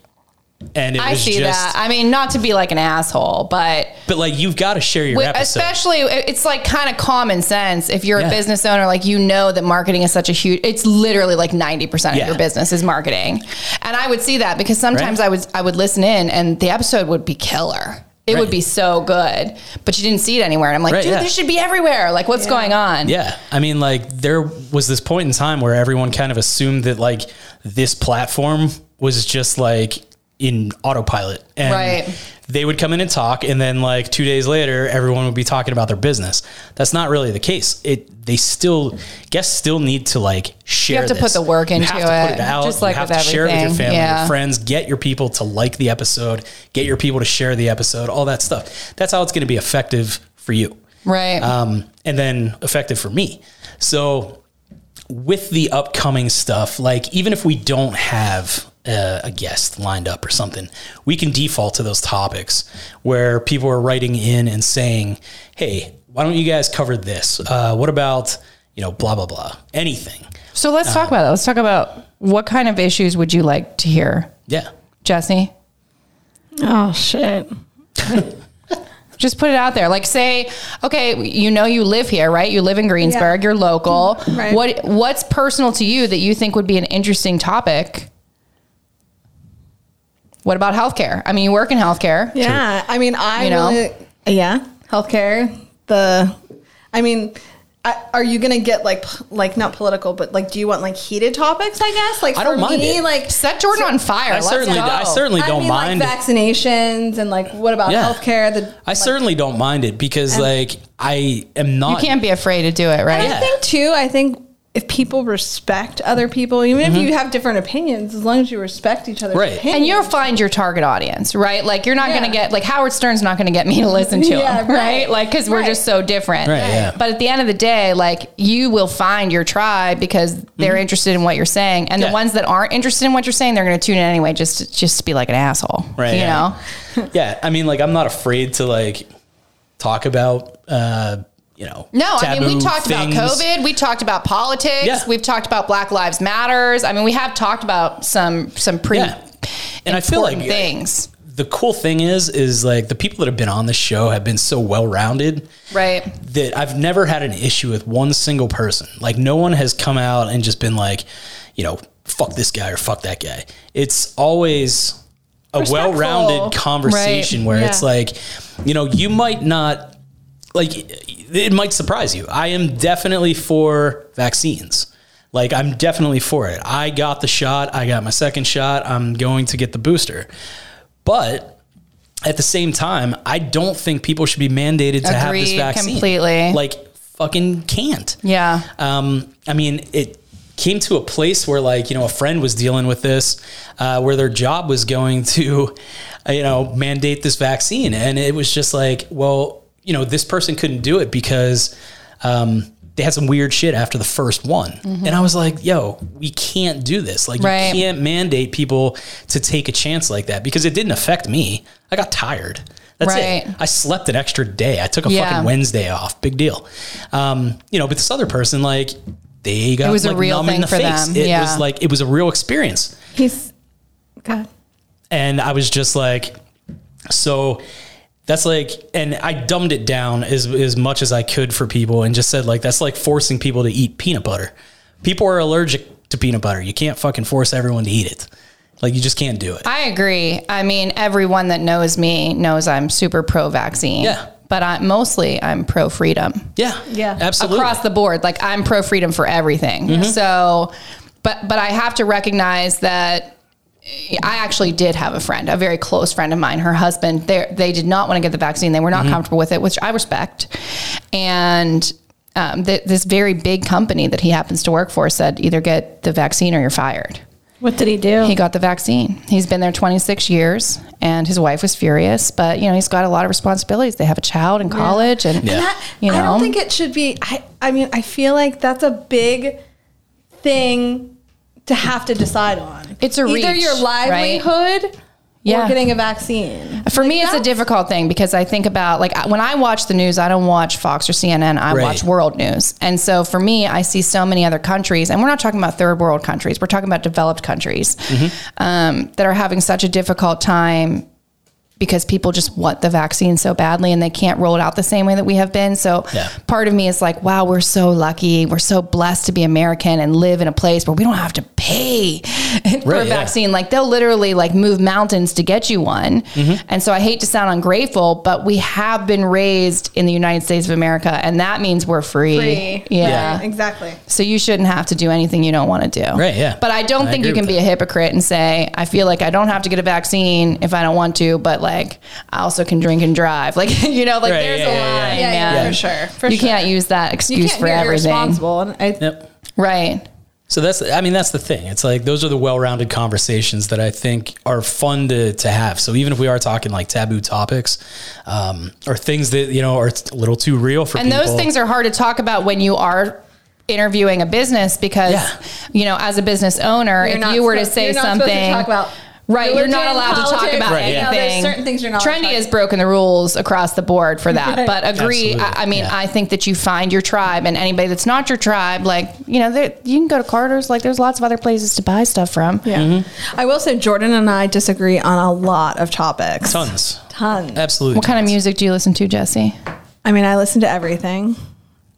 [SPEAKER 6] and it
[SPEAKER 4] I
[SPEAKER 6] was
[SPEAKER 4] see
[SPEAKER 6] just
[SPEAKER 4] that. I mean, not to be like an asshole, but
[SPEAKER 6] but like you've got to share your
[SPEAKER 4] Well,
[SPEAKER 6] episode
[SPEAKER 4] Especially, uh, it's like kind of common sense. If you're
[SPEAKER 6] Yeah.
[SPEAKER 4] a business owner, like you know that marketing is such a huge. It's literally like ninety percent
[SPEAKER 6] Yeah.
[SPEAKER 4] of your business is marketing, and I would see that because sometimes
[SPEAKER 6] Right.
[SPEAKER 4] I would I would listen in and the episode would be killer. It
[SPEAKER 6] Right.
[SPEAKER 4] would be so good, but you didn't see it anywhere. And I'm like,
[SPEAKER 6] Right,
[SPEAKER 4] dude,
[SPEAKER 6] yeah.
[SPEAKER 4] this should be everywhere. Like, what's going on?
[SPEAKER 6] Yeah. I mean, like, there was this point in time where everyone kind of assumed that, like, this platform was just like in autopilot. And
[SPEAKER 4] Right.
[SPEAKER 6] they would come in and talk. And then, like, two days later, everyone would be talking about their business. That's not really the case. It, they still, guests still need to, like, share.
[SPEAKER 4] have to put
[SPEAKER 6] this.
[SPEAKER 4] the work
[SPEAKER 6] You
[SPEAKER 4] into
[SPEAKER 6] have to put
[SPEAKER 4] it,
[SPEAKER 6] it out.
[SPEAKER 4] just
[SPEAKER 6] You
[SPEAKER 4] like
[SPEAKER 6] have
[SPEAKER 4] with
[SPEAKER 6] to share it with your
[SPEAKER 4] everything.
[SPEAKER 6] family, your
[SPEAKER 4] Yeah.
[SPEAKER 6] friends, get your people to like the episode, get your people to share the episode, all that stuff. That's how it's going to be effective for you
[SPEAKER 4] Right.
[SPEAKER 6] um, and then effective for me. So with the upcoming stuff, like even if we don't have uh, a guest lined up or something, we can default to those topics where people are writing in and saying, "Hey, why don't you guys cover this? Uh, what about you know blah blah blah anything?"
[SPEAKER 4] so
[SPEAKER 6] uh,
[SPEAKER 4] let's talk about it. Let's talk about what kind of issues would you like to hear,
[SPEAKER 6] Yeah,
[SPEAKER 4] Jesse?
[SPEAKER 5] Oh shit.
[SPEAKER 4] Just put it out there. Like say, okay, you know you live here, right? You live in Greensburg, you're local.
[SPEAKER 5] Right.
[SPEAKER 4] What what's personal to you that you think would be an interesting topic? What about healthcare? I mean, you work in healthcare.
[SPEAKER 5] Yeah, I mean, I
[SPEAKER 4] You know?
[SPEAKER 5] really, yeah, healthcare, the I mean, I, are you gonna get like p- like not political, but like do you want like heated topics? I guess like
[SPEAKER 6] I don't
[SPEAKER 5] for
[SPEAKER 6] mind
[SPEAKER 5] me,
[SPEAKER 6] it.
[SPEAKER 5] like
[SPEAKER 4] Set Jordan on fire.
[SPEAKER 6] I
[SPEAKER 4] Let's
[SPEAKER 6] certainly,
[SPEAKER 4] go.
[SPEAKER 6] I certainly
[SPEAKER 5] I
[SPEAKER 6] don't
[SPEAKER 5] mean,
[SPEAKER 6] mind.
[SPEAKER 5] like vaccinations and like what about
[SPEAKER 6] Yeah.
[SPEAKER 5] healthcare? The
[SPEAKER 6] I certainly don't mind it because, like, I am
[SPEAKER 4] You
[SPEAKER 6] not.
[SPEAKER 4] can't be afraid to do it, right?
[SPEAKER 5] I think too. I think if people respect other people, even if you have different opinions, as long as you respect each other's
[SPEAKER 6] Mm-hmm. Right.
[SPEAKER 5] opinions,
[SPEAKER 4] And you'll find your target audience, right? Like you're not
[SPEAKER 5] Yeah.
[SPEAKER 4] going to get like Howard Stern's not going to get me to listen to
[SPEAKER 5] Yeah,
[SPEAKER 4] him,
[SPEAKER 5] right.
[SPEAKER 4] right? Like cuz we're
[SPEAKER 5] Right.
[SPEAKER 4] just so different.
[SPEAKER 6] Right, yeah.
[SPEAKER 4] But at the end of the day, like you will find your tribe because they're interested in what you're saying, and
[SPEAKER 6] Mm-hmm. Yeah.
[SPEAKER 4] the ones that aren't interested in what you're saying, they're going to tune in anyway just to, just to be like an asshole,
[SPEAKER 6] Right,
[SPEAKER 4] You
[SPEAKER 6] yeah.
[SPEAKER 4] know?
[SPEAKER 6] yeah, I mean, like, I'm not afraid to like talk about, uh, you know,
[SPEAKER 4] No, I mean we
[SPEAKER 6] taboo
[SPEAKER 4] talked
[SPEAKER 6] things.
[SPEAKER 4] about COVID, we talked about politics,
[SPEAKER 6] Yeah.
[SPEAKER 4] we've talked about Black Lives Matters. I mean, we have talked about some some pretty
[SPEAKER 6] Yeah. And I feel
[SPEAKER 4] important
[SPEAKER 6] like
[SPEAKER 4] things,
[SPEAKER 6] the cool thing is, is like the people that have been on the show have been so well rounded
[SPEAKER 4] right?
[SPEAKER 6] that I've never had an issue with one single person. Like no one has come out and just been like, you know, fuck this guy or fuck that guy. It's always a
[SPEAKER 5] Respectful.
[SPEAKER 6] well-rounded conversation where it's
[SPEAKER 5] Yeah.
[SPEAKER 6] like, you know, you might not like it might surprise you. I am definitely for vaccines. Like I'm definitely for it. I got the shot, I got my second shot. I'm going to get the booster. But at the same time, I don't think people should be mandated to have this
[SPEAKER 4] Agreed
[SPEAKER 6] vaccine.
[SPEAKER 4] completely.
[SPEAKER 6] Like fucking can't.
[SPEAKER 4] Yeah.
[SPEAKER 6] Um, I mean, it came to a place where like, you know, a friend was dealing with this, uh, where their job was going to, uh, you know, mandate this vaccine. And it was just like, well, you know, this person couldn't do it because, um, they had some weird shit after the first one. And I was like, yo, we can't do this. Like,
[SPEAKER 4] Mm-hmm. Right.
[SPEAKER 6] you can't mandate people to take a chance like that because it didn't affect me. I got tired. That's
[SPEAKER 4] Right.
[SPEAKER 6] it. I slept an extra day. I took a
[SPEAKER 4] Yeah.
[SPEAKER 6] fucking Wednesday off. Big deal. Um, you know, but this other person, like, they got
[SPEAKER 4] It was a
[SPEAKER 6] like,
[SPEAKER 4] real
[SPEAKER 6] numb in
[SPEAKER 4] thing
[SPEAKER 6] the
[SPEAKER 4] for
[SPEAKER 6] face.
[SPEAKER 4] them.
[SPEAKER 6] It
[SPEAKER 4] Yeah.
[SPEAKER 6] was like it was a real experience
[SPEAKER 5] he's God.
[SPEAKER 6] and I was just like, so that's like, and I dumbed it down as as much as I could for people, and just said like that's like forcing people to eat peanut butter. People are allergic to peanut butter. You can't fucking force everyone to eat it. Like you just can't do it.
[SPEAKER 4] I agree. I mean, everyone that knows me knows I'm super pro vaccine.
[SPEAKER 6] Yeah.
[SPEAKER 4] But I, mostly I'm pro freedom
[SPEAKER 6] yeah,
[SPEAKER 5] Yeah.
[SPEAKER 6] absolutely. Mm-hmm.
[SPEAKER 4] across the board. Like I'm pro freedom for everything. So, but but I have to recognize that I actually did have a friend, a very close friend of mine. Her husband, they they did not want to get the vaccine. They were
[SPEAKER 6] Mm-hmm.
[SPEAKER 4] not comfortable with it, which I respect. And um, th- this very big company that he happens to work for said, either get the vaccine or you're fired.
[SPEAKER 5] What did he do?
[SPEAKER 4] He got the vaccine. He's been there 26 years, and his wife was furious. But you know, he's got a lot of responsibilities. They have a child in college, and
[SPEAKER 6] Yeah.
[SPEAKER 5] that,
[SPEAKER 4] You
[SPEAKER 5] I
[SPEAKER 4] know?
[SPEAKER 5] don't think it should be. I, I mean, I feel like that's a big thing to have to decide on.
[SPEAKER 4] It's a
[SPEAKER 5] either
[SPEAKER 4] reach,
[SPEAKER 5] your
[SPEAKER 4] right?
[SPEAKER 5] livelihood
[SPEAKER 4] Yeah.
[SPEAKER 5] or getting a vaccine.
[SPEAKER 4] for me, it's a
[SPEAKER 5] that's-
[SPEAKER 4] difficult thing because I think about like I- when I watch the news, I don't watch Fox or CNN. I
[SPEAKER 6] Right.
[SPEAKER 4] watch world news, and so for me, I see so many other countries, and we're not talking about third world countries. We're talking about developed countries
[SPEAKER 6] Mm-hmm.
[SPEAKER 4] um, that are having such a difficult time because people just want the vaccine so badly and they can't roll it out the same way that we have been. So
[SPEAKER 6] Yeah.
[SPEAKER 4] part of me is like, wow, we're so lucky. We're so blessed to be American and live in a place where we don't have to pay for
[SPEAKER 6] Right,
[SPEAKER 4] a
[SPEAKER 6] yeah.
[SPEAKER 4] vaccine. Like they'll literally like move mountains to get you one.
[SPEAKER 6] Mm-hmm.
[SPEAKER 4] And so I hate to sound ungrateful, but we have been raised in the United States of America and that means we're free.
[SPEAKER 5] Free.
[SPEAKER 4] Yeah.
[SPEAKER 6] Yeah.
[SPEAKER 5] Exactly.
[SPEAKER 4] So you shouldn't have to do anything you don't want to do.
[SPEAKER 6] Right, yeah.
[SPEAKER 4] But I don't
[SPEAKER 6] I
[SPEAKER 4] think you
[SPEAKER 6] agree
[SPEAKER 4] can
[SPEAKER 6] with
[SPEAKER 4] be a hypocrite and say, I feel like I don't have to get a vaccine if I don't want to, but like I also can drink and drive. Like, you know, like
[SPEAKER 6] Right,
[SPEAKER 4] there's
[SPEAKER 6] yeah,
[SPEAKER 4] a
[SPEAKER 6] yeah, yeah,
[SPEAKER 4] line,
[SPEAKER 5] Yeah, yeah,
[SPEAKER 4] man.
[SPEAKER 5] for sure. For
[SPEAKER 4] you
[SPEAKER 5] sure.
[SPEAKER 4] can't use that
[SPEAKER 5] You
[SPEAKER 4] excuse
[SPEAKER 5] can't
[SPEAKER 4] for
[SPEAKER 5] be
[SPEAKER 4] everything.
[SPEAKER 5] irresponsible. And I,
[SPEAKER 6] Yep.
[SPEAKER 4] Right.
[SPEAKER 6] So that's I mean that's the thing. It's like those are the well-rounded conversations that I think are fun to to have. So even if we are talking like taboo topics, um, or things that you know are a little too real for
[SPEAKER 4] And
[SPEAKER 6] people,
[SPEAKER 4] those things are hard to talk about when you are interviewing a business because
[SPEAKER 6] Yeah.
[SPEAKER 4] you know, as a business owner,
[SPEAKER 5] You're
[SPEAKER 4] if
[SPEAKER 5] not
[SPEAKER 4] you were to
[SPEAKER 5] supposed-
[SPEAKER 4] say
[SPEAKER 5] you're not supposed
[SPEAKER 4] something
[SPEAKER 5] to talk about
[SPEAKER 4] Right, you're not
[SPEAKER 5] religion,
[SPEAKER 4] allowed to talk
[SPEAKER 5] politics,
[SPEAKER 4] about
[SPEAKER 5] you know, there's
[SPEAKER 4] anything.
[SPEAKER 5] certain things you're not allowed to
[SPEAKER 4] Trendy
[SPEAKER 5] talk
[SPEAKER 4] has broken the rules across the board for that, but agree.
[SPEAKER 6] Absolutely,
[SPEAKER 4] I, I mean,
[SPEAKER 6] yeah.
[SPEAKER 4] I think that you find your tribe, and anybody that's not your tribe, like you know, there, you can go to Carter's. Like, there's lots of other places to buy stuff from.
[SPEAKER 5] Yeah.
[SPEAKER 4] Mm-hmm.
[SPEAKER 5] I will say Jordan and I disagree on a lot of topics.
[SPEAKER 6] tons,
[SPEAKER 5] Tons.
[SPEAKER 6] absolutely.
[SPEAKER 4] What kind of music do you listen to, Jesse?
[SPEAKER 5] I mean, I listen to everything.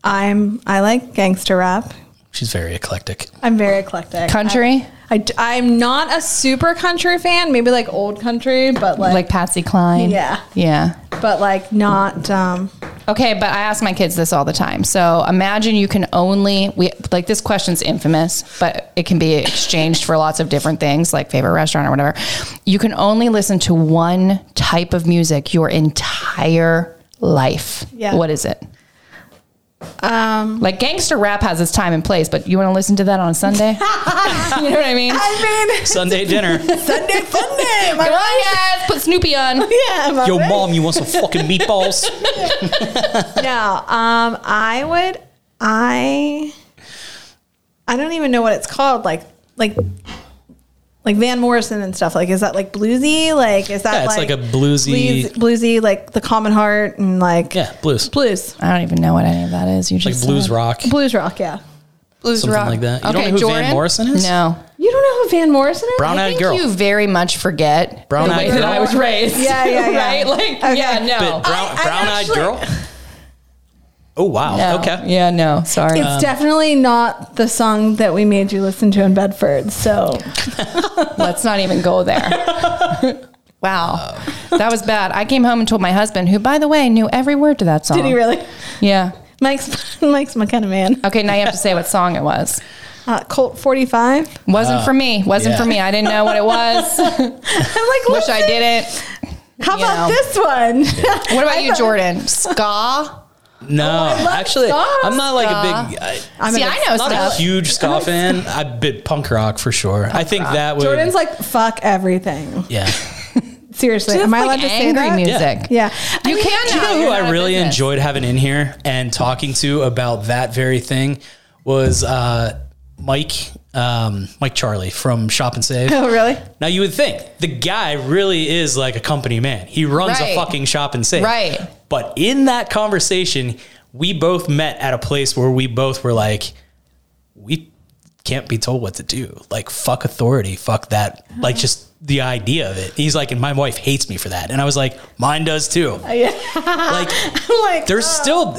[SPEAKER 5] I'm I like gangster rap.
[SPEAKER 6] She's very eclectic.
[SPEAKER 5] I'm very eclectic.
[SPEAKER 4] Country,
[SPEAKER 5] I, am not a super country fan, maybe like old country, but like,
[SPEAKER 4] like Patsy Cline.
[SPEAKER 5] Yeah.
[SPEAKER 4] yeah.
[SPEAKER 5] but like not um
[SPEAKER 4] Okay, but I ask my kids this all the time. So imagine you can only we like this question's infamous, but it can be exchanged for lots of different things, like favorite restaurant or whatever. You can only listen to one type of music your entire life.
[SPEAKER 5] Yeah.
[SPEAKER 4] What is it? Um, like gangster rap has its time and place, but you want to listen to that on a Sunday? you know what I mean?
[SPEAKER 5] I mean,
[SPEAKER 6] Sunday dinner.
[SPEAKER 5] Sunday fun day. Am I right?
[SPEAKER 4] Come on, guys, Oh, put Snoopy on.
[SPEAKER 5] Yeah. am I
[SPEAKER 6] Yo,
[SPEAKER 5] right?
[SPEAKER 6] mom, you want some fucking meatballs?
[SPEAKER 5] No. Um, I would. I. I don't even know what it's called. Like, like, like Van Morrison and stuff. Like, is that like bluesy? Like, is that
[SPEAKER 6] Yeah, it's like a bluesy-
[SPEAKER 5] blues- bluesy, like the Common Heart and like
[SPEAKER 6] Yeah, blues.
[SPEAKER 5] blues,
[SPEAKER 4] I don't even know what any of that is. You
[SPEAKER 6] Like
[SPEAKER 4] just
[SPEAKER 6] blues
[SPEAKER 4] said.
[SPEAKER 6] rock.
[SPEAKER 5] blues rock. Yeah.
[SPEAKER 4] blues
[SPEAKER 6] something like that. You don't know who Van Morrison is?
[SPEAKER 4] No.
[SPEAKER 5] You don't know who Van Morrison is?
[SPEAKER 6] Brown
[SPEAKER 4] I
[SPEAKER 6] eyed
[SPEAKER 4] think
[SPEAKER 6] girl.
[SPEAKER 4] you very much forget
[SPEAKER 6] Brown
[SPEAKER 4] the way
[SPEAKER 6] eyed
[SPEAKER 4] that
[SPEAKER 6] girl.
[SPEAKER 4] I was raised.
[SPEAKER 5] Yeah, yeah, yeah.
[SPEAKER 4] right? Like,
[SPEAKER 5] Okay.
[SPEAKER 4] yeah, no.
[SPEAKER 6] But brown
[SPEAKER 5] I- I
[SPEAKER 6] brown eyed
[SPEAKER 5] actually-
[SPEAKER 6] girl. Oh wow.
[SPEAKER 4] No.
[SPEAKER 6] Okay.
[SPEAKER 4] Yeah, no. Sorry. Uh,
[SPEAKER 5] It's definitely not the song that we made you listen to in Bedford. So
[SPEAKER 4] Let's not even go there. wow. that was bad. I came home and told my husband, who, by the way, knew every word to that song.
[SPEAKER 5] did he really?
[SPEAKER 4] Yeah.
[SPEAKER 5] Mike's Mike's my kind of man.
[SPEAKER 4] Okay, now you have to say what song it was.
[SPEAKER 5] Uh, Colt forty five.
[SPEAKER 4] Wasn't for me. Wasn't
[SPEAKER 6] yeah.
[SPEAKER 4] for me. I didn't know what it was.
[SPEAKER 5] I'm like,
[SPEAKER 4] Wish I
[SPEAKER 5] listen,
[SPEAKER 4] didn't.
[SPEAKER 5] How
[SPEAKER 4] you
[SPEAKER 5] about
[SPEAKER 4] know.
[SPEAKER 5] this one?
[SPEAKER 4] What about
[SPEAKER 5] I
[SPEAKER 4] you,
[SPEAKER 5] thought-
[SPEAKER 4] Jordan? Ska?
[SPEAKER 6] No, actually, I'm not like a big, I,
[SPEAKER 5] I'm
[SPEAKER 4] See,
[SPEAKER 5] a-
[SPEAKER 4] I know
[SPEAKER 6] not
[SPEAKER 4] stuff.
[SPEAKER 6] a huge ska fan. I bit punk rock for sure. I think that would.
[SPEAKER 5] Jordan's like fuck everything.
[SPEAKER 6] yeah.
[SPEAKER 5] Seriously,
[SPEAKER 4] Just
[SPEAKER 5] am I
[SPEAKER 4] like
[SPEAKER 5] allowed to say
[SPEAKER 4] angry
[SPEAKER 5] that?
[SPEAKER 4] music.
[SPEAKER 5] Yeah,
[SPEAKER 4] You can
[SPEAKER 6] Do you
[SPEAKER 4] now.
[SPEAKER 6] know who
[SPEAKER 4] You're not
[SPEAKER 6] I
[SPEAKER 4] a
[SPEAKER 6] really
[SPEAKER 4] business.
[SPEAKER 6] enjoyed having in here and talking to about that very thing was uh, Mike um, Mike Charlie from Shop and Save.
[SPEAKER 5] Oh, really?
[SPEAKER 6] Now you would think the guy really is like a company man. He runs
[SPEAKER 4] Right.
[SPEAKER 6] a fucking shop and save.
[SPEAKER 4] Right.
[SPEAKER 6] But in that conversation, we both met at a place where we both were like, we can't be told what to do. Like fuck authority, fuck that. Like just the idea of it. He's like, and my wife hates me for that. And I was like, mine does too. Yeah. like
[SPEAKER 5] I'm like,
[SPEAKER 6] there's still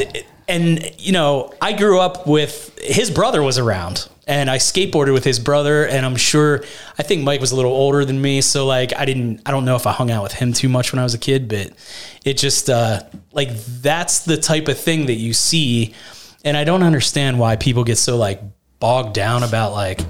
[SPEAKER 6] and you know i grew up with his brother was around and i skateboarded with his brother and i'm sure i think mike was a little older than me so like i didn't i don't know if i hung out with him too much when i was a kid but it just uh like that's the type of thing that you see and i don't understand why people get so like bogged down about like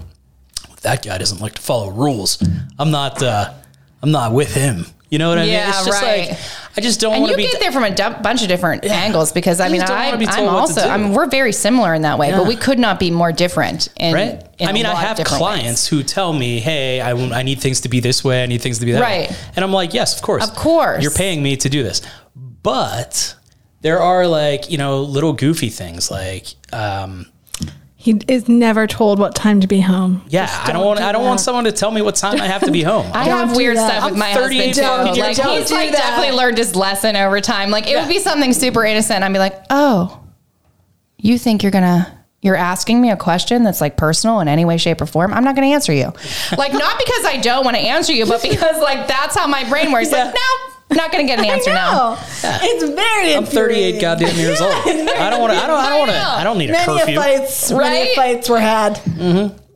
[SPEAKER 6] that guy doesn't like to follow rules i'm not uh i'm not with him you know what i mean
[SPEAKER 4] Yeah,
[SPEAKER 6] it's just
[SPEAKER 4] right.
[SPEAKER 6] like i just don't
[SPEAKER 4] and
[SPEAKER 6] want
[SPEAKER 4] you
[SPEAKER 6] to be
[SPEAKER 4] get there from a dump, bunch of different angles because I
[SPEAKER 6] You
[SPEAKER 4] mean
[SPEAKER 6] just don't
[SPEAKER 4] I,
[SPEAKER 6] wanna be
[SPEAKER 4] I'm
[SPEAKER 6] told what to
[SPEAKER 4] also I
[SPEAKER 6] do.
[SPEAKER 4] mean we're very similar in that way, but
[SPEAKER 6] Yeah.
[SPEAKER 4] we could not be more different. In,
[SPEAKER 6] right?
[SPEAKER 4] in
[SPEAKER 6] I
[SPEAKER 4] a
[SPEAKER 6] mean, I
[SPEAKER 4] lot of
[SPEAKER 6] have
[SPEAKER 4] different ways.
[SPEAKER 6] clients who tell me, "Hey, I, w- I need things to be this way. I need things to be that
[SPEAKER 4] Right.
[SPEAKER 6] way," and I'm like, "Yes, of course,
[SPEAKER 4] Of course.
[SPEAKER 6] you're paying me to do this." But there are like you know little goofy things like, um,
[SPEAKER 5] he is never told what time to be home.
[SPEAKER 6] yeah, I don't want I don't want someone to tell me what time I have to be home.
[SPEAKER 4] I
[SPEAKER 5] Don't
[SPEAKER 4] have
[SPEAKER 5] do
[SPEAKER 4] weird
[SPEAKER 5] that.
[SPEAKER 4] stuff with
[SPEAKER 6] I'm
[SPEAKER 4] my
[SPEAKER 6] 38
[SPEAKER 4] husband too.
[SPEAKER 6] fucking
[SPEAKER 4] Like
[SPEAKER 6] years old.
[SPEAKER 4] he's
[SPEAKER 5] Don't
[SPEAKER 4] like
[SPEAKER 5] do that.
[SPEAKER 4] definitely learned his lesson over time. Like it would be something super innocent. I'd be like, oh, you think you're gonna. You're asking me a question that's like personal in any way, shape, or form. I'm not going to answer you. Like, not because I don't want to answer you, but because, like, that's how my brain works. Like, no, not going to get an answer now.
[SPEAKER 5] No, it's very.
[SPEAKER 6] I'm 38 goddamn years old. I don't want to. I don't. I don't want to. I don't need a
[SPEAKER 5] Many
[SPEAKER 6] curfew.
[SPEAKER 5] a fights, many
[SPEAKER 4] Right?
[SPEAKER 5] a fights were had.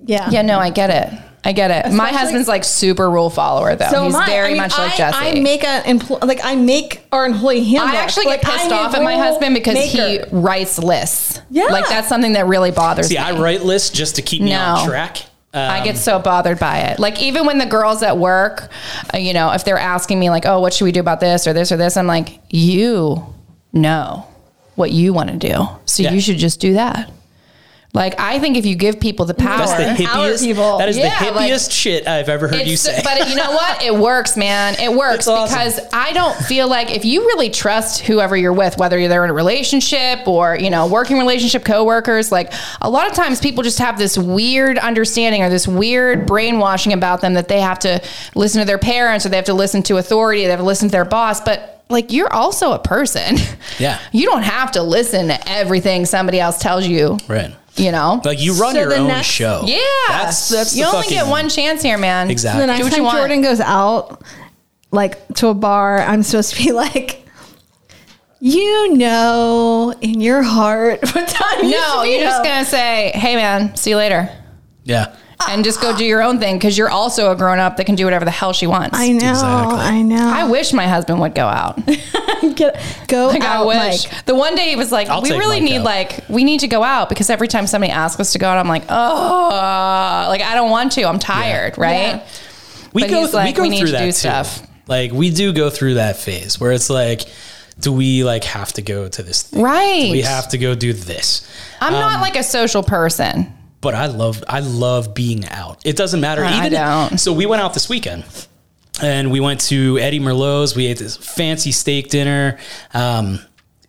[SPEAKER 5] Yeah.
[SPEAKER 4] Yeah, no, I get it. I get it. My husband's like super rule follower though.
[SPEAKER 5] am
[SPEAKER 4] He's
[SPEAKER 5] I.
[SPEAKER 4] very
[SPEAKER 5] I mean,
[SPEAKER 4] much like
[SPEAKER 5] I-
[SPEAKER 4] Jesse.
[SPEAKER 5] I make a empl- like I make our employee handbook.
[SPEAKER 4] I actually
[SPEAKER 5] like,
[SPEAKER 4] get pissed
[SPEAKER 5] I'm a
[SPEAKER 4] off at my
[SPEAKER 5] rule
[SPEAKER 4] husband because he
[SPEAKER 5] maker.
[SPEAKER 4] writes lists.
[SPEAKER 5] Yeah.
[SPEAKER 4] Like that's something that really bothers
[SPEAKER 6] See,
[SPEAKER 4] me.
[SPEAKER 6] I write lists just to keep me on
[SPEAKER 4] No.
[SPEAKER 6] track. Uh,
[SPEAKER 4] I get so bothered by it. Like even when the girls at work, uh, you know, if they're asking me like, "Oh, what should we do about this or this or this?" I'm like, "You know what you want to do, so
[SPEAKER 6] Yeah.
[SPEAKER 4] you should just do that." Like I think if you give people the power,
[SPEAKER 6] that's the
[SPEAKER 5] Our people.
[SPEAKER 6] hippiest. That is
[SPEAKER 4] Yeah,
[SPEAKER 6] the
[SPEAKER 4] like-
[SPEAKER 6] hippiest shit I've ever heard you
[SPEAKER 4] It's-
[SPEAKER 6] say.
[SPEAKER 4] But you know what? It works, man. It works
[SPEAKER 6] It's awesome.
[SPEAKER 4] because I don't feel like if you really trust whoever you're with, whether you're in a relationship or you know working relationship, coworkers, like a lot of times people just have this weird understanding or this weird brainwashing about them that they have to listen to their parents or they have to listen to authority, they have to listen to their boss, but. Like you're also a person.
[SPEAKER 6] Yeah.
[SPEAKER 4] You don't have to listen to everything somebody else tells you.
[SPEAKER 6] right.
[SPEAKER 4] You know?
[SPEAKER 6] Like you run
[SPEAKER 5] So
[SPEAKER 6] your
[SPEAKER 5] the
[SPEAKER 6] own
[SPEAKER 5] next-
[SPEAKER 6] show.
[SPEAKER 4] yeah.
[SPEAKER 6] that's that's
[SPEAKER 4] you
[SPEAKER 6] the
[SPEAKER 4] only
[SPEAKER 6] fucking,
[SPEAKER 4] get one chance here, man.
[SPEAKER 6] Exactly.
[SPEAKER 5] The
[SPEAKER 6] Do
[SPEAKER 5] next
[SPEAKER 4] what you
[SPEAKER 5] time
[SPEAKER 4] want.
[SPEAKER 5] Jordan goes out, like to a bar, I'm supposed to be like, you know, in your heart, what time?
[SPEAKER 4] No,
[SPEAKER 5] you should
[SPEAKER 4] you're
[SPEAKER 5] be
[SPEAKER 4] just
[SPEAKER 5] home."
[SPEAKER 4] gonna say, "Hey, man, see you later."
[SPEAKER 6] Yeah,
[SPEAKER 4] and just go do your own thing because you're also a grown up that can do whatever the hell she wants.
[SPEAKER 5] I know.
[SPEAKER 6] Exactly.
[SPEAKER 5] I know.
[SPEAKER 4] I wish my husband would go out.
[SPEAKER 5] Get, go
[SPEAKER 4] Like,
[SPEAKER 5] out,
[SPEAKER 4] I wish.
[SPEAKER 5] Mike.
[SPEAKER 4] The one day he was like,
[SPEAKER 6] I'll
[SPEAKER 4] we
[SPEAKER 6] take
[SPEAKER 4] really
[SPEAKER 6] Mike
[SPEAKER 4] need
[SPEAKER 6] out."
[SPEAKER 4] like we need to go out because every time somebody asks us to go out, I'm like, oh, like I don't want to. I'm tired, right?
[SPEAKER 6] we
[SPEAKER 4] But
[SPEAKER 6] go,
[SPEAKER 4] he's like,
[SPEAKER 6] we go
[SPEAKER 4] "We
[SPEAKER 6] through
[SPEAKER 4] need to
[SPEAKER 6] that
[SPEAKER 4] do
[SPEAKER 6] too.
[SPEAKER 4] stuff.
[SPEAKER 6] Like we do go through that phase where it's like, do we like have to go to this thing?
[SPEAKER 4] Right.
[SPEAKER 6] We have to go do this.
[SPEAKER 4] I'm
[SPEAKER 6] Um,
[SPEAKER 4] not like a social person.
[SPEAKER 6] But I love I love being out. It doesn't matter.
[SPEAKER 4] I
[SPEAKER 6] Even
[SPEAKER 4] don't.
[SPEAKER 6] so, we went out this weekend. And we went to Eddie Merlot's. We ate this fancy steak dinner. Um,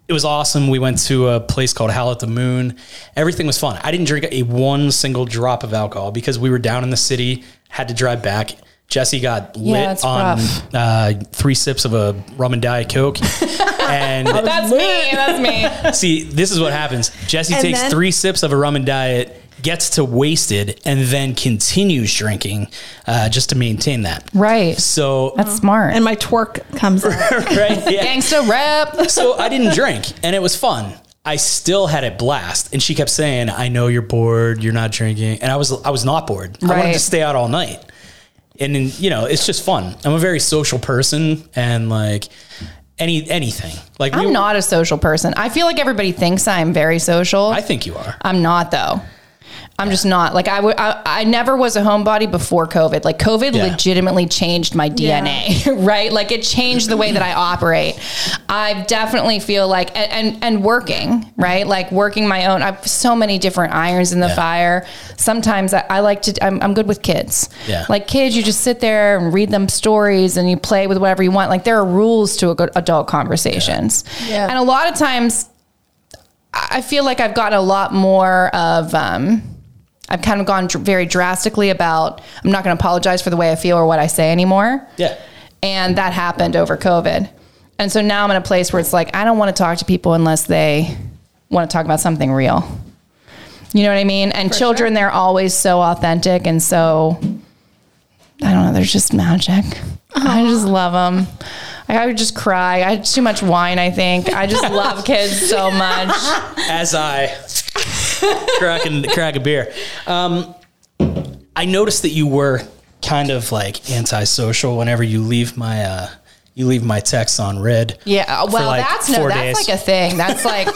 [SPEAKER 6] it was awesome. We went to a place called Howl at the Moon. Everything was fun. I didn't drink a one single drop of alcohol because we were down in the city, had to drive back. Jesse got lit
[SPEAKER 4] it's
[SPEAKER 6] on
[SPEAKER 4] rough.
[SPEAKER 6] uh, three sips of a rum and diet coke, and
[SPEAKER 4] That's me. That's me.
[SPEAKER 6] See, this is what happens. Jesse
[SPEAKER 5] And
[SPEAKER 6] takes
[SPEAKER 5] then-
[SPEAKER 6] three sips of a rum and diet, gets to wasted, and then continues drinking uh, just to maintain that.
[SPEAKER 4] Right.
[SPEAKER 6] So,
[SPEAKER 4] That's smart.
[SPEAKER 5] And my twerk comes out.
[SPEAKER 6] right? Yeah.
[SPEAKER 4] Gangsta rep.
[SPEAKER 6] So I didn't drink, and it was fun. I still had a blast, and she kept saying, "I know you're bored. You're not drinking," and I was I was not bored. I wanted to
[SPEAKER 4] Right.
[SPEAKER 6] stay out all night, and then, you know, it's just fun. I'm a very social person, and like any anything, like we-
[SPEAKER 4] I'm not a social person. I feel like everybody thinks I'm very social.
[SPEAKER 6] I think you are.
[SPEAKER 4] I'm not though. I'm just not like I would. I, I never was a homebody before COVID. Like COVID
[SPEAKER 6] Yeah.
[SPEAKER 4] legitimately changed my
[SPEAKER 5] Yeah.
[SPEAKER 4] DNA, right? Like it changed the way that I operate. I definitely feel like and and, and working right, like working my own. I have so many different irons in the
[SPEAKER 6] Yeah.
[SPEAKER 4] fire. Sometimes I, I like to. I'm, I'm good with kids.
[SPEAKER 6] Yeah.
[SPEAKER 4] Like kids, you just sit there and read them stories and you play with whatever you want. Like there are rules to a good adult conversations.
[SPEAKER 7] Yeah.
[SPEAKER 4] And a lot of times I feel like I've gotten a lot more of. Um, I've kind of gone dr- very drastically about. I'm not going to apologize for the way I feel or what I say anymore,
[SPEAKER 6] Yeah,
[SPEAKER 4] and that happened over COVID. And so now I'm in a place where it's like I don't want to talk to people unless they want to talk about something real. You know what I mean? And children, they're always so authentic and so. I don't know. They're just magic. I just love them. I would just cry. I had too much wine. I think I just love kids so much.
[SPEAKER 6] as I cracking crack a beer. Um, I noticed that you were kind of like antisocial whenever you leave my uh, you leave my text on red.
[SPEAKER 4] Yeah, uh,
[SPEAKER 6] for,
[SPEAKER 4] well,
[SPEAKER 6] like,
[SPEAKER 4] that's no,
[SPEAKER 6] four
[SPEAKER 4] that's
[SPEAKER 6] days.
[SPEAKER 4] like a thing. That's like,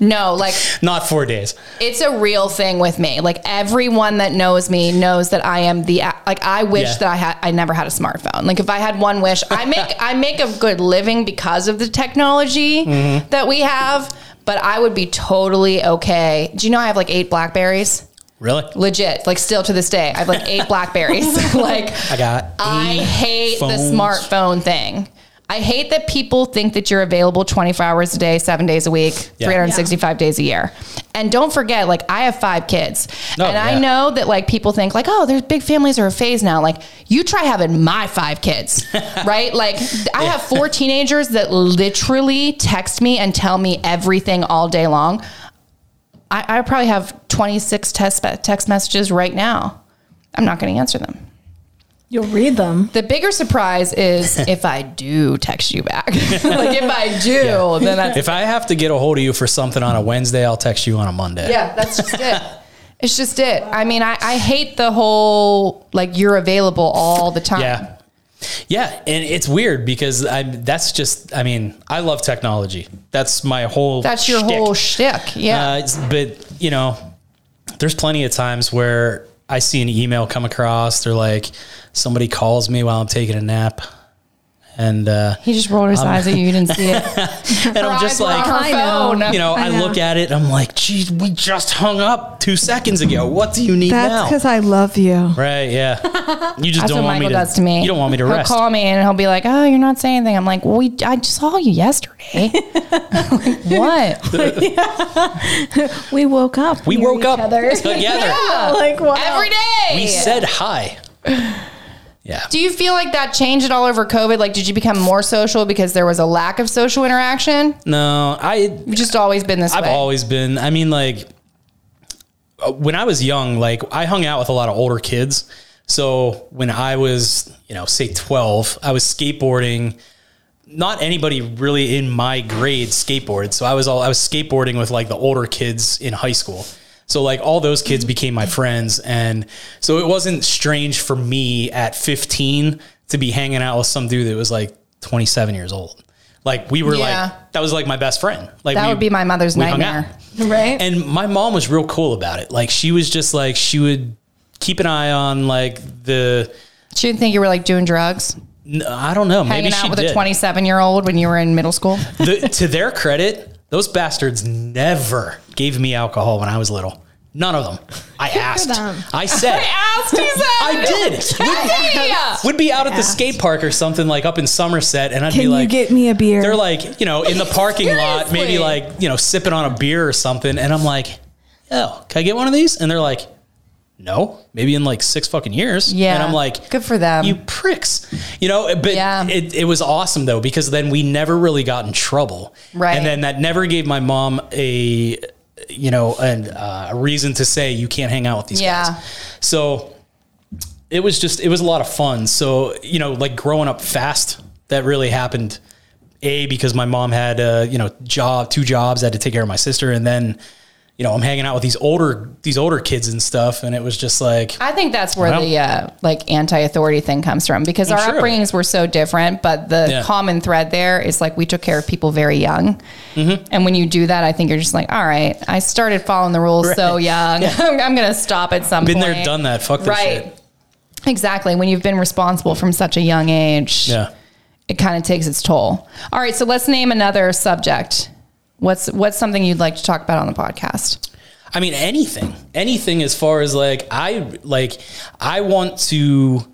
[SPEAKER 4] no, like
[SPEAKER 6] Not four days.
[SPEAKER 4] it's a real thing with me. Like everyone that knows me knows that I am the like I wish
[SPEAKER 6] Yeah.
[SPEAKER 4] that I had I never had a smartphone. Like if I had one wish, I make I make a good living because of the technology
[SPEAKER 6] Mm-hmm.
[SPEAKER 4] that we have. But I would be totally okay. Do you know I have like eight blackberries?
[SPEAKER 6] Really?
[SPEAKER 4] Legit, like still to this day, I have like eight blackberries. like
[SPEAKER 6] I got.
[SPEAKER 4] I
[SPEAKER 6] eight
[SPEAKER 4] hate
[SPEAKER 6] phones.
[SPEAKER 4] the smartphone thing. I hate that people think that you're available 24 hours a day, seven days a week,
[SPEAKER 6] Yeah.
[SPEAKER 4] 365 days a year. And don't forget, like I have five kids,
[SPEAKER 6] Oh,
[SPEAKER 4] and I
[SPEAKER 6] yeah.
[SPEAKER 4] know that like people think like, oh, there's big families are a phase now. Like you try having my five kids, right? Like th- I have four teenagers that literally text me and tell me everything all day long. I, I probably have 26 test text messages right now. I'm not going to answer them.
[SPEAKER 5] You'll read them.
[SPEAKER 4] The bigger surprise is if I do text you back. like if I do, then that's
[SPEAKER 6] If I have to get a hold of you for something on a Wednesday, I'll text you on a Monday.
[SPEAKER 4] yeah, that's just it. It's just it. I mean, I, I hate the whole like you're available all the time.
[SPEAKER 6] Yeah. Yeah, and it's weird because I that's just I mean, I love technology. That's my whole
[SPEAKER 4] That's your
[SPEAKER 6] shtick.
[SPEAKER 4] whole shtick. Yeah.
[SPEAKER 6] Uh, it's, but you know, there's plenty of times where I see an email come across, or like somebody calls me while I'm taking a nap, and uh,
[SPEAKER 4] he just rolled his eyes at you. You didn't see it.
[SPEAKER 6] and I'm just like,
[SPEAKER 4] I know.
[SPEAKER 6] you know, I, look at it, I'm like, geez, we just hung up two seconds ago. What do you need
[SPEAKER 5] That's
[SPEAKER 6] now?
[SPEAKER 5] because I love you.
[SPEAKER 6] Right? Yeah. You just
[SPEAKER 4] That's
[SPEAKER 6] don't
[SPEAKER 4] what
[SPEAKER 6] want me
[SPEAKER 4] Michael
[SPEAKER 6] to.
[SPEAKER 4] does to me.
[SPEAKER 6] You don't want me to
[SPEAKER 4] he'll
[SPEAKER 6] rest.
[SPEAKER 4] call me and he'll be like, "Oh, you're not saying anything." I'm like, "We, I just saw you yesterday. Like, what?
[SPEAKER 5] We woke up.
[SPEAKER 6] we
[SPEAKER 5] were
[SPEAKER 6] woke
[SPEAKER 5] each
[SPEAKER 6] up
[SPEAKER 5] other.
[SPEAKER 6] together.
[SPEAKER 5] like wow.
[SPEAKER 4] Every day?
[SPEAKER 6] We said hi. Yeah.
[SPEAKER 4] Do you feel like that changed at all over COVID? Like, did you become more social because there was a lack of social interaction?
[SPEAKER 6] No, I
[SPEAKER 4] You've just always been this
[SPEAKER 6] I've
[SPEAKER 4] way.
[SPEAKER 6] always been. I mean, like uh, when I was young, like I hung out with a lot of older kids. So when I was, you know, say twelve, I was skateboarding. Not anybody really in my grade skateboard. So I was all I was skateboarding with like the older kids in high school. So like all those kids became my friends, and so it wasn't strange for me at 15 to be hanging out with some dude that was like 27 years old. Like we were
[SPEAKER 4] Yeah.
[SPEAKER 6] like that was like my best friend. Like
[SPEAKER 4] That
[SPEAKER 6] we-
[SPEAKER 4] would be my mother's
[SPEAKER 6] we hung
[SPEAKER 4] nightmare.
[SPEAKER 6] out.
[SPEAKER 5] right?
[SPEAKER 6] And my mom was real cool about it. Like she was just like she would keep an eye on like the
[SPEAKER 4] She didn't think you were like doing drugs,
[SPEAKER 6] n- I don't know maybe
[SPEAKER 4] hanging
[SPEAKER 6] she
[SPEAKER 4] out with
[SPEAKER 6] did.
[SPEAKER 4] a 27 year old when you were in middle school.
[SPEAKER 6] The- to their credit, those bastards never gave me alcohol when I was little. None of them. I asked.
[SPEAKER 5] them.
[SPEAKER 6] I said.
[SPEAKER 4] asked, he said.
[SPEAKER 6] I did. We'd, we'd be out at the skate park or something like up in Somerset, and I'd
[SPEAKER 5] Can
[SPEAKER 6] be
[SPEAKER 5] you
[SPEAKER 6] like,
[SPEAKER 5] get me a beer?
[SPEAKER 6] They're like, you know, in the parking lot, maybe
[SPEAKER 4] Seriously.
[SPEAKER 6] like, you know, sipping on a beer or something. And I'm like, oh, can I get one of these? And they're like, no, maybe in like six fucking years.
[SPEAKER 4] Yeah.
[SPEAKER 6] And I'm like,
[SPEAKER 4] Good for them.
[SPEAKER 6] You pricks. You know, but
[SPEAKER 4] Yeah.
[SPEAKER 6] it, it was awesome though, because then we never really got in trouble.
[SPEAKER 4] Right.
[SPEAKER 6] And then that never gave my mom a, you know, an, uh, a reason to say you can't hang out with these
[SPEAKER 4] Yeah.
[SPEAKER 6] guys. So it was just, it was a lot of fun. So, you know, like growing up fast, that really happened. A, because my mom had, uh, you know, job, two jobs, had to take care of my sister. And then, you know, I'm hanging out with these older, these older kids and stuff. And it was just like,
[SPEAKER 4] I think that's where
[SPEAKER 6] Wow.
[SPEAKER 4] the uh, like anti-authority thing comes from because
[SPEAKER 6] I'm
[SPEAKER 4] our
[SPEAKER 6] Oh, sure of it.
[SPEAKER 4] upbringings were so different, but the
[SPEAKER 6] Yeah.
[SPEAKER 4] common thread there is like we took care of people very young,
[SPEAKER 6] Mm-hmm.
[SPEAKER 4] and when you do that, I think you're just like, all right, I started following the rules so
[SPEAKER 6] Right.
[SPEAKER 4] young, I'm gonna stop at some
[SPEAKER 6] been
[SPEAKER 4] point.
[SPEAKER 6] there, done that. Fuck this
[SPEAKER 4] right?
[SPEAKER 6] shit.
[SPEAKER 4] Exactly. When you've been responsible from such a young age,
[SPEAKER 6] Yeah.
[SPEAKER 4] it kind of takes its toll. All right, so let's name another subject. What's what's something you'd like to talk about on the podcast?
[SPEAKER 6] I mean anything. Anything as far as like I like I want to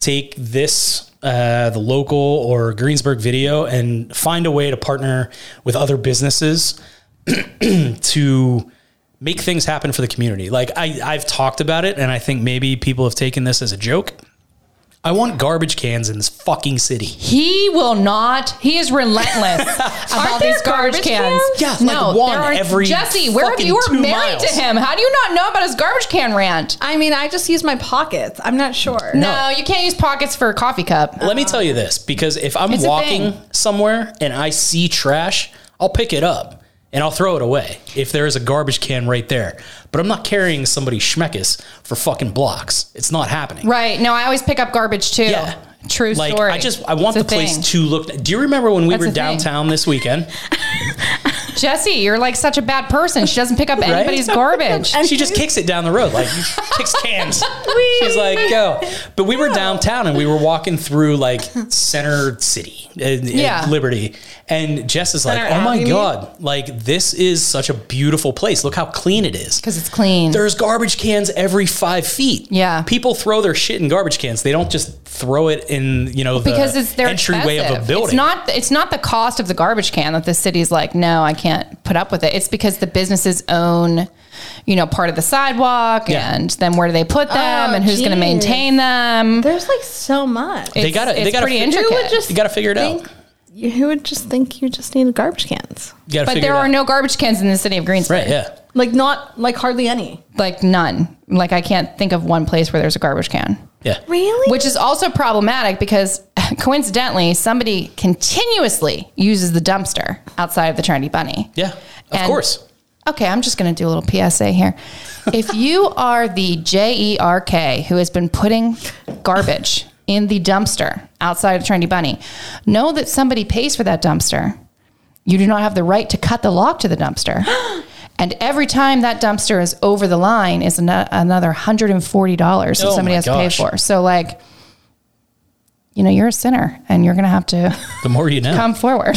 [SPEAKER 6] take this uh, the local or Greensburg video and find a way to partner with other businesses to make things happen for the community. Like I, I've talked about it and I think maybe people have taken this as a joke. I want garbage cans in this fucking city.
[SPEAKER 4] He will not. He is relentless about these garbage, cans.
[SPEAKER 6] cans? Yeah, like one
[SPEAKER 4] there aren't.
[SPEAKER 6] every
[SPEAKER 4] Jesse, where have
[SPEAKER 6] fucking
[SPEAKER 4] you were
[SPEAKER 6] two
[SPEAKER 4] married
[SPEAKER 6] miles.
[SPEAKER 4] to him? How do you not know about his garbage can rant?
[SPEAKER 5] I mean, I just use my pockets. I'm not sure.
[SPEAKER 4] No, you can't use pockets for a coffee cup.
[SPEAKER 6] Let me tell you this because if I'm
[SPEAKER 4] Um, It's a
[SPEAKER 6] walking
[SPEAKER 4] thing.
[SPEAKER 6] somewhere and I see trash, I'll pick it up and I'll throw it away if there is a garbage can right there. But I'm not carrying somebody's schmeckis for fucking blocks. It's not happening.
[SPEAKER 4] Right? No, I always pick up garbage too.
[SPEAKER 6] Yeah.
[SPEAKER 4] True
[SPEAKER 6] Like
[SPEAKER 4] story.
[SPEAKER 6] I just I want
[SPEAKER 4] It's a
[SPEAKER 6] the place
[SPEAKER 4] thing.
[SPEAKER 6] to look. Do you remember when we
[SPEAKER 4] That's a
[SPEAKER 6] were
[SPEAKER 4] thing.
[SPEAKER 6] downtown this weekend?
[SPEAKER 4] Jesse, you're like such a bad person. She doesn't pick up anybody's garbage.
[SPEAKER 6] she just kicks it down the road, like kicks cans. She's like, go. But we were downtown and we were walking through like center city, uh,
[SPEAKER 4] Yeah.
[SPEAKER 6] yeah. Liberty. And Jess is like,
[SPEAKER 5] Center
[SPEAKER 6] oh my
[SPEAKER 5] Avenue."
[SPEAKER 6] God, like this is such a beautiful place. Look how clean it is.
[SPEAKER 4] Because it's clean.
[SPEAKER 6] There's garbage cans every five feet.
[SPEAKER 4] Yeah.
[SPEAKER 6] People throw their shit in garbage cans. They don't just throw it in, you know, the
[SPEAKER 4] because it's their
[SPEAKER 6] entryway of a building.
[SPEAKER 4] It's not it's not the cost of the garbage can that the city's like, no, I can't put up with it. It's because the businesses own, you know, part of the sidewalk
[SPEAKER 6] Yeah.
[SPEAKER 4] and then where do they put them
[SPEAKER 5] Oh,
[SPEAKER 4] and who's going to
[SPEAKER 5] geez.
[SPEAKER 4] maintain them.
[SPEAKER 5] There's like so much.
[SPEAKER 6] they gotta, they
[SPEAKER 4] it's
[SPEAKER 6] gotta,
[SPEAKER 4] pretty
[SPEAKER 6] fi-
[SPEAKER 4] intricate.
[SPEAKER 5] Who would just
[SPEAKER 6] you gotta figure it
[SPEAKER 5] think,
[SPEAKER 6] out.
[SPEAKER 5] you- Who would just think you just need garbage cans?
[SPEAKER 6] You gotta
[SPEAKER 4] but
[SPEAKER 6] figure
[SPEAKER 4] there
[SPEAKER 6] it
[SPEAKER 4] are
[SPEAKER 6] out.
[SPEAKER 4] no garbage cans in the city of Greensburg.
[SPEAKER 6] Right, yeah.
[SPEAKER 5] Like not like hardly any.
[SPEAKER 4] Like none. Like I can't think of one place where there's a garbage can.
[SPEAKER 6] Yeah.
[SPEAKER 5] Really?
[SPEAKER 4] Which is also problematic because coincidentally, somebody continuously uses the dumpster outside of the Trendy Bunny.
[SPEAKER 6] Yeah. Of
[SPEAKER 4] And-
[SPEAKER 6] course.
[SPEAKER 4] Okay, I'm just going to do a little PSA here. If you are the J E R K who has been putting garbage in the dumpster outside of Trendy Bunny, know that somebody pays for that dumpster. You do not have the right to cut the lock to the dumpster. And every time that dumpster is over the line is ano- another $140 that
[SPEAKER 6] Oh
[SPEAKER 4] somebody
[SPEAKER 6] my
[SPEAKER 4] has to pay
[SPEAKER 6] gosh.
[SPEAKER 4] for. So, like, you know, you're a sinner and you're going to have to
[SPEAKER 6] The more you know.
[SPEAKER 4] come forward.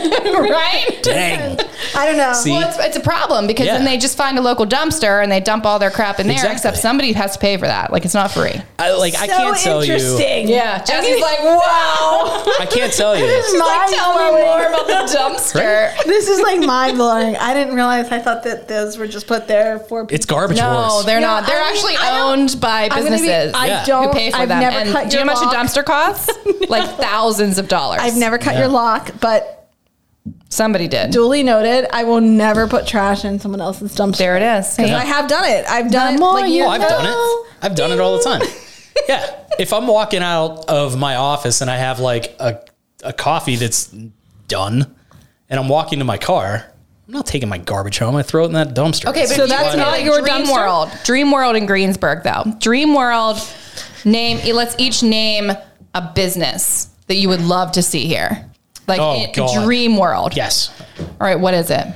[SPEAKER 4] right?
[SPEAKER 6] Dang.
[SPEAKER 5] I don't know.
[SPEAKER 6] See?
[SPEAKER 4] Well, it's, it's a problem because then
[SPEAKER 6] Yeah.
[SPEAKER 4] they just find a local dumpster and they dump all their crap in there.
[SPEAKER 6] Exactly.
[SPEAKER 4] Except somebody has to pay for that. Like it's not free.
[SPEAKER 6] I, like I can't tell you.
[SPEAKER 4] Yeah, Jesse's like,
[SPEAKER 5] wow.
[SPEAKER 6] I can't tell you.
[SPEAKER 4] like tell me more about the dumpster.
[SPEAKER 5] This is like mind blowing. I didn't realize. I thought that those were just put there for. People.
[SPEAKER 6] It's garbage
[SPEAKER 4] No,
[SPEAKER 6] wars.
[SPEAKER 4] they're
[SPEAKER 5] Yeah,
[SPEAKER 4] not. They're
[SPEAKER 5] I mean,
[SPEAKER 4] actually
[SPEAKER 5] I don't-
[SPEAKER 4] owned by
[SPEAKER 5] I'm gonna be-
[SPEAKER 4] businesses
[SPEAKER 5] I
[SPEAKER 6] Yeah.
[SPEAKER 5] don't.
[SPEAKER 4] who pay for
[SPEAKER 5] I've
[SPEAKER 4] them.
[SPEAKER 5] Never
[SPEAKER 4] and
[SPEAKER 5] cut
[SPEAKER 4] do you
[SPEAKER 5] your
[SPEAKER 4] know how
[SPEAKER 5] lock.
[SPEAKER 4] much a dumpster costs? Like thousands of dollars.
[SPEAKER 5] I've never cut your lock, but
[SPEAKER 4] Somebody did.
[SPEAKER 5] duly noted. I will never put trash in someone else's dumpster.
[SPEAKER 4] there it is.
[SPEAKER 5] I have done it. I've done
[SPEAKER 4] The
[SPEAKER 5] it.
[SPEAKER 4] more you
[SPEAKER 6] Oh, I've
[SPEAKER 4] know.
[SPEAKER 6] done it. I've done it all the time. Yeah. If I'm walking out of my office and I have like a, a coffee that's done and I'm walking to my car, I'm not taking my garbage home. I throw it in that dumpster.
[SPEAKER 4] Okay, but
[SPEAKER 5] So
[SPEAKER 4] you
[SPEAKER 5] that's
[SPEAKER 4] can
[SPEAKER 5] not
[SPEAKER 4] be like
[SPEAKER 5] your
[SPEAKER 4] dream
[SPEAKER 5] dumpster?
[SPEAKER 4] world. Dream world in Greensburg, though. Dream world. Name. Let's each name a business that you would love to see here. Like
[SPEAKER 6] Oh,
[SPEAKER 4] in-
[SPEAKER 6] God.
[SPEAKER 4] dream world.
[SPEAKER 6] yes.
[SPEAKER 4] All right. What is it?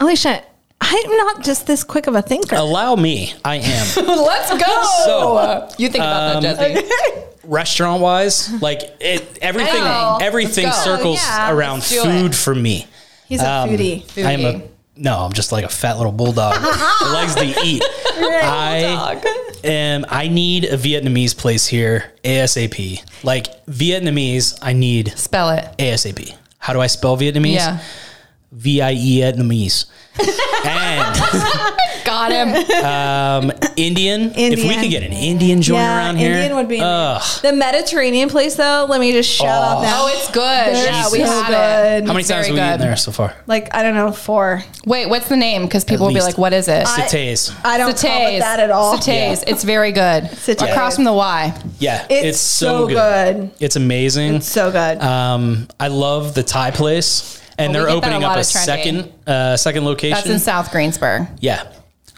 [SPEAKER 5] Alicia, I'm not just this quick of a thinker.
[SPEAKER 6] Allow me. I am.
[SPEAKER 4] Let's go.
[SPEAKER 6] So, um,
[SPEAKER 4] you think about that, Jesse.
[SPEAKER 6] Restaurant wise, like it, everything,
[SPEAKER 4] Oh,
[SPEAKER 6] everything
[SPEAKER 4] let's go.
[SPEAKER 6] circles
[SPEAKER 5] Yeah, let's
[SPEAKER 6] around
[SPEAKER 4] do it.
[SPEAKER 6] food for me.
[SPEAKER 5] He's a
[SPEAKER 6] Um,
[SPEAKER 5] foodie.
[SPEAKER 6] I am a
[SPEAKER 4] Foodie.
[SPEAKER 6] no. I'm just like a fat little bulldog. that likes to eat. I am. Um, I need a Vietnamese place here ASAP. Like Vietnamese, I need
[SPEAKER 4] Spell it.
[SPEAKER 6] ASAP. How do I spell Vietnamese?
[SPEAKER 4] Yeah.
[SPEAKER 6] V I E Vietnamese. and um,
[SPEAKER 4] Got him.
[SPEAKER 6] Indian, If we
[SPEAKER 5] Indian.
[SPEAKER 6] could get an Indian joint
[SPEAKER 5] Yeah,
[SPEAKER 6] around here,
[SPEAKER 5] Indian would be
[SPEAKER 6] Ugh.
[SPEAKER 5] The Mediterranean place, though, let me just shout out that.
[SPEAKER 4] Oh, it's good. Yeah, we
[SPEAKER 6] Jesus.
[SPEAKER 4] had it.
[SPEAKER 6] How many
[SPEAKER 4] It's
[SPEAKER 6] times have
[SPEAKER 4] very
[SPEAKER 6] we eaten
[SPEAKER 4] good.
[SPEAKER 6] there so far?
[SPEAKER 5] like, I don't know, four.
[SPEAKER 4] Wait, what's the name? Because people will be
[SPEAKER 6] least.
[SPEAKER 4] like, "What is it?"
[SPEAKER 5] I-
[SPEAKER 6] Satays.
[SPEAKER 5] I don't call it
[SPEAKER 4] Satays.
[SPEAKER 5] that at all.
[SPEAKER 4] Satays. It's very good.
[SPEAKER 5] Satays.
[SPEAKER 4] Across from the Y.
[SPEAKER 6] Yeah,
[SPEAKER 5] It's so good.
[SPEAKER 6] It's amazing.
[SPEAKER 5] So good.
[SPEAKER 6] Um, I love the Thai place, and
[SPEAKER 4] Well, we
[SPEAKER 6] they're
[SPEAKER 4] get that
[SPEAKER 6] opening
[SPEAKER 4] a
[SPEAKER 6] up
[SPEAKER 4] lot
[SPEAKER 6] a
[SPEAKER 4] of trending.
[SPEAKER 6] second uh, second location.
[SPEAKER 4] That's in South Greensburg.
[SPEAKER 6] Yeah.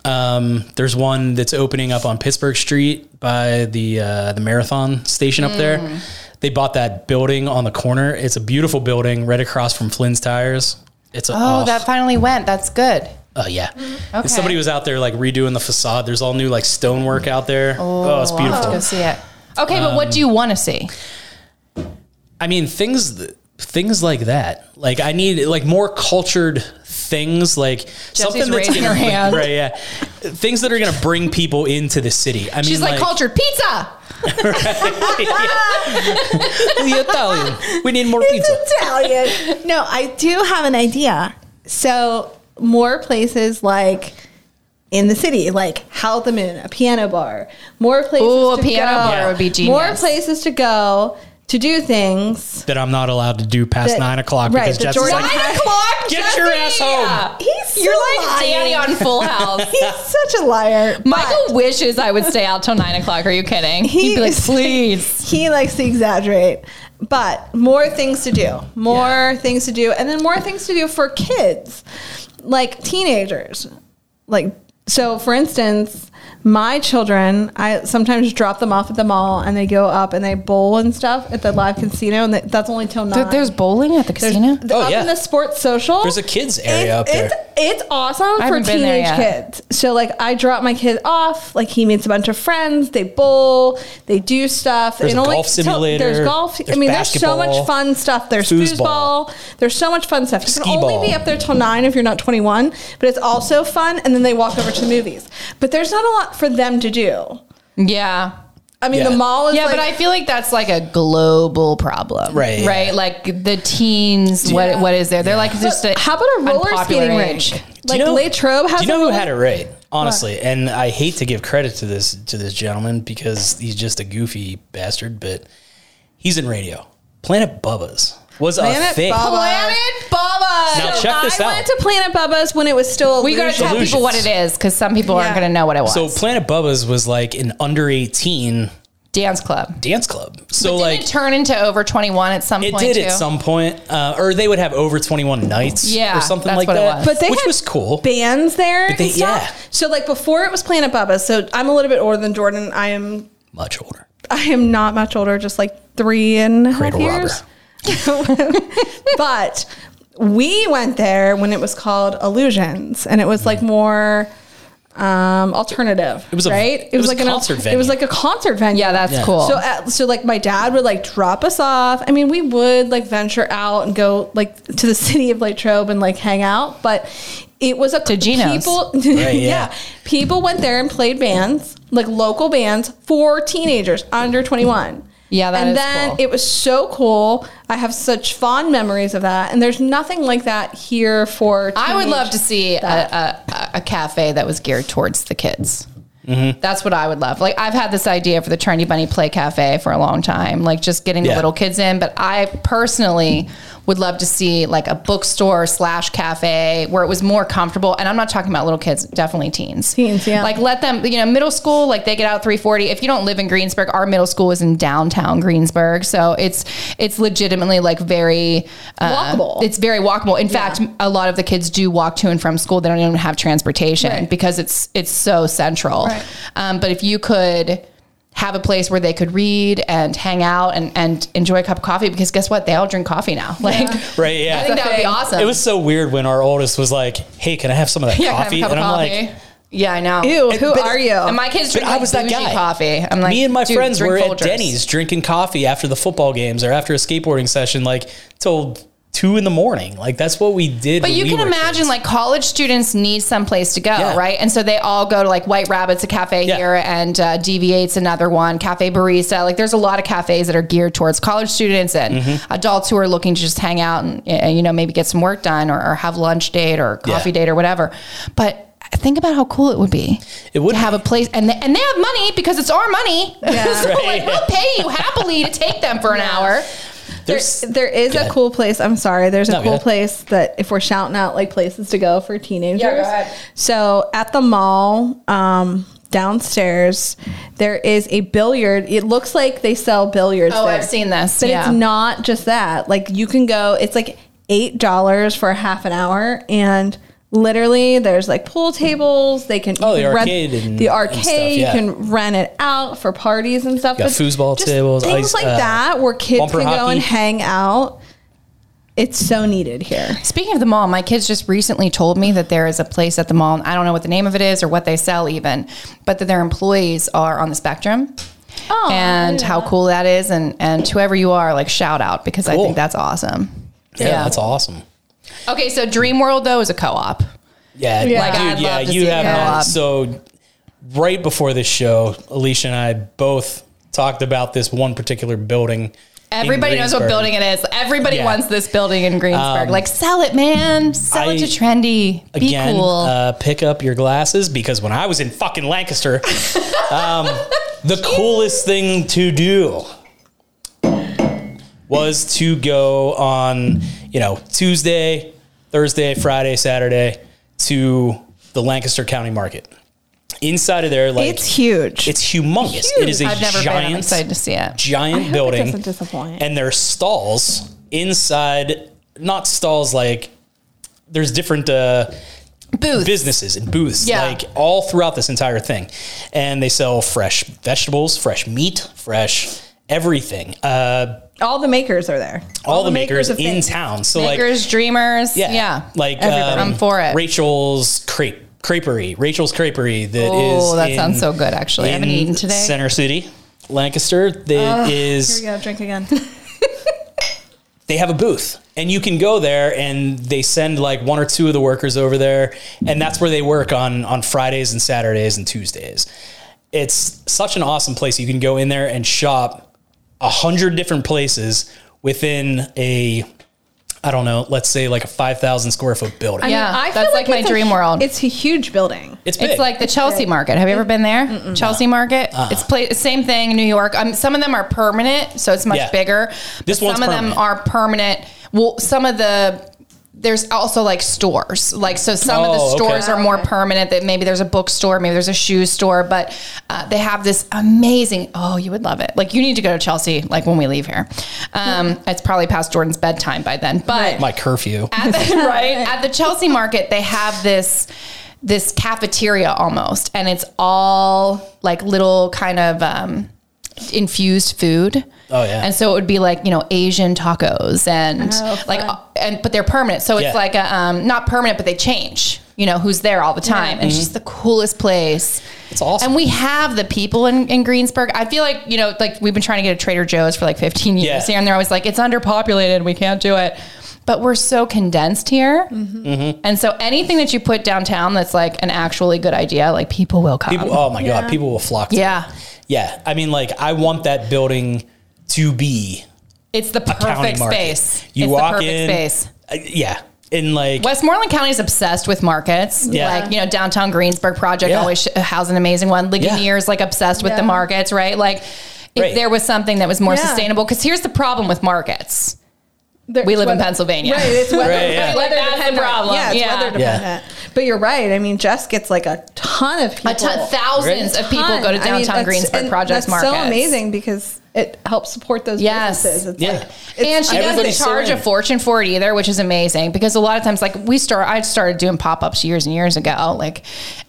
[SPEAKER 6] Um, there's one that's opening up on Pittsburgh Street by the uh, the marathon station up there.
[SPEAKER 4] Mm.
[SPEAKER 6] They bought that building on the corner. It's a beautiful building right across from Flynn's Tires. It's a,
[SPEAKER 4] Oh, that finally went. That's good.
[SPEAKER 6] oh, yeah.
[SPEAKER 4] Okay.
[SPEAKER 6] Somebody was out there like redoing the facade. There's all new like stonework out there. Oh, it's
[SPEAKER 4] I'll have to
[SPEAKER 6] beautiful.
[SPEAKER 4] go see it. Okay, but what do you want to see?
[SPEAKER 6] I mean, things th- things like that. Like I need like more cultured things, like something that's
[SPEAKER 4] raising
[SPEAKER 6] gonna,
[SPEAKER 4] her hand.
[SPEAKER 6] right? Yeah, things that are going to bring people into the city. I mean,
[SPEAKER 4] She's like, cultured pizza.
[SPEAKER 6] the Italian. We need more pizza.
[SPEAKER 5] Italian. no, I do have an idea. So more places like in the city, like Howl the Moon, a piano bar. More places.
[SPEAKER 4] Ooh, a
[SPEAKER 5] to
[SPEAKER 4] piano
[SPEAKER 5] go-
[SPEAKER 4] bar would be genius.
[SPEAKER 5] More places to go to do things.
[SPEAKER 6] That I'm not allowed to do past
[SPEAKER 5] that-
[SPEAKER 6] nine o'clock
[SPEAKER 5] right,
[SPEAKER 6] because
[SPEAKER 5] the
[SPEAKER 6] Jess is
[SPEAKER 5] Jordan-
[SPEAKER 6] like,
[SPEAKER 5] Nine
[SPEAKER 4] o'clock.
[SPEAKER 6] Get your ass home.
[SPEAKER 5] He's
[SPEAKER 4] You're
[SPEAKER 5] so
[SPEAKER 4] like
[SPEAKER 5] lying.
[SPEAKER 4] Danny on Full House.
[SPEAKER 5] He's such a liar.
[SPEAKER 4] Michael wishes I would stay out till nine o'clock. Are you kidding? He'd be like,
[SPEAKER 5] is-
[SPEAKER 4] please.
[SPEAKER 5] He likes to exaggerate, but more things to do, more things to do, and then more things to do for kids, like teenagers. Like so, for instance, my children, I sometimes drop them off at the mall, and they go up and they bowl and stuff at the live casino, and that- that's only till nine.
[SPEAKER 4] There's bowling at the
[SPEAKER 5] There's-
[SPEAKER 4] casino.
[SPEAKER 5] the-
[SPEAKER 6] Oh,
[SPEAKER 5] up
[SPEAKER 6] yeah.
[SPEAKER 5] in the sports social.
[SPEAKER 6] There's a kids
[SPEAKER 5] it's,
[SPEAKER 6] area up there.
[SPEAKER 5] It's, it's awesome for
[SPEAKER 4] haven't been there
[SPEAKER 5] teenage
[SPEAKER 4] yet.
[SPEAKER 5] kids. So like I drop my kid off, like he meets a bunch of friends, they bowl, they do stuff.
[SPEAKER 6] There's
[SPEAKER 5] and
[SPEAKER 6] a
[SPEAKER 5] only-
[SPEAKER 6] golf
[SPEAKER 5] so-
[SPEAKER 6] simulator,
[SPEAKER 5] there's golf. I
[SPEAKER 6] there's
[SPEAKER 5] mean, there's so
[SPEAKER 6] basketball,
[SPEAKER 5] much fun stuff. There's
[SPEAKER 6] foosball.
[SPEAKER 5] foosball. There's so much fun stuff. You can
[SPEAKER 6] Skee
[SPEAKER 5] only
[SPEAKER 6] ball.
[SPEAKER 5] be up there till nine if you're not 21, but it's also fun. And then they walk over to the movies. But there's not a lot for them to do.
[SPEAKER 4] Yeah.
[SPEAKER 5] I mean,
[SPEAKER 6] Yeah.
[SPEAKER 5] the mall is
[SPEAKER 4] Yeah,
[SPEAKER 5] like,
[SPEAKER 4] but I feel like that's like a global problem,
[SPEAKER 6] Right,
[SPEAKER 4] Right,
[SPEAKER 6] yeah.
[SPEAKER 4] like the teens. What what is there? They're like just a,
[SPEAKER 5] how about a roller
[SPEAKER 4] unpopular
[SPEAKER 5] skating
[SPEAKER 4] age.
[SPEAKER 5] rink? Like
[SPEAKER 6] you know-
[SPEAKER 5] Latrobe has
[SPEAKER 6] Do you know
[SPEAKER 5] a
[SPEAKER 6] who
[SPEAKER 5] roller-
[SPEAKER 6] had it right? Honestly, and I hate to give credit to this to this gentleman because he's just a goofy bastard, but he's in radio. Planet Bubba's was a
[SPEAKER 5] Planet
[SPEAKER 6] thing.
[SPEAKER 5] Bubba.
[SPEAKER 4] Planet Bubba.
[SPEAKER 6] Now check this
[SPEAKER 5] I
[SPEAKER 6] out.
[SPEAKER 5] went to Planet Bubba's when it was still.
[SPEAKER 4] we gotta
[SPEAKER 5] illusion.
[SPEAKER 4] tell people what it is because some people aren't
[SPEAKER 5] Yeah.
[SPEAKER 4] gonna know what it was.
[SPEAKER 6] so Planet Bubba's was like an under eighteen
[SPEAKER 4] dance club.
[SPEAKER 6] dance club. So
[SPEAKER 4] Didn't
[SPEAKER 6] like
[SPEAKER 4] it turn into over twenty one at some
[SPEAKER 6] it
[SPEAKER 4] point?
[SPEAKER 6] did
[SPEAKER 4] too?
[SPEAKER 6] at some point, uh, or they would have over twenty one nights,
[SPEAKER 4] Yeah,
[SPEAKER 6] or something
[SPEAKER 4] that's
[SPEAKER 6] like
[SPEAKER 4] what it
[SPEAKER 6] that.
[SPEAKER 4] was.
[SPEAKER 5] But they
[SPEAKER 6] which
[SPEAKER 5] had
[SPEAKER 6] was cool.
[SPEAKER 5] bands there.
[SPEAKER 6] But they-
[SPEAKER 5] and stuff.
[SPEAKER 6] yeah.
[SPEAKER 5] So like before it was Planet Bubba's. So I'm a little bit older than Jordan. I am.
[SPEAKER 6] Much older.
[SPEAKER 5] I am not much older. Just like three and a half
[SPEAKER 6] Cradle robber.
[SPEAKER 5] years. but we went there when it was called Illusions, and it was like more um alternative. It
[SPEAKER 6] was a-
[SPEAKER 5] right.
[SPEAKER 6] Mm. it was a
[SPEAKER 5] an al-
[SPEAKER 6] concert
[SPEAKER 5] It
[SPEAKER 6] venue.
[SPEAKER 5] was like a concert venue.
[SPEAKER 4] Yeah, that's
[SPEAKER 6] Yeah.
[SPEAKER 4] cool.
[SPEAKER 5] So, uh, so like my dad would like drop us off. I mean, we would like venture out and go like to the city of Latrobe and like hang out, but it was a
[SPEAKER 4] To Gino's.
[SPEAKER 5] people. yeah.
[SPEAKER 6] Right, yeah.
[SPEAKER 5] people went there and played bands, like local bands for teenagers under twenty one.
[SPEAKER 4] Yeah, that
[SPEAKER 5] and
[SPEAKER 4] is
[SPEAKER 5] then
[SPEAKER 4] cool.
[SPEAKER 5] it was so cool. I have such fond memories of that, and there's nothing like that here for.
[SPEAKER 4] I would
[SPEAKER 5] teenage-
[SPEAKER 4] love to see a, a, a cafe that was geared towards the kids.
[SPEAKER 6] Mm-hmm.
[SPEAKER 4] That's what I would love. Like I've had this idea for the Trendy Bunny Play Cafe for a long time, like just getting
[SPEAKER 6] Yeah.
[SPEAKER 4] the little kids in. But I personally would love to see like a bookstore slash cafe where it was more comfortable. And I'm not talking about little kids, definitely teens.
[SPEAKER 5] Teens, yeah.
[SPEAKER 4] Like let them, you know, middle school, like they get out 340. If you don't live in Greensburg, our middle school is in downtown Greensburg. So it's it's legitimately like very uh,
[SPEAKER 7] Walkable.
[SPEAKER 4] It's very walkable. In fact, a lot of the kids do walk to and from school. They don't even have transportation
[SPEAKER 7] Right.
[SPEAKER 4] because it's it's so central.
[SPEAKER 7] Right.
[SPEAKER 4] Um, but if you could have a place where they could read and hang out and, and enjoy a cup of coffee because guess what? They all drink coffee now. Like
[SPEAKER 6] Right. Yeah.
[SPEAKER 4] I think that would be awesome.
[SPEAKER 6] It was so weird when our oldest was like, "Hey, can I have some of that
[SPEAKER 4] yeah,
[SPEAKER 6] coffee?"
[SPEAKER 4] Can I have a cup of
[SPEAKER 6] and
[SPEAKER 4] coffee.
[SPEAKER 6] I'm like,
[SPEAKER 4] yeah, I know.
[SPEAKER 5] Ew, who
[SPEAKER 6] but-
[SPEAKER 5] are you?
[SPEAKER 4] And my kids
[SPEAKER 6] "But
[SPEAKER 4] drink
[SPEAKER 6] I was that guy."
[SPEAKER 4] coffee. I'm like,
[SPEAKER 6] me and my
[SPEAKER 4] "Dude,
[SPEAKER 6] friends
[SPEAKER 4] drink
[SPEAKER 6] were at
[SPEAKER 4] Folgers."
[SPEAKER 6] Denny's drinking coffee after the football games or after a skateboarding session, like till two in the morning. Like that's what we did.
[SPEAKER 4] But
[SPEAKER 6] when
[SPEAKER 4] you
[SPEAKER 6] we
[SPEAKER 4] can
[SPEAKER 6] were
[SPEAKER 4] imagine,
[SPEAKER 6] kids.
[SPEAKER 4] like college students need some place to go,
[SPEAKER 6] Yeah.
[SPEAKER 4] right? And so they all go to like White Rabbit's a cafe
[SPEAKER 6] Yeah.
[SPEAKER 4] here, and uh, Deviate's another one, Cafe Barista. Like, there's a lot of cafes that are geared towards college students and
[SPEAKER 6] Mm-hmm.
[SPEAKER 4] adults who are looking to just hang out and uh, you know maybe get some work done or, or have lunch date or coffee
[SPEAKER 6] Yeah.
[SPEAKER 4] date or whatever. But think about how cool it would be.
[SPEAKER 6] It would
[SPEAKER 4] to have
[SPEAKER 6] be.
[SPEAKER 4] a place, and they, and they have money because it's our money. so like, we'll pay you happily to take them for an hour.
[SPEAKER 6] There's-
[SPEAKER 5] there is a cool place. I'm sorry. There's a
[SPEAKER 6] No, go
[SPEAKER 5] cool
[SPEAKER 6] ahead.
[SPEAKER 5] place that if we're shouting out like places to go for teenagers.
[SPEAKER 4] ahead.
[SPEAKER 5] So at the mall, um, downstairs, there is a billiard. It looks like they sell billiards.
[SPEAKER 4] Oh,
[SPEAKER 5] there.
[SPEAKER 4] I've seen this,
[SPEAKER 5] But
[SPEAKER 4] yeah.
[SPEAKER 5] it's not just that. Like you can go. It's like eight dollars for half an hour and. Literally, there's like pool tables. They can
[SPEAKER 6] Oh,
[SPEAKER 5] you
[SPEAKER 6] the
[SPEAKER 5] can rent-
[SPEAKER 6] arcade and-
[SPEAKER 5] the
[SPEAKER 6] and
[SPEAKER 5] arcade.
[SPEAKER 6] stuff, yeah.
[SPEAKER 5] You can rent it out for parties and stuff.
[SPEAKER 6] Got
[SPEAKER 5] But
[SPEAKER 6] foosball
[SPEAKER 5] just
[SPEAKER 6] tables,
[SPEAKER 5] things
[SPEAKER 6] ice-
[SPEAKER 5] like
[SPEAKER 6] uh,
[SPEAKER 5] that, where kids
[SPEAKER 6] bumper
[SPEAKER 5] can go and
[SPEAKER 6] hockey.
[SPEAKER 5] hang out. It's so needed here.
[SPEAKER 4] Speaking of the mall, my kids just recently told me that there is a place at the mall, and I don't know what the name of it is or what they sell even, but that their employees are on the spectrum.
[SPEAKER 5] Oh,
[SPEAKER 4] and how cool that is, and and to whoever you are, like shout out because I
[SPEAKER 6] Cool.
[SPEAKER 4] think that's awesome.
[SPEAKER 6] yeah, that's awesome.
[SPEAKER 4] Okay, so Dream World though is a co-op.
[SPEAKER 6] Yeah,
[SPEAKER 4] Like, I'd
[SPEAKER 6] dude, yeah,
[SPEAKER 4] love to
[SPEAKER 6] you
[SPEAKER 4] see
[SPEAKER 6] have
[SPEAKER 4] it go
[SPEAKER 6] not.
[SPEAKER 4] up.
[SPEAKER 6] So, right before this show, Alicia and I both talked about this one particular building. in
[SPEAKER 4] Everybody knows what
[SPEAKER 6] Greensburg.
[SPEAKER 4] building it is. Everybody
[SPEAKER 6] Yeah.
[SPEAKER 4] wants this building in Greensburg. like sell it, man. Sell
[SPEAKER 6] I-
[SPEAKER 4] it to trendy. Be
[SPEAKER 6] Again,
[SPEAKER 4] cool.
[SPEAKER 6] uh, pick up your glasses because when I was in fucking Lancaster, um, the coolest thing to do was to go on, you know, Tuesday, Thursday, Friday, Saturday to the Lancaster County Market. Inside of there, like
[SPEAKER 5] It's huge.
[SPEAKER 6] It's humongous. It is a
[SPEAKER 4] I've never been. I'm
[SPEAKER 6] giant,
[SPEAKER 4] excited to see it.
[SPEAKER 6] giant
[SPEAKER 5] hope it
[SPEAKER 6] building.
[SPEAKER 5] doesn't disappoint.
[SPEAKER 6] And there are stalls inside, not stalls like there's different uh,
[SPEAKER 4] Booth.
[SPEAKER 6] businesses and booths
[SPEAKER 4] Yeah.
[SPEAKER 6] like all throughout this entire thing, and they sell fresh vegetables, fresh meat, fresh everything. Uh,
[SPEAKER 5] All the makers are there.
[SPEAKER 6] all, the makers,
[SPEAKER 5] of
[SPEAKER 6] in
[SPEAKER 5] things.
[SPEAKER 6] town. So like
[SPEAKER 4] Makers, dreamers. Yeah.
[SPEAKER 6] like
[SPEAKER 4] Everybody.
[SPEAKER 6] um,
[SPEAKER 4] I'm for it.
[SPEAKER 6] Rachel's crepe. Crepery, Rachel's Crepery. That is.
[SPEAKER 4] Oh, that
[SPEAKER 6] in-
[SPEAKER 4] sounds so good, actually. I haven't
[SPEAKER 6] in
[SPEAKER 4] eaten today.
[SPEAKER 6] Center City, Lancaster. That is.
[SPEAKER 5] Here we go. Drink again.
[SPEAKER 6] they have a booth and you can go there and they send like one or two of the workers over there and that's where they work on on Fridays and Saturdays and Tuesdays. It's such an awesome place. You can go in there and shop a hundred different places within a I don't know, let's say like a five thousand square foot building.
[SPEAKER 4] Yeah, that's like my
[SPEAKER 5] it's a-
[SPEAKER 4] dream world.
[SPEAKER 5] It's a huge building.
[SPEAKER 6] it's big.
[SPEAKER 4] It's like the Chelsea market. Have you ever been there? Chelsea market.
[SPEAKER 6] Uh-huh.
[SPEAKER 4] It's pla same thing in New York. Um, some of them are permanent, so it's much
[SPEAKER 6] Yeah.
[SPEAKER 4] bigger.
[SPEAKER 6] This
[SPEAKER 4] but
[SPEAKER 6] one's
[SPEAKER 4] some of
[SPEAKER 6] permanent.
[SPEAKER 4] them are permanent. Well, some of the there's also like stores. Like so some of the
[SPEAKER 6] Oh, okay.
[SPEAKER 4] stores are more permanent that maybe there's a bookstore, maybe there's a shoe store, but uh, they have this amazing oh, you would love it. Like you need to go to Chelsea like when we leave here. Um, it's probably past Jordan's bedtime by then. But
[SPEAKER 6] my curfew.
[SPEAKER 4] right at the Chelsea Market, they have this this cafeteria almost, and it's all like little kind of um, infused food.
[SPEAKER 6] Oh, yeah.
[SPEAKER 4] and so it would be like you know Asian tacos and like uh, and but they're permanent, so it's
[SPEAKER 6] Yeah.
[SPEAKER 4] like a, um, not permanent, but they change. You know who's there all the time, and it's just the coolest place.
[SPEAKER 6] Mm-hmm. It's awesome.
[SPEAKER 4] And we have the people in, in Greensburg. I feel like, you know, like we've been trying to get a Trader Joe's for like 15 years
[SPEAKER 6] Yeah.
[SPEAKER 4] here, and they're always like, it's underpopulated, we can't do it. But we're so condensed here.
[SPEAKER 6] Mm-hmm.
[SPEAKER 4] And so anything that you put downtown that's like an actually good idea, like people will come.
[SPEAKER 6] People, oh my god, people will flock to
[SPEAKER 4] yeah.
[SPEAKER 6] it. Yeah. I mean like I want that building to be
[SPEAKER 4] It's the
[SPEAKER 6] county
[SPEAKER 4] perfect
[SPEAKER 6] market.
[SPEAKER 4] space.
[SPEAKER 6] You
[SPEAKER 4] it's
[SPEAKER 6] walk
[SPEAKER 4] the perfect
[SPEAKER 6] in,
[SPEAKER 4] space.
[SPEAKER 6] uh, yeah. and like
[SPEAKER 4] Westmoreland County is obsessed with markets.
[SPEAKER 6] Yeah.
[SPEAKER 4] Like, you know, downtown Greensburg Project
[SPEAKER 6] Yeah.
[SPEAKER 4] always sh- has an amazing one. Ligonier is like obsessed with
[SPEAKER 7] Yeah.
[SPEAKER 4] the markets, right? Like, if
[SPEAKER 6] Right.
[SPEAKER 4] there was something that was more
[SPEAKER 5] Yeah.
[SPEAKER 4] sustainable, because here's the problem with markets.
[SPEAKER 5] There-
[SPEAKER 4] We live in
[SPEAKER 5] whether-
[SPEAKER 4] Pennsylvania.
[SPEAKER 5] Right, it's weather,
[SPEAKER 6] Right, yeah.
[SPEAKER 5] it's
[SPEAKER 4] Like,
[SPEAKER 5] weather
[SPEAKER 4] that's the
[SPEAKER 5] dependent.
[SPEAKER 4] problem.
[SPEAKER 5] Yeah, it's
[SPEAKER 4] Yeah.
[SPEAKER 5] weather
[SPEAKER 6] Yeah.
[SPEAKER 5] dependent. But you're right. I mean, Jess gets like a ton of people.
[SPEAKER 4] A ton, thousands of people go to
[SPEAKER 5] I mean,
[SPEAKER 4] downtown
[SPEAKER 5] that's-
[SPEAKER 4] Greensburg
[SPEAKER 5] and
[SPEAKER 4] Project
[SPEAKER 5] that's
[SPEAKER 4] markets.
[SPEAKER 5] so amazing because it helps support those
[SPEAKER 4] Yes.
[SPEAKER 5] businesses. It's
[SPEAKER 6] Yeah.
[SPEAKER 5] like,
[SPEAKER 4] and
[SPEAKER 5] it's-
[SPEAKER 4] she doesn't
[SPEAKER 6] Everybody's so
[SPEAKER 4] charge a
[SPEAKER 6] in.
[SPEAKER 4] fortune for it either, which is amazing because a lot of times, like we start, I started doing pop ups years and years ago, like,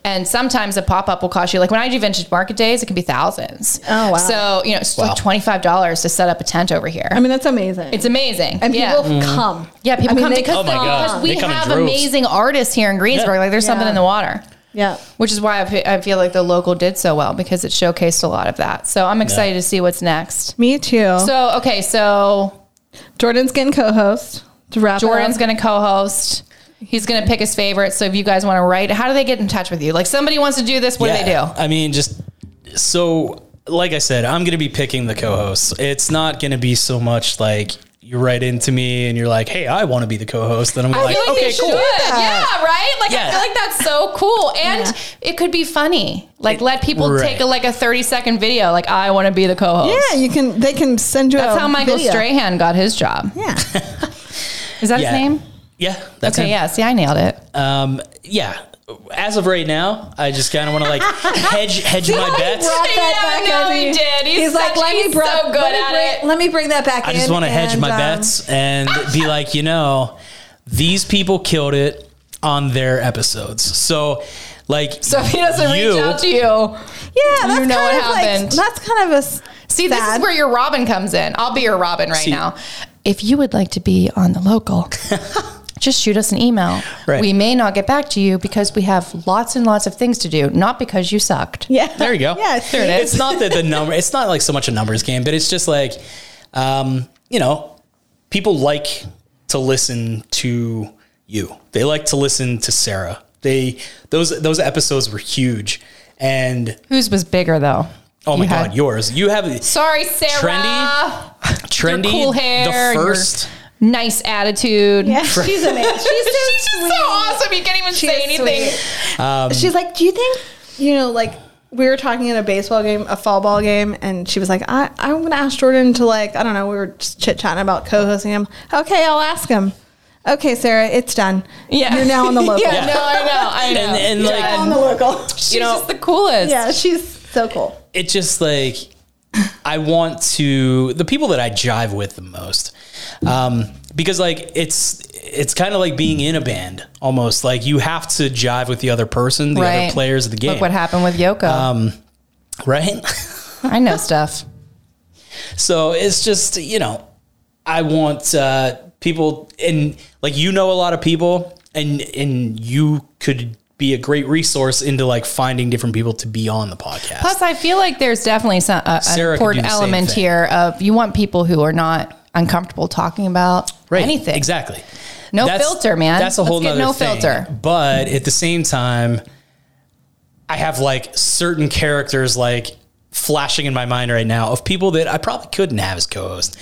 [SPEAKER 4] and sometimes a pop up will cost you, like when I do vintage market days, it can be thousands.
[SPEAKER 5] Oh, wow.
[SPEAKER 4] So you know, it's like twenty five dollars to set up a tent over here.
[SPEAKER 5] I mean, that's amazing.
[SPEAKER 4] it's amazing.
[SPEAKER 5] and
[SPEAKER 4] yeah.
[SPEAKER 5] people come.
[SPEAKER 4] yeah, people
[SPEAKER 5] I mean,
[SPEAKER 4] come
[SPEAKER 5] they
[SPEAKER 4] because,
[SPEAKER 6] Mm-hmm. Oh my
[SPEAKER 4] like,
[SPEAKER 6] God.
[SPEAKER 4] because we
[SPEAKER 6] They come in
[SPEAKER 4] have
[SPEAKER 6] droves.
[SPEAKER 4] amazing artists here in Greensburg.
[SPEAKER 6] Yeah.
[SPEAKER 4] Like, there's something
[SPEAKER 5] Yeah.
[SPEAKER 4] in the water
[SPEAKER 5] Yeah.
[SPEAKER 4] which is why I fe- I feel like the local did so well because it showcased a lot of that. So I'm excited to see what's next.
[SPEAKER 5] Me too. So
[SPEAKER 4] So okay, so
[SPEAKER 5] Jordan's getting co-host to wrap. it up.
[SPEAKER 4] Jordan's going to co-host. He's going to pick his favorite. So if you guys want to write, how do they get in touch with you? Like somebody wants to do this, what do they
[SPEAKER 6] Yeah.
[SPEAKER 4] do?
[SPEAKER 6] I mean, just so like I said, I'm gonna be picking the co-hosts. It's not gonna be so much like you write into me and you're like, "Hey, I want to be the co-host," and I'm like, "Okay,
[SPEAKER 4] they should.
[SPEAKER 6] cool."
[SPEAKER 4] Yeah, right? Like I
[SPEAKER 6] Yeah.
[SPEAKER 4] feel like that's so cool. And it could be funny. Like let people
[SPEAKER 6] Right.
[SPEAKER 4] take a, like a 30 second video like I want to be the co-host.
[SPEAKER 5] Yeah, you can. They can send you.
[SPEAKER 4] That's
[SPEAKER 5] a
[SPEAKER 4] how Michael
[SPEAKER 5] video.
[SPEAKER 4] Strahan got his job.
[SPEAKER 5] Yeah.
[SPEAKER 4] Is that his
[SPEAKER 6] Yeah.
[SPEAKER 4] name?
[SPEAKER 6] Yeah, that's
[SPEAKER 4] Okay,
[SPEAKER 6] him.
[SPEAKER 4] yeah, see I nailed it.
[SPEAKER 6] Um, yeah. As of right now, I just kind of want to like hedge hedge my bets.
[SPEAKER 5] brought that
[SPEAKER 4] Yeah,
[SPEAKER 5] back
[SPEAKER 4] no,
[SPEAKER 5] in.
[SPEAKER 4] he did. He's such- he's
[SPEAKER 5] bring-
[SPEAKER 4] so good
[SPEAKER 5] let me
[SPEAKER 4] at
[SPEAKER 5] bring-
[SPEAKER 4] it.
[SPEAKER 5] Let me bring that back
[SPEAKER 6] I
[SPEAKER 5] in.
[SPEAKER 6] just want to hedge
[SPEAKER 5] and,
[SPEAKER 6] my
[SPEAKER 5] um,
[SPEAKER 6] bets and be like, you know, these people killed it on their episodes. So, like,
[SPEAKER 4] So if he doesn't
[SPEAKER 6] you-
[SPEAKER 4] reach out to you,
[SPEAKER 5] Yeah, that's
[SPEAKER 4] You know
[SPEAKER 5] kind
[SPEAKER 4] what
[SPEAKER 5] of like-
[SPEAKER 4] happened.
[SPEAKER 5] that's kind of a s-
[SPEAKER 4] See, this
[SPEAKER 5] sad-
[SPEAKER 4] is where your Robin comes in. I'll be your Robin right now. If you would like to be on the local, just shoot us an email.
[SPEAKER 6] Right.
[SPEAKER 4] We may not get back to you because we have lots and lots of things to do, not because you sucked.
[SPEAKER 5] Yeah,
[SPEAKER 6] There you go.
[SPEAKER 5] Yeah, there it
[SPEAKER 6] It's not that the number. It's not like so much a numbers game, but it's just like, um, you know, people like to listen to you. They like to listen to Sarah. They those those episodes were huge, and
[SPEAKER 4] Whose was bigger though?
[SPEAKER 6] oh my
[SPEAKER 4] You had-
[SPEAKER 6] god, yours. You have
[SPEAKER 4] Sorry, Sarah.
[SPEAKER 6] Trendy. trendy,
[SPEAKER 4] cool hair,
[SPEAKER 6] the
[SPEAKER 4] your-
[SPEAKER 6] first.
[SPEAKER 4] Nice attitude.
[SPEAKER 5] Yeah, she's amazing. She's so,
[SPEAKER 4] She's just so awesome. You can't even
[SPEAKER 5] She
[SPEAKER 4] say
[SPEAKER 5] is
[SPEAKER 4] anything.
[SPEAKER 6] Um,
[SPEAKER 5] she's like, do you think you know? Like we were talking at a baseball game, a fall ball game, and she was like, I, I'm gonna ask Jordan to like, I don't know. We were just chit chatting about co-hosting him. Okay, I'll ask him. Okay, Sarah, it's done.
[SPEAKER 4] Yeah.
[SPEAKER 5] you're now on the local.
[SPEAKER 4] Yeah, no, I know. I know.
[SPEAKER 6] And- and,
[SPEAKER 4] Yeah.
[SPEAKER 6] like-
[SPEAKER 5] on the local.
[SPEAKER 4] she's just the coolest.
[SPEAKER 5] yeah, she's so cool.
[SPEAKER 6] it just like I want to the people that I jive with the most, um, because like it's it's kind of like being in a band almost. Like you have to jive with the other person, the
[SPEAKER 4] Right.
[SPEAKER 6] other players of the game,
[SPEAKER 4] Look what happened with Yoko.
[SPEAKER 6] Um, right?
[SPEAKER 4] I know stuff.
[SPEAKER 6] so it's just you know, I want uh, people and like you know a lot of people, and and you could be a great resource into like finding different people to be on the podcast.
[SPEAKER 4] Plus, I feel like there's definitely some a, an
[SPEAKER 6] Sarah could
[SPEAKER 4] important
[SPEAKER 6] do the same
[SPEAKER 4] element
[SPEAKER 6] thing.
[SPEAKER 4] here of you want people who are not uncomfortable talking about anything.
[SPEAKER 6] Exactly.
[SPEAKER 4] No filter, man.
[SPEAKER 6] That's a whole
[SPEAKER 4] Let's get
[SPEAKER 6] nother
[SPEAKER 4] no
[SPEAKER 6] thing.
[SPEAKER 4] filter.
[SPEAKER 6] But at the same time, I have like certain characters like flashing in my mind right now of people that I probably couldn't have as co-host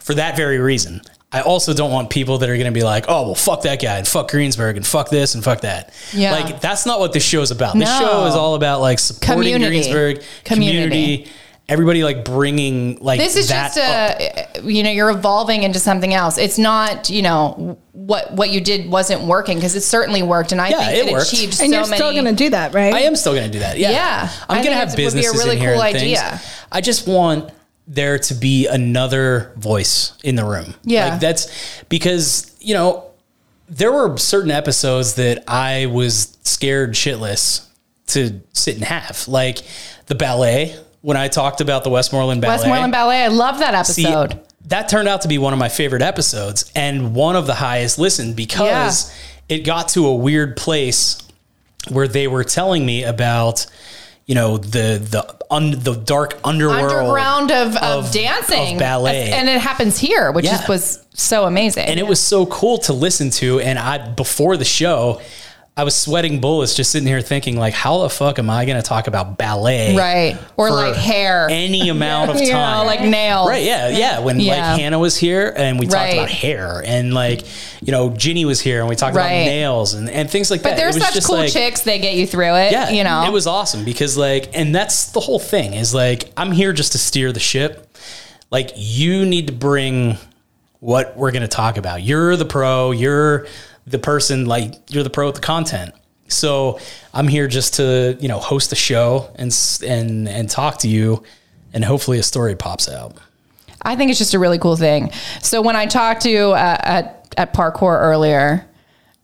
[SPEAKER 6] for that very reason. I also don't want people that are going to be like, oh, well, fuck that guy and fuck Greensburg and fuck this and fuck that.
[SPEAKER 4] Yeah.
[SPEAKER 6] Like, that's not what this show is about. This
[SPEAKER 4] No.
[SPEAKER 6] show is all about like supporting
[SPEAKER 4] Community.
[SPEAKER 6] Greensburg,
[SPEAKER 4] Community.
[SPEAKER 6] community. everybody like bringing like
[SPEAKER 4] This is
[SPEAKER 6] that
[SPEAKER 4] just a you know you're evolving into something else. It's not you know what what you did wasn't working because it certainly worked, and I
[SPEAKER 6] Yeah,
[SPEAKER 4] think
[SPEAKER 6] it
[SPEAKER 4] it,
[SPEAKER 6] worked.
[SPEAKER 4] achieved
[SPEAKER 5] And
[SPEAKER 4] so
[SPEAKER 5] you're
[SPEAKER 4] many.
[SPEAKER 5] still gonna do that, right?
[SPEAKER 6] I am still going to do that. Yeah,
[SPEAKER 4] Yeah. I
[SPEAKER 6] I'm going
[SPEAKER 4] think
[SPEAKER 6] to have
[SPEAKER 4] it would be a
[SPEAKER 6] businesses
[SPEAKER 4] really
[SPEAKER 6] in here.
[SPEAKER 4] cool
[SPEAKER 6] and things.
[SPEAKER 4] idea.
[SPEAKER 6] I just want there to be another voice in the room.
[SPEAKER 4] Yeah.
[SPEAKER 6] like that's because you know there were certain episodes that I was scared shitless to sit and have, like the ballet when I talked about the Westmoreland ballet.
[SPEAKER 4] Westmoreland Ballet. I love that
[SPEAKER 6] See,
[SPEAKER 4] episode.
[SPEAKER 6] that turned out to be one of my favorite episodes and one of the highest listened because it got to a weird place where they were telling me about you know the the un, the dark underworld
[SPEAKER 4] Underground of, of,
[SPEAKER 6] of-
[SPEAKER 4] dancing,
[SPEAKER 6] of ballet.
[SPEAKER 4] and it happens here, which
[SPEAKER 6] Yeah.
[SPEAKER 4] is, was so amazing.
[SPEAKER 6] and it was so cool to listen to and I before the show I was sweating bullets just sitting here thinking like, how the fuck am I going to talk about ballet?
[SPEAKER 4] Right. Or,
[SPEAKER 6] for
[SPEAKER 4] like, hair.
[SPEAKER 6] Any amount of time.
[SPEAKER 4] You know, like nails.
[SPEAKER 6] Right. Yeah. Yeah. When
[SPEAKER 4] Yeah.
[SPEAKER 6] like Hannah was here and we talked
[SPEAKER 4] Right.
[SPEAKER 6] about hair and like, you know, Ginny was here and we talked
[SPEAKER 4] Right.
[SPEAKER 6] about nails and, and things like
[SPEAKER 4] But
[SPEAKER 6] that. It
[SPEAKER 4] they're
[SPEAKER 6] was
[SPEAKER 4] such
[SPEAKER 6] just,
[SPEAKER 4] cool
[SPEAKER 6] like-
[SPEAKER 4] chicks. They get you through it.
[SPEAKER 6] Yeah.
[SPEAKER 4] You know,
[SPEAKER 6] it was awesome because like, and that's the whole thing is like, I'm here just to steer the ship. Like you need to bring what we're going to talk about. You're the pro, you're the person, like you're the pro with the content. So I'm here just to, you know, host the show and, s- and, and talk to you and hopefully a story pops out.
[SPEAKER 4] I think it's just a really cool thing. So when I talked to uh, at at parkour earlier,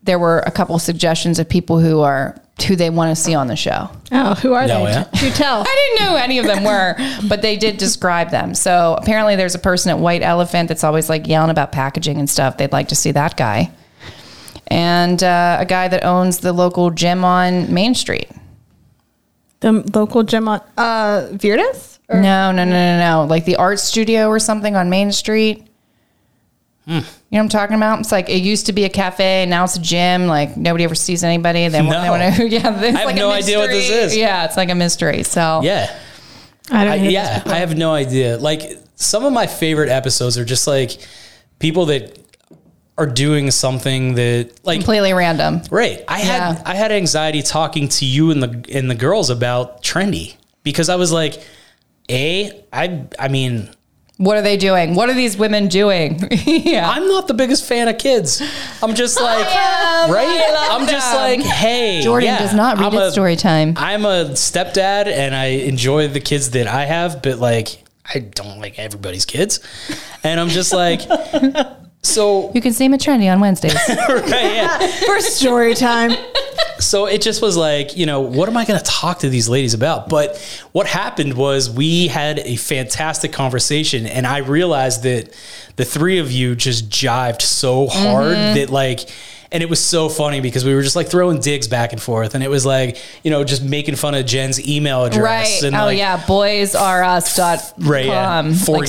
[SPEAKER 4] there were a couple suggestions of people who are who they want to see on the show.
[SPEAKER 5] Oh, who are
[SPEAKER 6] No,
[SPEAKER 5] they?
[SPEAKER 6] yeah.
[SPEAKER 5] Who tell?
[SPEAKER 4] I didn't know who any of them were, but they did describe them. So apparently, there's a person at White Elephant that's always like yelling about packaging and stuff. They'd like to see that guy, and uh, a guy that owns the local gym on Main Street.
[SPEAKER 5] The local gym on uh, Virtus?
[SPEAKER 4] No, no, no, no, no. Like the art studio or something on Main Street.
[SPEAKER 6] Hmm.
[SPEAKER 4] You know what I'm talking about? It's like it used to be a cafe, now it's a gym. Like nobody ever sees anybody. They
[SPEAKER 6] No.
[SPEAKER 4] don't want to. Yeah, it's
[SPEAKER 6] I have
[SPEAKER 4] like a
[SPEAKER 6] no idea what this
[SPEAKER 4] mystery.
[SPEAKER 6] is.
[SPEAKER 4] Yeah, it's like a mystery. So
[SPEAKER 6] Yeah.
[SPEAKER 5] I don't
[SPEAKER 6] I,
[SPEAKER 5] know.
[SPEAKER 6] yeah, I have no idea. Like some of my favorite episodes are just like people that are doing something that like
[SPEAKER 4] completely random.
[SPEAKER 6] right. I had
[SPEAKER 4] Yeah.
[SPEAKER 6] I had anxiety talking to you and the and the girls about trendy because I was like, a I I mean
[SPEAKER 4] What are they doing? What are these women doing? yeah.
[SPEAKER 6] I'm not the biggest fan of kids. I'm just like right. I'm just like hey.
[SPEAKER 4] Jordan
[SPEAKER 6] yeah,
[SPEAKER 4] does not read
[SPEAKER 6] I'm
[SPEAKER 4] at
[SPEAKER 6] a-
[SPEAKER 4] story time.
[SPEAKER 6] I'm a stepdad and I enjoy the kids that I have, but like I don't like everybody's kids. And I'm just like so
[SPEAKER 4] you can see him at Trendy on Wednesdays.
[SPEAKER 6] right, yeah.
[SPEAKER 5] For story time.
[SPEAKER 6] So it just was like, you know, what am I going to talk to these ladies about? But what happened was we had a fantastic conversation and I realized that the three of you just jived so hard
[SPEAKER 4] Mm-hmm.
[SPEAKER 6] that like and it was so funny because we were just like throwing digs back and forth and it was like, you know, just making fun of Jen's email
[SPEAKER 4] right.
[SPEAKER 6] address and
[SPEAKER 4] oh
[SPEAKER 6] like
[SPEAKER 4] yeah. Boys are us dot
[SPEAKER 6] Right, yeah.
[SPEAKER 4] com.
[SPEAKER 6] Four
[SPEAKER 4] like,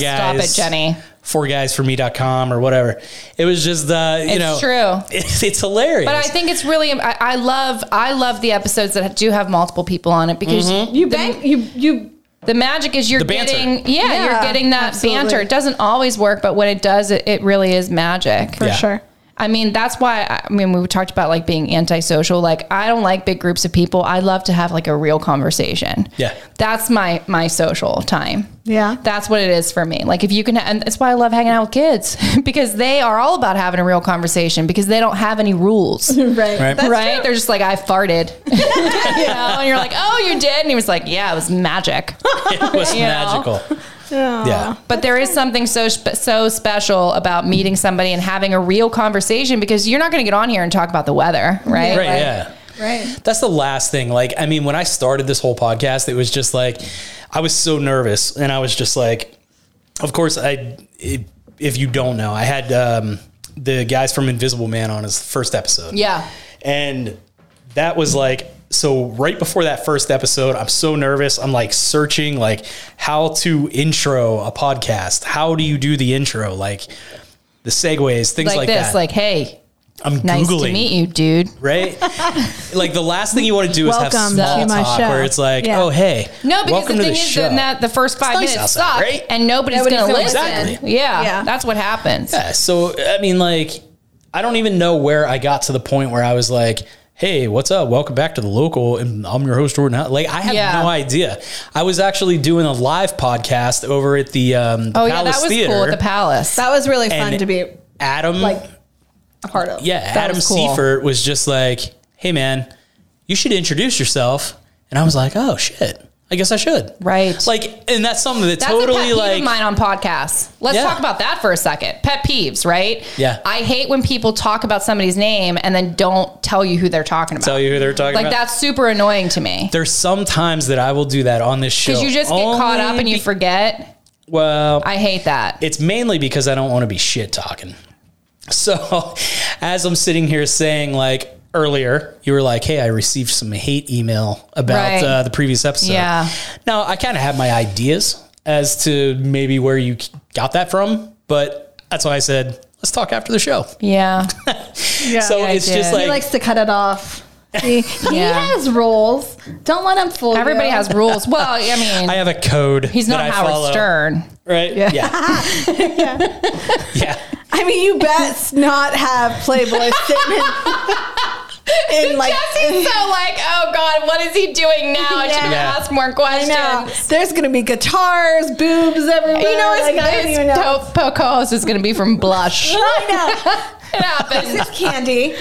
[SPEAKER 4] Stop it,
[SPEAKER 6] guys.
[SPEAKER 4] Jenny.
[SPEAKER 6] four guys for me.com or whatever. It was just uh, you
[SPEAKER 4] It's
[SPEAKER 6] know
[SPEAKER 4] true.
[SPEAKER 6] It's, it's hilarious.
[SPEAKER 4] But I think it's really I, I love I love the episodes that do have multiple people on it because
[SPEAKER 5] You bang, you, you,
[SPEAKER 4] the magic is you're
[SPEAKER 6] Mm-hmm. The banter.
[SPEAKER 4] getting yeah,
[SPEAKER 5] Yeah,
[SPEAKER 4] you're getting that
[SPEAKER 5] absolutely.
[SPEAKER 4] banter. It doesn't always work, but when it does, it, it really is magic.
[SPEAKER 5] for
[SPEAKER 6] Yeah.
[SPEAKER 5] sure.
[SPEAKER 4] I mean, that's why I mean we talked about like being antisocial. Like I don't like big groups of people. I love to have like a real conversation.
[SPEAKER 6] Yeah.
[SPEAKER 4] That's my my social time.
[SPEAKER 5] Yeah.
[SPEAKER 4] That's what it is for me. Like if you can and that's why I love hanging out with kids because they are all about having a real conversation because they don't have any rules.
[SPEAKER 5] right. That's
[SPEAKER 4] right? They're just like, I farted. you know, and you're like, oh, you did. And he was like, yeah, it was magic.
[SPEAKER 6] it was magical. Yeah.
[SPEAKER 4] But there is something so spe- so special about meeting somebody and having a real conversation because you're not going to get on here and talk about the weather, right?
[SPEAKER 6] Right, yeah.
[SPEAKER 5] Right.
[SPEAKER 6] That's the last thing. Like, I mean, when I started this whole podcast, it was just like I was so nervous and I was just like of course I if if you don't know, I had um the guys from Invisible Man on his first episode.
[SPEAKER 4] Yeah.
[SPEAKER 6] And that was like, so right before that first episode, I'm so nervous. I'm like searching like how to intro a podcast. How do you do the intro? Like the segues, things
[SPEAKER 4] Like,
[SPEAKER 6] like,
[SPEAKER 4] this,
[SPEAKER 6] that.
[SPEAKER 4] like, hey,
[SPEAKER 6] I'm
[SPEAKER 4] nice
[SPEAKER 6] Googling,
[SPEAKER 4] to meet you, dude.
[SPEAKER 6] right? like the last thing you want to do is have
[SPEAKER 5] Welcome
[SPEAKER 6] small
[SPEAKER 5] to my
[SPEAKER 6] talk
[SPEAKER 5] show.
[SPEAKER 6] where it's like,
[SPEAKER 5] Yeah.
[SPEAKER 6] oh, hey,
[SPEAKER 4] No, because
[SPEAKER 6] welcome
[SPEAKER 4] the
[SPEAKER 6] to
[SPEAKER 4] thing
[SPEAKER 6] the
[SPEAKER 4] is,
[SPEAKER 6] show.
[SPEAKER 4] then that the first five
[SPEAKER 6] nice
[SPEAKER 4] minutes
[SPEAKER 6] outside,
[SPEAKER 4] suck,
[SPEAKER 6] right?
[SPEAKER 4] and nobody's,
[SPEAKER 5] Nobody's
[SPEAKER 4] going to
[SPEAKER 5] gonna
[SPEAKER 4] listen.
[SPEAKER 6] Exactly.
[SPEAKER 4] Yeah,
[SPEAKER 5] Yeah.
[SPEAKER 4] that's what happens.
[SPEAKER 6] Yeah, so I mean, like, I don't even know where I got to the point where I was like, "Hey, what's up? Welcome back to the local." And I'm your host Jordan. Hunt." Like, I had
[SPEAKER 4] Yeah.
[SPEAKER 6] no idea. I was actually doing a live podcast over at the, um, the
[SPEAKER 4] Oh yeah,
[SPEAKER 6] Palace
[SPEAKER 4] that was
[SPEAKER 6] Theater.
[SPEAKER 4] cool at the palace.
[SPEAKER 5] That was really fun
[SPEAKER 6] And-
[SPEAKER 5] to be
[SPEAKER 6] Adam,
[SPEAKER 5] like a part of.
[SPEAKER 6] yeah, Adam
[SPEAKER 4] was cool.
[SPEAKER 6] Seifert was just like, "Hey, man, you should introduce yourself." And I was like, "Oh shit." I guess I should.
[SPEAKER 4] Right.
[SPEAKER 6] Like, and that's something that
[SPEAKER 4] That's a pet
[SPEAKER 6] totally
[SPEAKER 4] peeve
[SPEAKER 6] like
[SPEAKER 4] of mine on podcasts. Let's
[SPEAKER 6] Yeah.
[SPEAKER 4] talk about that for a second. Pet peeves, right?
[SPEAKER 6] Yeah.
[SPEAKER 4] I hate when people talk about somebody's name and then don't tell you who they're talking about.
[SPEAKER 6] tell you who they're talking
[SPEAKER 4] like
[SPEAKER 6] about.
[SPEAKER 4] that's super annoying to me.
[SPEAKER 6] There's some times that I will do that on this show.
[SPEAKER 4] Because you just get caught up
[SPEAKER 6] only
[SPEAKER 4] and you
[SPEAKER 6] be-
[SPEAKER 4] forget.
[SPEAKER 6] well,
[SPEAKER 4] I hate that.
[SPEAKER 6] it's mainly because I don't want to be shit talking. So, as I'm sitting here saying, like earlier, you were like, "Hey, I received some hate email about
[SPEAKER 4] Right.
[SPEAKER 6] uh, the previous episode."
[SPEAKER 4] Yeah.
[SPEAKER 6] Now, I kind of have my ideas as to maybe where you got that from, but that's why I said let's talk after the show.
[SPEAKER 4] yeah.
[SPEAKER 6] so
[SPEAKER 4] I
[SPEAKER 6] it's
[SPEAKER 4] did.
[SPEAKER 6] just
[SPEAKER 4] You
[SPEAKER 6] like,
[SPEAKER 5] he likes to cut it off. See,
[SPEAKER 7] He
[SPEAKER 4] Yeah.
[SPEAKER 7] has rules. Don't let him fool
[SPEAKER 4] Everybody
[SPEAKER 7] you.
[SPEAKER 4] has rules. Well, I mean,
[SPEAKER 6] I have a code.
[SPEAKER 4] he's not
[SPEAKER 6] that I
[SPEAKER 4] Howard
[SPEAKER 6] follow,
[SPEAKER 4] Stern.
[SPEAKER 6] right? Yeah, yeah, yeah.
[SPEAKER 5] I mean, you best not have Playboy Sigmund in like.
[SPEAKER 4] Jesse's so like, oh God, what is he doing now? I should
[SPEAKER 6] Yeah.
[SPEAKER 4] have asked more
[SPEAKER 5] I know.
[SPEAKER 4] questions.
[SPEAKER 5] There's gonna be guitars, boobs everywhere.
[SPEAKER 4] You know,
[SPEAKER 5] like,
[SPEAKER 4] his
[SPEAKER 5] I don't even
[SPEAKER 4] nice
[SPEAKER 5] know.
[SPEAKER 4] dope po- co-host is going to be from Blush.
[SPEAKER 5] I
[SPEAKER 4] it happens.
[SPEAKER 5] know. Candy,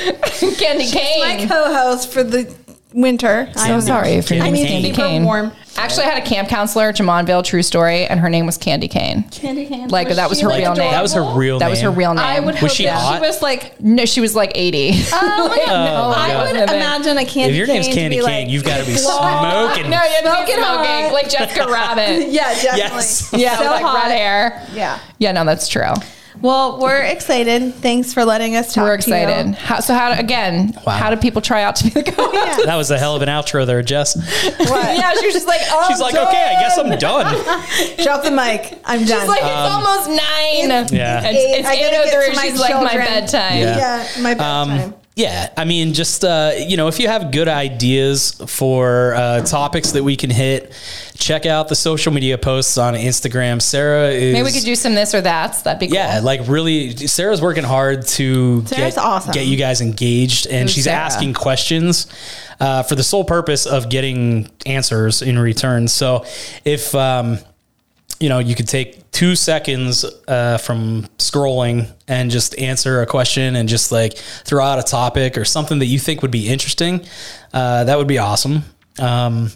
[SPEAKER 4] Candy
[SPEAKER 5] my
[SPEAKER 4] Kane.
[SPEAKER 5] co-host for the winter.
[SPEAKER 4] So sorry if your
[SPEAKER 6] Candy
[SPEAKER 4] name's
[SPEAKER 5] Kane.
[SPEAKER 4] Candy
[SPEAKER 5] Keep her
[SPEAKER 4] Kane.
[SPEAKER 5] warm.
[SPEAKER 4] Actually, I had a camp counselor, Jamonville, true story, and her name was Candy Kane.
[SPEAKER 7] Candy Cane.
[SPEAKER 4] Like, that was her
[SPEAKER 6] Like,
[SPEAKER 4] real name.
[SPEAKER 6] That was her real.
[SPEAKER 4] That was her
[SPEAKER 6] name.
[SPEAKER 4] real name.
[SPEAKER 7] I would
[SPEAKER 6] Was
[SPEAKER 7] hope
[SPEAKER 6] she
[SPEAKER 7] that
[SPEAKER 6] hot?
[SPEAKER 7] she was like.
[SPEAKER 4] no, she was like 80.
[SPEAKER 7] Oh my God.
[SPEAKER 6] Oh, my
[SPEAKER 7] I
[SPEAKER 6] God.
[SPEAKER 4] Wasn't
[SPEAKER 7] would
[SPEAKER 4] it?
[SPEAKER 7] imagine a candy.
[SPEAKER 6] If your name's
[SPEAKER 7] cane to
[SPEAKER 6] Candy
[SPEAKER 7] be
[SPEAKER 6] King,
[SPEAKER 7] like-
[SPEAKER 6] you've got to be
[SPEAKER 7] Whoa.
[SPEAKER 6] smoking.
[SPEAKER 4] no, you had to be
[SPEAKER 5] Smoking hot.
[SPEAKER 4] smoking, like Jessica Rabbit.
[SPEAKER 5] Yeah, definitely.
[SPEAKER 6] Yes.
[SPEAKER 4] Yeah,
[SPEAKER 5] So
[SPEAKER 4] with like
[SPEAKER 5] hot.
[SPEAKER 4] red hair.
[SPEAKER 5] Yeah.
[SPEAKER 4] Yeah, no, that's true.
[SPEAKER 5] Well, we're excited. Thanks for letting us talk.
[SPEAKER 4] We're
[SPEAKER 5] to you.
[SPEAKER 4] excited. How, so, how do, again?
[SPEAKER 6] Wow.
[SPEAKER 4] How do people try out to be the co-host? Yeah,
[SPEAKER 6] That was a hell of an outro there, Jess.
[SPEAKER 4] she was just like, oh,
[SPEAKER 6] She's like, okay, I guess I'm done.
[SPEAKER 5] Drop the mic. I'm done.
[SPEAKER 4] She's like, it's almost nine.
[SPEAKER 6] Um, Yeah.
[SPEAKER 4] It's, it's
[SPEAKER 5] I gotta
[SPEAKER 4] eight oh
[SPEAKER 5] get
[SPEAKER 4] three.
[SPEAKER 5] to my
[SPEAKER 4] She's like my
[SPEAKER 5] children.
[SPEAKER 4] bedtime.
[SPEAKER 6] Yeah.
[SPEAKER 5] yeah, my bedtime.
[SPEAKER 6] Yeah, I mean, just uh, you know, if you have good ideas for uh, topics that we can hit, check out the social media posts on Instagram. Sarah is
[SPEAKER 4] Maybe we could do some this or that's. That'd be cool.
[SPEAKER 6] yeah, like really, Sarah's working hard to
[SPEAKER 5] Sarah's
[SPEAKER 6] get,
[SPEAKER 5] awesome.
[SPEAKER 6] get you guys engaged, and
[SPEAKER 4] Who's
[SPEAKER 6] she's
[SPEAKER 4] Sarah?
[SPEAKER 6] asking questions uh, for the sole purpose of getting answers in return. So, if um, you know, you could take two seconds uh, from scrolling and just answer a question and just like throw out a topic or something that you think would be interesting. Uh, that would be awesome. Um,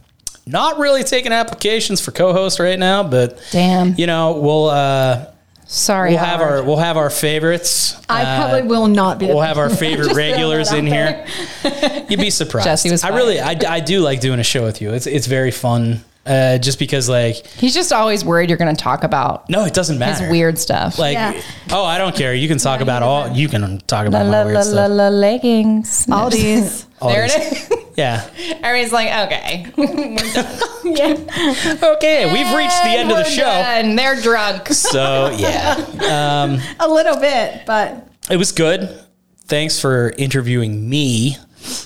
[SPEAKER 6] not really taking applications for co-host right now, but
[SPEAKER 4] Damn.
[SPEAKER 6] you know, we'll. Uh,
[SPEAKER 4] Sorry.
[SPEAKER 6] We'll have our
[SPEAKER 4] Howard.
[SPEAKER 6] we'll have our favorites.
[SPEAKER 7] I
[SPEAKER 6] Uh,
[SPEAKER 7] probably will not be.
[SPEAKER 6] we'll have our favorite regulars
[SPEAKER 7] that
[SPEAKER 6] in
[SPEAKER 7] out
[SPEAKER 6] here. You'd be surprised.
[SPEAKER 4] Jesse was
[SPEAKER 6] I really I, I do like doing a show with you. It's it's very fun. Uh, just because like
[SPEAKER 4] He's just always worried you're going to talk about
[SPEAKER 6] no, it doesn't
[SPEAKER 4] his
[SPEAKER 6] matter.
[SPEAKER 4] weird stuff.
[SPEAKER 6] Like
[SPEAKER 5] Yeah.
[SPEAKER 6] oh, I don't care. You can talk about all. You can talk
[SPEAKER 4] la
[SPEAKER 6] about my
[SPEAKER 4] la
[SPEAKER 6] weird
[SPEAKER 4] la la
[SPEAKER 6] stuff.
[SPEAKER 4] la leggings.
[SPEAKER 5] All these.
[SPEAKER 6] All
[SPEAKER 4] there it
[SPEAKER 6] this.
[SPEAKER 4] is.
[SPEAKER 6] Yeah.
[SPEAKER 4] Everybody's like, okay.
[SPEAKER 6] Okay, we've reached the end of the
[SPEAKER 4] We're
[SPEAKER 6] show.
[SPEAKER 4] done. They're drunk.
[SPEAKER 6] So yeah,
[SPEAKER 5] A little bit, but
[SPEAKER 6] it was good. Thanks for interviewing me.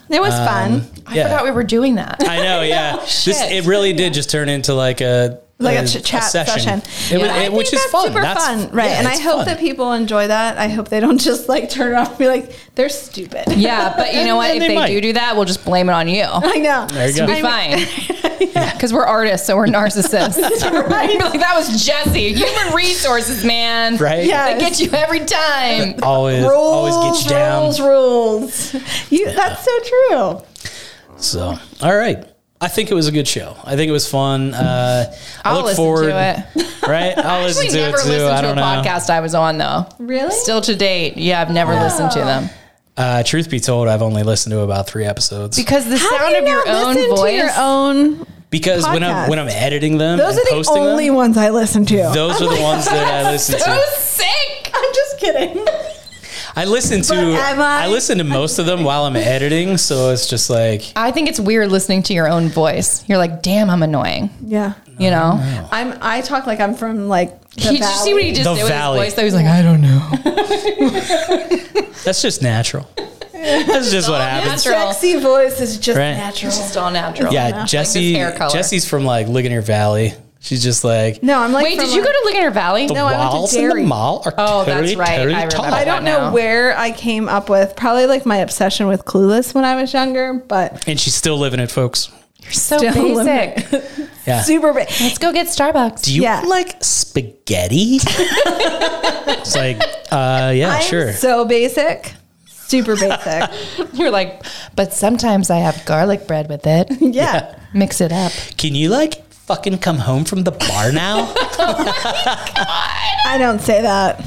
[SPEAKER 5] it was fun.
[SPEAKER 4] I forgot we were doing that.
[SPEAKER 6] Um, I know, yeah. This
[SPEAKER 4] Shit.
[SPEAKER 6] it really did just turn into like a
[SPEAKER 5] Like a ch- chat session,
[SPEAKER 6] It
[SPEAKER 5] And
[SPEAKER 6] was-
[SPEAKER 5] I
[SPEAKER 6] it-
[SPEAKER 5] think
[SPEAKER 6] which is
[SPEAKER 5] that's
[SPEAKER 6] fun.
[SPEAKER 5] super
[SPEAKER 6] That's-
[SPEAKER 5] fun, right?
[SPEAKER 6] yeah,
[SPEAKER 5] and I
[SPEAKER 6] it's
[SPEAKER 5] hope
[SPEAKER 6] fun.
[SPEAKER 5] that people enjoy that. I hope they don't just like turn it off and be like they're stupid.
[SPEAKER 4] Yeah, but you know what? If
[SPEAKER 6] And they
[SPEAKER 4] they,
[SPEAKER 6] might.
[SPEAKER 4] do do that, we'll just blame it on you.
[SPEAKER 5] I know.
[SPEAKER 6] There you go.
[SPEAKER 4] Be fine. Because we're artists, so we're narcissists. Like, that was Jesse. Human resources, man.
[SPEAKER 6] right?
[SPEAKER 5] Yeah.
[SPEAKER 4] They get you every time.
[SPEAKER 6] Always,
[SPEAKER 5] Rules,
[SPEAKER 6] always get you down.
[SPEAKER 5] rules, rules. You, that's so true.
[SPEAKER 6] So, all right. I think it was a good show. I think it was fun. Uh, I
[SPEAKER 4] I'll
[SPEAKER 6] look
[SPEAKER 4] listen
[SPEAKER 6] forward,
[SPEAKER 4] to it.
[SPEAKER 6] right? I'll listen
[SPEAKER 4] actually
[SPEAKER 6] to
[SPEAKER 4] never
[SPEAKER 6] it too.
[SPEAKER 4] listened
[SPEAKER 6] I
[SPEAKER 4] to a
[SPEAKER 6] don't know.
[SPEAKER 4] podcast I was on, though.
[SPEAKER 7] Really?
[SPEAKER 4] Still to date. Yeah, I've never listened to them.
[SPEAKER 6] Uh, truth be told, I've only listened to about three episodes
[SPEAKER 4] Because the
[SPEAKER 5] How
[SPEAKER 4] sound
[SPEAKER 5] do
[SPEAKER 4] of your
[SPEAKER 5] not
[SPEAKER 4] own
[SPEAKER 5] listen to
[SPEAKER 4] voice.
[SPEAKER 5] your own-
[SPEAKER 6] because when I'm
[SPEAKER 5] podcasts.
[SPEAKER 6] when I'm editing them,
[SPEAKER 5] Those
[SPEAKER 6] and
[SPEAKER 5] are the
[SPEAKER 6] posting
[SPEAKER 5] only
[SPEAKER 6] them,
[SPEAKER 5] ones I listen to.
[SPEAKER 6] those are the ones that I listen
[SPEAKER 4] so
[SPEAKER 6] to.
[SPEAKER 4] sick.
[SPEAKER 5] I'm just kidding.
[SPEAKER 6] I listen to
[SPEAKER 5] am I-
[SPEAKER 6] I listen to most of them while I'm editing, so it's just like
[SPEAKER 4] I think it's weird listening to your own voice. You're like, damn, I'm annoying.
[SPEAKER 5] Yeah,
[SPEAKER 4] You know?
[SPEAKER 5] I'm. I talk like I'm from like. The
[SPEAKER 4] Did you see what he just
[SPEAKER 6] Oh. The
[SPEAKER 4] did with
[SPEAKER 6] valley.
[SPEAKER 4] his voice? Though he's like, I don't know.
[SPEAKER 6] that's just natural. That's just what happens.
[SPEAKER 4] Natural.
[SPEAKER 5] Sexy voice is just
[SPEAKER 6] Right.
[SPEAKER 5] natural.
[SPEAKER 4] Just all natural.
[SPEAKER 6] Yeah,
[SPEAKER 4] Like
[SPEAKER 6] Jesse.
[SPEAKER 4] this hair color.
[SPEAKER 6] Jesse's from like Ligonier Valley. She's just like
[SPEAKER 5] No, I'm like.
[SPEAKER 4] Wait,
[SPEAKER 5] from,
[SPEAKER 4] did you
[SPEAKER 5] like-
[SPEAKER 4] go to Ligonier Valley?
[SPEAKER 6] the
[SPEAKER 5] No, I went to
[SPEAKER 6] walls in the
[SPEAKER 5] Derry.
[SPEAKER 6] mall are
[SPEAKER 4] Oh, that's
[SPEAKER 6] totally,
[SPEAKER 4] right. I
[SPEAKER 6] totally
[SPEAKER 4] remember
[SPEAKER 6] tall.
[SPEAKER 4] that.
[SPEAKER 5] I don't
[SPEAKER 4] now.
[SPEAKER 5] know where I came up with probably like my obsession with Clueless when I was younger, but
[SPEAKER 6] And she's still living it, folks.
[SPEAKER 4] You're so
[SPEAKER 5] Still
[SPEAKER 4] basic.
[SPEAKER 6] Yeah.
[SPEAKER 5] super big.
[SPEAKER 4] Let's go get Starbucks.
[SPEAKER 6] Do you
[SPEAKER 5] Yeah.
[SPEAKER 6] like spaghetti? it's like, uh, yeah,
[SPEAKER 5] I'm
[SPEAKER 6] sure.
[SPEAKER 5] so basic, super basic.
[SPEAKER 4] You're like, but sometimes I have garlic bread with it.
[SPEAKER 5] yeah.
[SPEAKER 4] Mix it up.
[SPEAKER 6] Can you like fucking come home from the bar now?
[SPEAKER 5] I don't say that.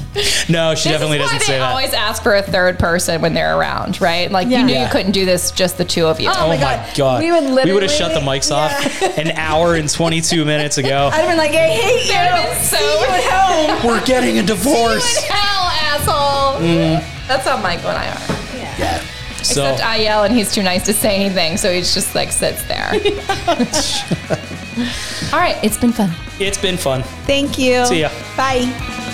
[SPEAKER 6] no, she definitely
[SPEAKER 4] this is why
[SPEAKER 6] doesn't say
[SPEAKER 4] they
[SPEAKER 6] that.
[SPEAKER 4] always ask for a third person when they're around, right? Like
[SPEAKER 5] Yeah.
[SPEAKER 4] you knew
[SPEAKER 6] Yeah.
[SPEAKER 4] you couldn't do this just the two of you.
[SPEAKER 6] oh my
[SPEAKER 5] God.
[SPEAKER 6] god.
[SPEAKER 5] We would
[SPEAKER 6] We would have shut the
[SPEAKER 5] literally-
[SPEAKER 6] mics off an hour and 22 minutes ago.
[SPEAKER 5] I'd have been like, I hate
[SPEAKER 4] They're
[SPEAKER 5] you.
[SPEAKER 4] just so
[SPEAKER 5] Home.
[SPEAKER 6] We're getting a divorce.
[SPEAKER 4] hell, asshole. That's how Michael and I are.
[SPEAKER 6] Yeah. Mm-hmm. So,
[SPEAKER 4] Except I yell and he's too nice to say anything, so he's just like sits there. All right, it's been fun.
[SPEAKER 6] it's been fun.
[SPEAKER 5] Thank you.
[SPEAKER 6] See ya.
[SPEAKER 5] Bye.